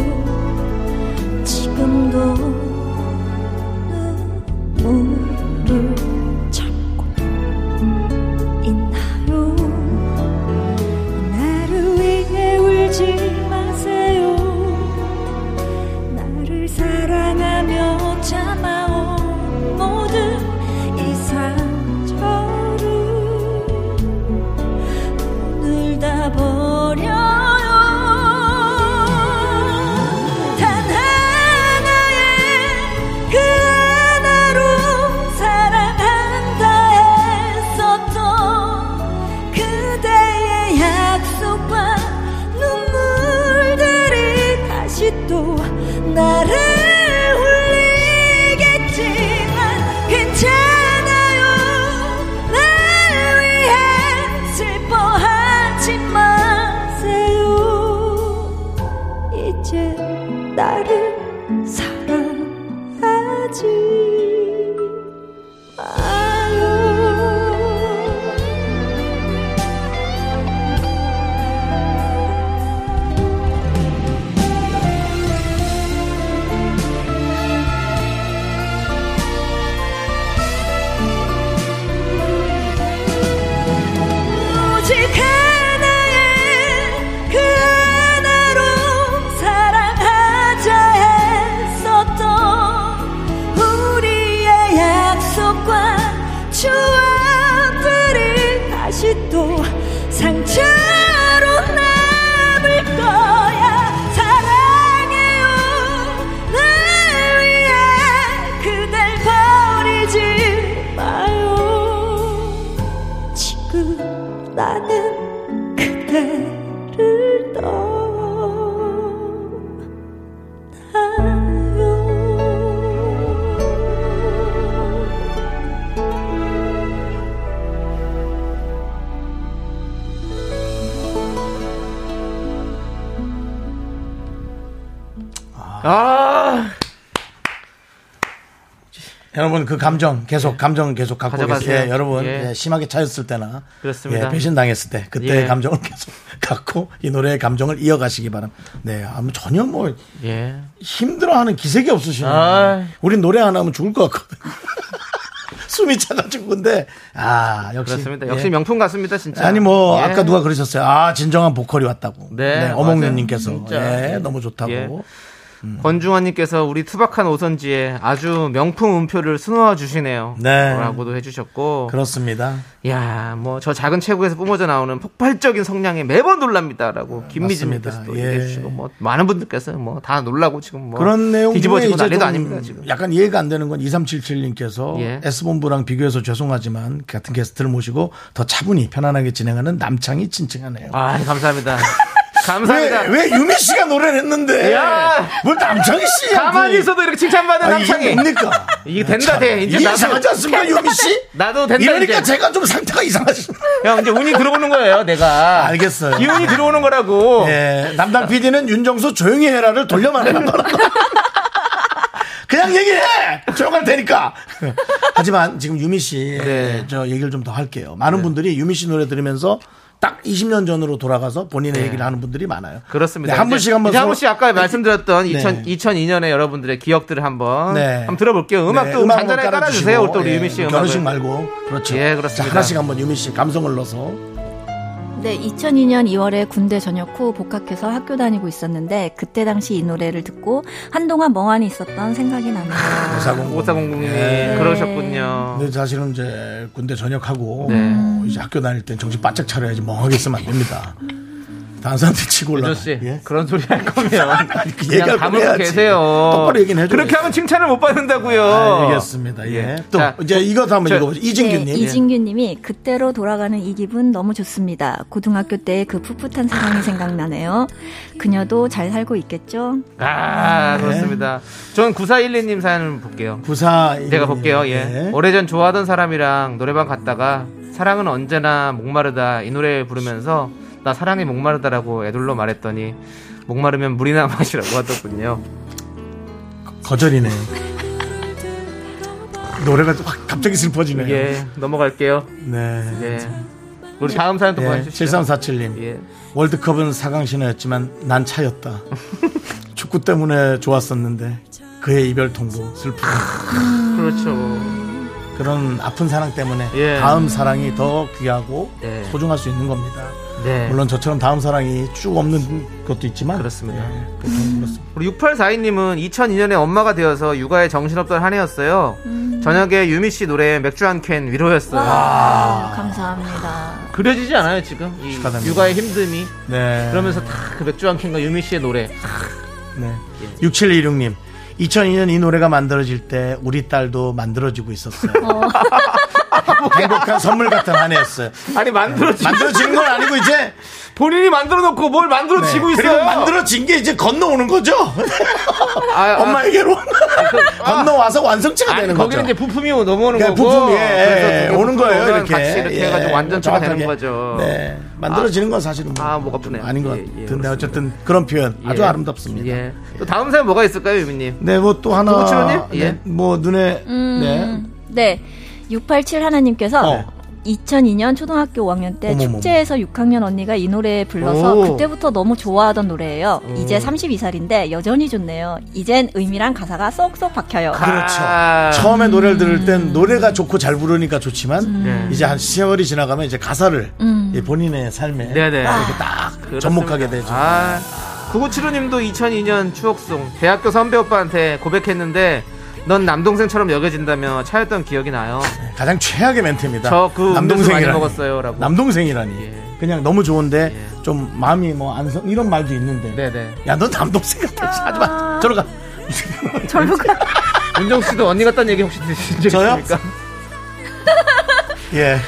Speaker 9: 지금도 눈물을 참고 있나요 나를 위해 울지 마세요 나를 사랑하며 참아온 모든 이 상처를 오늘 다 버려요 단 하나의 그 하나로 사랑한다 했었던 그대의 약속과 눈물들이 다시 또 나를 울리겠지만 괜찮아요 날 위해 슬퍼하지 마세요 이제 나를 사랑하지 마요 오직 하나의 그 하나로 사랑하자 했었던 우리
Speaker 2: 아,
Speaker 1: 여러분 그 감정 계속 감정 계속 갖고
Speaker 2: 예. 가져가세요.
Speaker 1: 계세요. 여러분
Speaker 2: 예.
Speaker 1: 예, 심하게 차였을 때나
Speaker 2: 그렇습니다.
Speaker 1: 예, 배신 당했을 때 그때의
Speaker 2: 예.
Speaker 1: 감정을 계속 <laughs> 갖고 이 노래의 감정을 이어가시기 바랍니다. 네, 아무 전혀 뭐
Speaker 2: 예.
Speaker 1: 힘들어하는 기색이 없으시네요.
Speaker 2: 아이.
Speaker 1: 우린 노래 안 하면 죽을 것 같거든. <laughs> 숨이 차가지고 근데 아 역시
Speaker 2: 그렇습니다.
Speaker 1: 예.
Speaker 2: 역시 명품 같습니다, 진짜.
Speaker 1: 아니 뭐
Speaker 2: 예.
Speaker 1: 아까 누가 그러셨어요. 아 진정한 보컬이 왔다고.
Speaker 2: 네,
Speaker 1: 네,
Speaker 2: 맞아요.
Speaker 1: 어몽녀님께서
Speaker 2: 진짜.
Speaker 1: 예, 너무 좋다고.
Speaker 2: 예. 권중환님께서 우리 투박한 오선지에 아주 명품 음표를 수놓아 주시네요.
Speaker 1: 네.
Speaker 2: 라고도 해주셨고.
Speaker 1: 그렇습니다.
Speaker 2: 야, 뭐 저 작은 체구에서 뿜어져 나오는 폭발적인 성량에 매번 놀랍니다라고
Speaker 1: 맞습니다.
Speaker 2: 김미진님께서 또
Speaker 1: 예.
Speaker 2: 얘기해 주시고 뭐 많은 분들께서 뭐 다 놀라고 지금 뭐
Speaker 1: 그런 내용 중에
Speaker 2: 뒤집어지고
Speaker 1: 이제
Speaker 2: 난리도
Speaker 1: 좀
Speaker 2: 아닙니다 지금.
Speaker 1: 약간 이해가 안 되는 건 2377님께서
Speaker 2: 예.
Speaker 1: S본부랑 비교해서 죄송하지만 같은 게스트를 모시고 더 차분히 편안하게 진행하는 남창이 진칭하네요.
Speaker 2: 아, 감사합니다. <laughs> 감사합니다.
Speaker 1: 왜, 왜 유미 씨가 노래를 했는데
Speaker 2: 야!
Speaker 1: 뭘 남창이 씨야?
Speaker 2: 가만히 있어도 이렇게 칭찬받는
Speaker 1: 아, 이게
Speaker 2: 남창이.
Speaker 1: 뭡니까?
Speaker 2: 이게 된다 돼. 이제
Speaker 1: 이게
Speaker 2: 나도-
Speaker 1: 이상하지 않습니까 유미 씨?
Speaker 2: 나도 된다,
Speaker 1: 이러니까
Speaker 2: 이제.
Speaker 1: 제가 좀 상태가 이상하시.
Speaker 2: 형 이제 운이 들어오는 거예요, 내가.
Speaker 1: 알겠어요.
Speaker 2: 이 운이 들어오는 거라고.
Speaker 1: 예, 담당 PD는 윤정수 조용히 해라를 돌려 말하는 거라고. 그냥 얘기해! 조용할 테니까! 하지만 지금 유미 씨,
Speaker 2: 네.
Speaker 1: 저 얘기를 좀 더 할게요. 많은 분들이 유미 씨 노래 들으면서 딱 20년 전으로 돌아가서 본인의
Speaker 2: 네.
Speaker 1: 얘기를 하는 분들이 많아요.
Speaker 2: 그렇습니다.
Speaker 1: 네, 한
Speaker 2: 이제-
Speaker 1: 분씩 한번
Speaker 2: 이제 한
Speaker 1: 서로-
Speaker 2: 분씩 아까 말씀드렸던 2000,
Speaker 1: 네.
Speaker 2: 2002년에 여러분들의 기억들을 한번
Speaker 1: 네.
Speaker 2: 한번 들어볼게요.
Speaker 1: 네,
Speaker 2: 음악도
Speaker 1: 음악
Speaker 2: 잔잔하게
Speaker 1: 한번
Speaker 2: 깔아주세요. 우리 또 우리
Speaker 1: 예,
Speaker 2: 유미 씨 음악을.
Speaker 1: 결혼식 말고. 그렇죠.
Speaker 2: 예, 그렇습니다.
Speaker 1: 자, 하나씩 한번 유미 씨 감성을 넣어서.
Speaker 9: 네, 2002년 2월에 군대 전역 후 복학해서 학교 다니고 있었는데 그때 당시 이 노래를 듣고 한동안 멍하니 있었던 생각이
Speaker 2: 아.
Speaker 9: 나네요.
Speaker 1: 5400.
Speaker 2: 5400님이
Speaker 1: 예.
Speaker 2: 그러셨군요.
Speaker 1: 근데 사실은 이제 군대 전역하고
Speaker 2: 네.
Speaker 1: 어, 이제 학교 다닐 땐 정신 바짝 차려야지 멍하게
Speaker 2: 음.
Speaker 1: 있으면 안 됩니다. 다른 사람들 치고 올라가.
Speaker 2: 윤정 씨
Speaker 1: 예?
Speaker 2: 그런 소리 할
Speaker 1: <laughs>
Speaker 2: 거면
Speaker 1: 아니, 그
Speaker 2: 음. 그냥
Speaker 1: 얘기할 거
Speaker 2: 다물고
Speaker 1: 해야지.
Speaker 2: 계세요.
Speaker 1: 똑바로 얘기는 해줘야지.
Speaker 2: 그렇게 하면 칭찬을 못 받는다고요.
Speaker 1: 알겠습니다. 예. 또
Speaker 2: 자,
Speaker 1: 이제 이것도 한번
Speaker 2: 저-
Speaker 1: 읽어보죠. 이진규님.
Speaker 9: 네, 이진규님이 그때로 돌아가는 이 기분 너무 좋습니다. 고등학교 때의 그 풋풋한 사랑이 생각나네요. 그녀도 잘 살고 있겠죠?
Speaker 2: 아 그렇습니다.
Speaker 1: 네.
Speaker 2: 전 9412님 사연을 볼게요.
Speaker 1: 예. 구사.
Speaker 2: 제가 볼게요. 예.
Speaker 1: 네.
Speaker 2: 오래전 좋아하던 사람이랑 노래방 갔다가 사랑은 언제나 목마르다 이 노래 부르면서 나 사랑이 목마르다라고 애들로 말했더니 목마르면 물이나 마시라고 하더군요.
Speaker 1: <laughs> 거절이네. 노래가 확 갑자기 슬퍼지네요.
Speaker 2: 예, 넘어갈게요.
Speaker 1: 네.
Speaker 2: 예. 우리 다음 사연 또
Speaker 1: 예.
Speaker 2: 보내주시죠.
Speaker 1: 7347님.
Speaker 2: 예.
Speaker 1: 월드컵은 4강 신화였지만 난
Speaker 2: <laughs>
Speaker 1: 차였다. 축구 때문에 좋았었는데 그의 이별 통보 슬프다.
Speaker 2: 그렇죠.
Speaker 1: 그런 아픈 사랑 때문에
Speaker 2: 예.
Speaker 1: 다음 사랑이 더 귀하고
Speaker 2: 네.
Speaker 1: 소중할 수 있는 겁니다.
Speaker 2: 네.
Speaker 1: 물론 저처럼 다음 사랑이 쭉 없는 것도 있지만
Speaker 2: 그렇습니다.
Speaker 1: 예, 보통 그렇습니다.
Speaker 2: 우리 6842님은 2002년에 엄마가 되어서 육아에 정신없던 한 해였어요.
Speaker 9: 음.
Speaker 2: 저녁에 유미 씨 노래 맥주 한 캔 위로였어요.
Speaker 9: 감사합니다.
Speaker 2: 그려지지 않아요, 지금? 이
Speaker 1: 축하드립니다.
Speaker 2: 육아의 힘듦이.
Speaker 1: 네.
Speaker 2: 그러면서 다 그 맥주 한 캔과 유미 씨의 노래.
Speaker 1: 네.
Speaker 2: 예.
Speaker 1: 6726님. 2002년 이 노래가 만들어질 때 우리 딸도 만들어지고 있었어요. <laughs> 행복한 선물 같은 한 해였어요.
Speaker 2: 아니, 만들어지
Speaker 1: 만들어진 건 아니고 이제
Speaker 2: 본인이 만들어 놓고 뭘 만들어
Speaker 1: 네.
Speaker 2: 지고 있어요.
Speaker 1: 그리고 만들어진 게 이제 건너오는 거죠.
Speaker 2: 아, 아, 그,
Speaker 1: 엄마에게로 건너와서 완성체가
Speaker 2: 아니,
Speaker 1: 되는
Speaker 2: 거기는
Speaker 1: 거죠.
Speaker 2: 이제 부품이 넘어오는
Speaker 1: 그러니까
Speaker 2: 거고.
Speaker 1: 부품이 예,
Speaker 2: 그래서
Speaker 1: 예,
Speaker 2: 그
Speaker 1: 오는
Speaker 2: 부품이
Speaker 1: 거예요
Speaker 2: 오면
Speaker 1: 이렇게
Speaker 2: 같이 이렇게 해가지고
Speaker 1: 예,
Speaker 2: 완전체가
Speaker 1: 정확하게.
Speaker 2: 되는 거죠.
Speaker 1: 네 만들어지는 건 사실은 뭐
Speaker 2: 아, 뭐가 아프네요.
Speaker 1: 아닌 것
Speaker 2: 예, 예,
Speaker 1: 같은데
Speaker 2: 그렇습니다.
Speaker 1: 어쨌든 그런 표현 아주
Speaker 2: 예.
Speaker 1: 아름답습니다.
Speaker 2: 예. 또 다음 사연 뭐가 있을까요, 유미님?
Speaker 1: 네 뭐 또 하나
Speaker 2: 구구칠호님?
Speaker 1: 네,
Speaker 2: 예.
Speaker 1: 뭐 눈에 네
Speaker 9: 음. 네. 687 하나님께서
Speaker 1: 어.
Speaker 9: 2002년 초등학교 5학년 때
Speaker 1: 어머머머.
Speaker 9: 축제에서 6학년 언니가 이 노래 불러서
Speaker 2: 오.
Speaker 9: 그때부터 너무 좋아하던 노래예요. 이제 32살인데 여전히 좋네요. 이젠 의미랑 가사가 쏙쏙 박혀요.
Speaker 1: 그렇죠.
Speaker 2: 아.
Speaker 1: 처음에 노래를 들을 땐 노래가 좋고 잘 부르니까 좋지만
Speaker 2: 네.
Speaker 1: 이제 한 시월이 지나가면 이제 가사를 이 본인의 삶에
Speaker 2: 네네.
Speaker 1: 이렇게 딱 접목하게 되죠.
Speaker 2: 아, 9975님도 2002년 추억송 대학교 선배 오빠한테 고백했는데 넌 남동생처럼 여겨진다며 차였던 기억이 나요.
Speaker 1: 가장 최악의 멘트입니다.
Speaker 2: 저그 음료수
Speaker 1: 남동생이라니.
Speaker 2: 많이 먹었어요라고.
Speaker 1: 남동생이라니.
Speaker 2: 예.
Speaker 1: 그냥 너무 좋은데
Speaker 2: 예.
Speaker 1: 좀 마음이 뭐 안성 이런 말도 있는데.
Speaker 2: 네네.
Speaker 1: 야 너 남동생 같아. 하지 마. 저러 가.
Speaker 2: 윤정 씨도 언니 같다는 얘기 혹시 드신 적
Speaker 1: 저요?
Speaker 2: 있습니까?
Speaker 1: 예.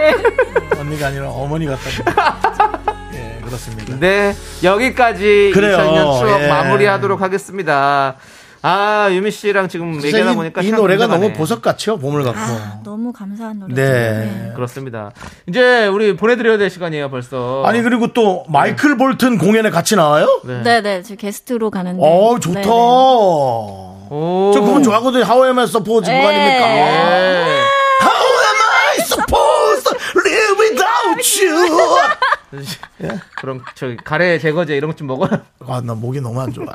Speaker 1: <laughs> 언니가 아니라 어머니 같다. <laughs> 예 그렇습니다.
Speaker 2: 네 여기까지
Speaker 1: 그래요.
Speaker 2: 2000년 추억
Speaker 1: 예.
Speaker 2: 마무리하도록 하겠습니다. 아, 유미 씨랑 지금 얘기하다
Speaker 1: 선생님,
Speaker 2: 보니까
Speaker 1: 이
Speaker 2: 시간
Speaker 1: 노래가
Speaker 2: 금방
Speaker 1: 너무
Speaker 2: 가네.
Speaker 1: 보석 같죠 보물 같고.
Speaker 9: 아, 너무 감사한 노래.
Speaker 1: 네.
Speaker 2: 그렇습니다. 이제 우리 보내드려야 될 시간이에요, 벌써.
Speaker 1: 아니 그리고 또 마이클 볼튼 공연에 같이 나와요?
Speaker 2: 네.
Speaker 9: 네, 네. 저 게스트로 가는데.
Speaker 1: 어 좋다.
Speaker 9: 네, 네.
Speaker 1: 저
Speaker 2: 오.
Speaker 1: 그분 좋아하거든요. How am I supposed 그거 아닙니까?
Speaker 2: 예.
Speaker 1: How am I supposed to live without <laughs> you?
Speaker 2: 그럼 저기 가래 제거제 이런 것 좀 먹어요. <laughs>
Speaker 1: 아 나 목이 너무 안 좋아.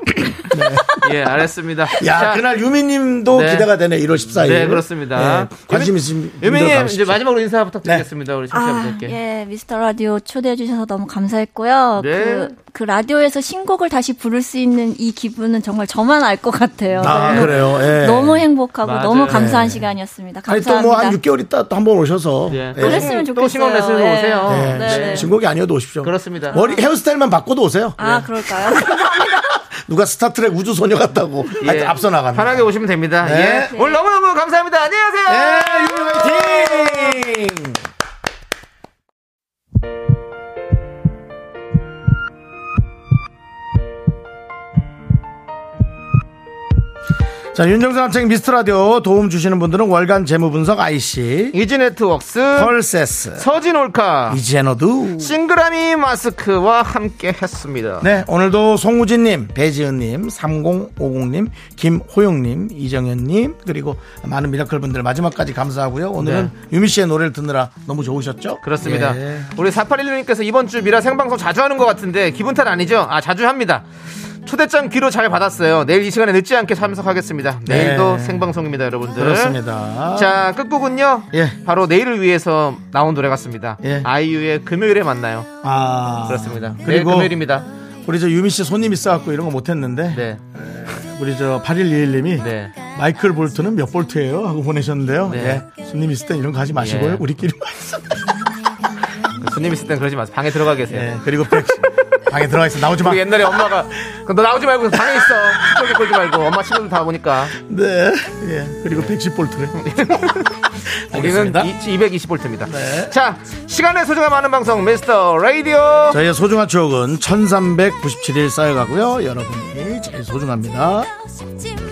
Speaker 2: 예, 알겠습니다.
Speaker 1: 야
Speaker 2: 자,
Speaker 1: 그날 유미님도
Speaker 2: 네.
Speaker 1: 기대가 되네 1월 14일.
Speaker 2: 네, 그렇습니다.
Speaker 1: 예, 관심
Speaker 2: 유미-
Speaker 1: 있으신
Speaker 2: 유미님
Speaker 1: 분들 네.
Speaker 2: 이제 마지막으로 인사 부탁드리겠습니다. 우리
Speaker 9: 아,
Speaker 2: 청취자분들께.
Speaker 9: 예, 미스터 라디오 초대해 주셔서 너무 감사했고요.
Speaker 2: 네.
Speaker 9: 그, 그 라디오에서 신곡을 다시 부를 수 있는 이 기분은 정말 저만 알 것 같아요.
Speaker 1: 아
Speaker 2: 네.
Speaker 9: 너무,
Speaker 1: 그래요. 예.
Speaker 9: 너무 행복하고
Speaker 2: 맞아요. 예.
Speaker 9: 너무 감사한 시간이었습니다.
Speaker 1: 아니
Speaker 9: 감사합니다.
Speaker 1: 또 뭐 한 6개월 있다 또 한 번 오셔서
Speaker 2: 예.
Speaker 1: 예.
Speaker 9: 그랬으면 좋겠어요.
Speaker 2: 또 신곡 레슨으로
Speaker 9: 예.
Speaker 2: 오세요.
Speaker 1: 예,
Speaker 9: 네.
Speaker 1: 신- 신곡이 아니어도 오십시오.
Speaker 2: 그렇습니다.
Speaker 1: 머리 헤어스타일만 바꿔도 오세요. <laughs>
Speaker 9: 아, 그럴까요? 감사합니다.
Speaker 1: 누가 스타트랙 우주 소녀 같다고 하여튼 앞서 나갑니다.
Speaker 2: 예. 편하게 오시면 됩니다.
Speaker 1: 네.
Speaker 2: 예. 오늘 너무너무 감사합니다. 안녕히 계세요.
Speaker 1: 예, 유미 화이팅! 자, 윤정수 남창 미스트 라디오 도움 주시는 분들은 월간 재무 분석 IC,
Speaker 2: 이지 네트웍스
Speaker 1: 펄세스,
Speaker 2: 서진 올카
Speaker 1: 이젠어두.
Speaker 2: 싱그라미 마스크와 함께 했습니다.
Speaker 1: 네, 오늘도 송우진님, 배지은님, 3050님, 김호영님, 이정현님, 그리고 많은 미라클 분들 마지막까지 감사하고요. 오늘은 유미 씨의 노래를 듣느라 너무 좋으셨죠?
Speaker 2: 네. 그렇습니다.
Speaker 1: 예.
Speaker 2: 우리 4816님께서 이번 주 미라 생방송 자주 하는 것 같은데 기분 탓 아니죠? 아 자주 합니다. 초대장 귀로 잘 받았어요. 내일 이 시간에 늦지 않게 참석하겠습니다. 내일도
Speaker 1: 네.
Speaker 2: 생방송입니다, 여러분들.
Speaker 1: 그렇습니다.
Speaker 2: 자 끝곡은요.
Speaker 1: 예.
Speaker 2: 바로 내일을 위해서 나온 노래 같습니다.
Speaker 1: 예.
Speaker 2: 아이유의 금요일에 만나요.
Speaker 1: 아,
Speaker 2: 그렇습니다. 내일
Speaker 1: 그리고
Speaker 2: 금요일입니다.
Speaker 1: 우리 저 유미 씨 손님 있어갖고 이런 거 못했는데
Speaker 2: 네.
Speaker 1: 우리 저 8121님이
Speaker 2: 네.
Speaker 1: 마이클 볼트는 몇 볼트예요? 하고 보내셨는데요.
Speaker 2: 네.
Speaker 1: 예. 손님 있을 땐 이런 거 하지 마시고요.
Speaker 2: 예. <laughs>
Speaker 1: 우리끼리만 있어.
Speaker 2: 손님 있을 땐 그러지 마세요. 방에 들어가 계세요.
Speaker 1: 예. 그리고 백 방에 들어가 있어. <laughs> 나오지 마.
Speaker 2: <laughs> 우리 옛날에 엄마가 그럼 너 나오지 말고 방에 있어. 꼴지 꼴지 말고 엄마 친구들 다 보니까
Speaker 1: 네. 예. 그리고
Speaker 2: <laughs>
Speaker 1: 110볼트래.
Speaker 2: 우리는
Speaker 1: 알겠습니다. 네.
Speaker 2: 220볼트입니다. 자 시간의 소중함 많은 방송 미스터 라디오.
Speaker 1: 저희의 소중한
Speaker 9: <laughs>
Speaker 1: 추억은 1397일 쌓여가고요. 여러분이 제일 소중합니다.
Speaker 6: 싶지만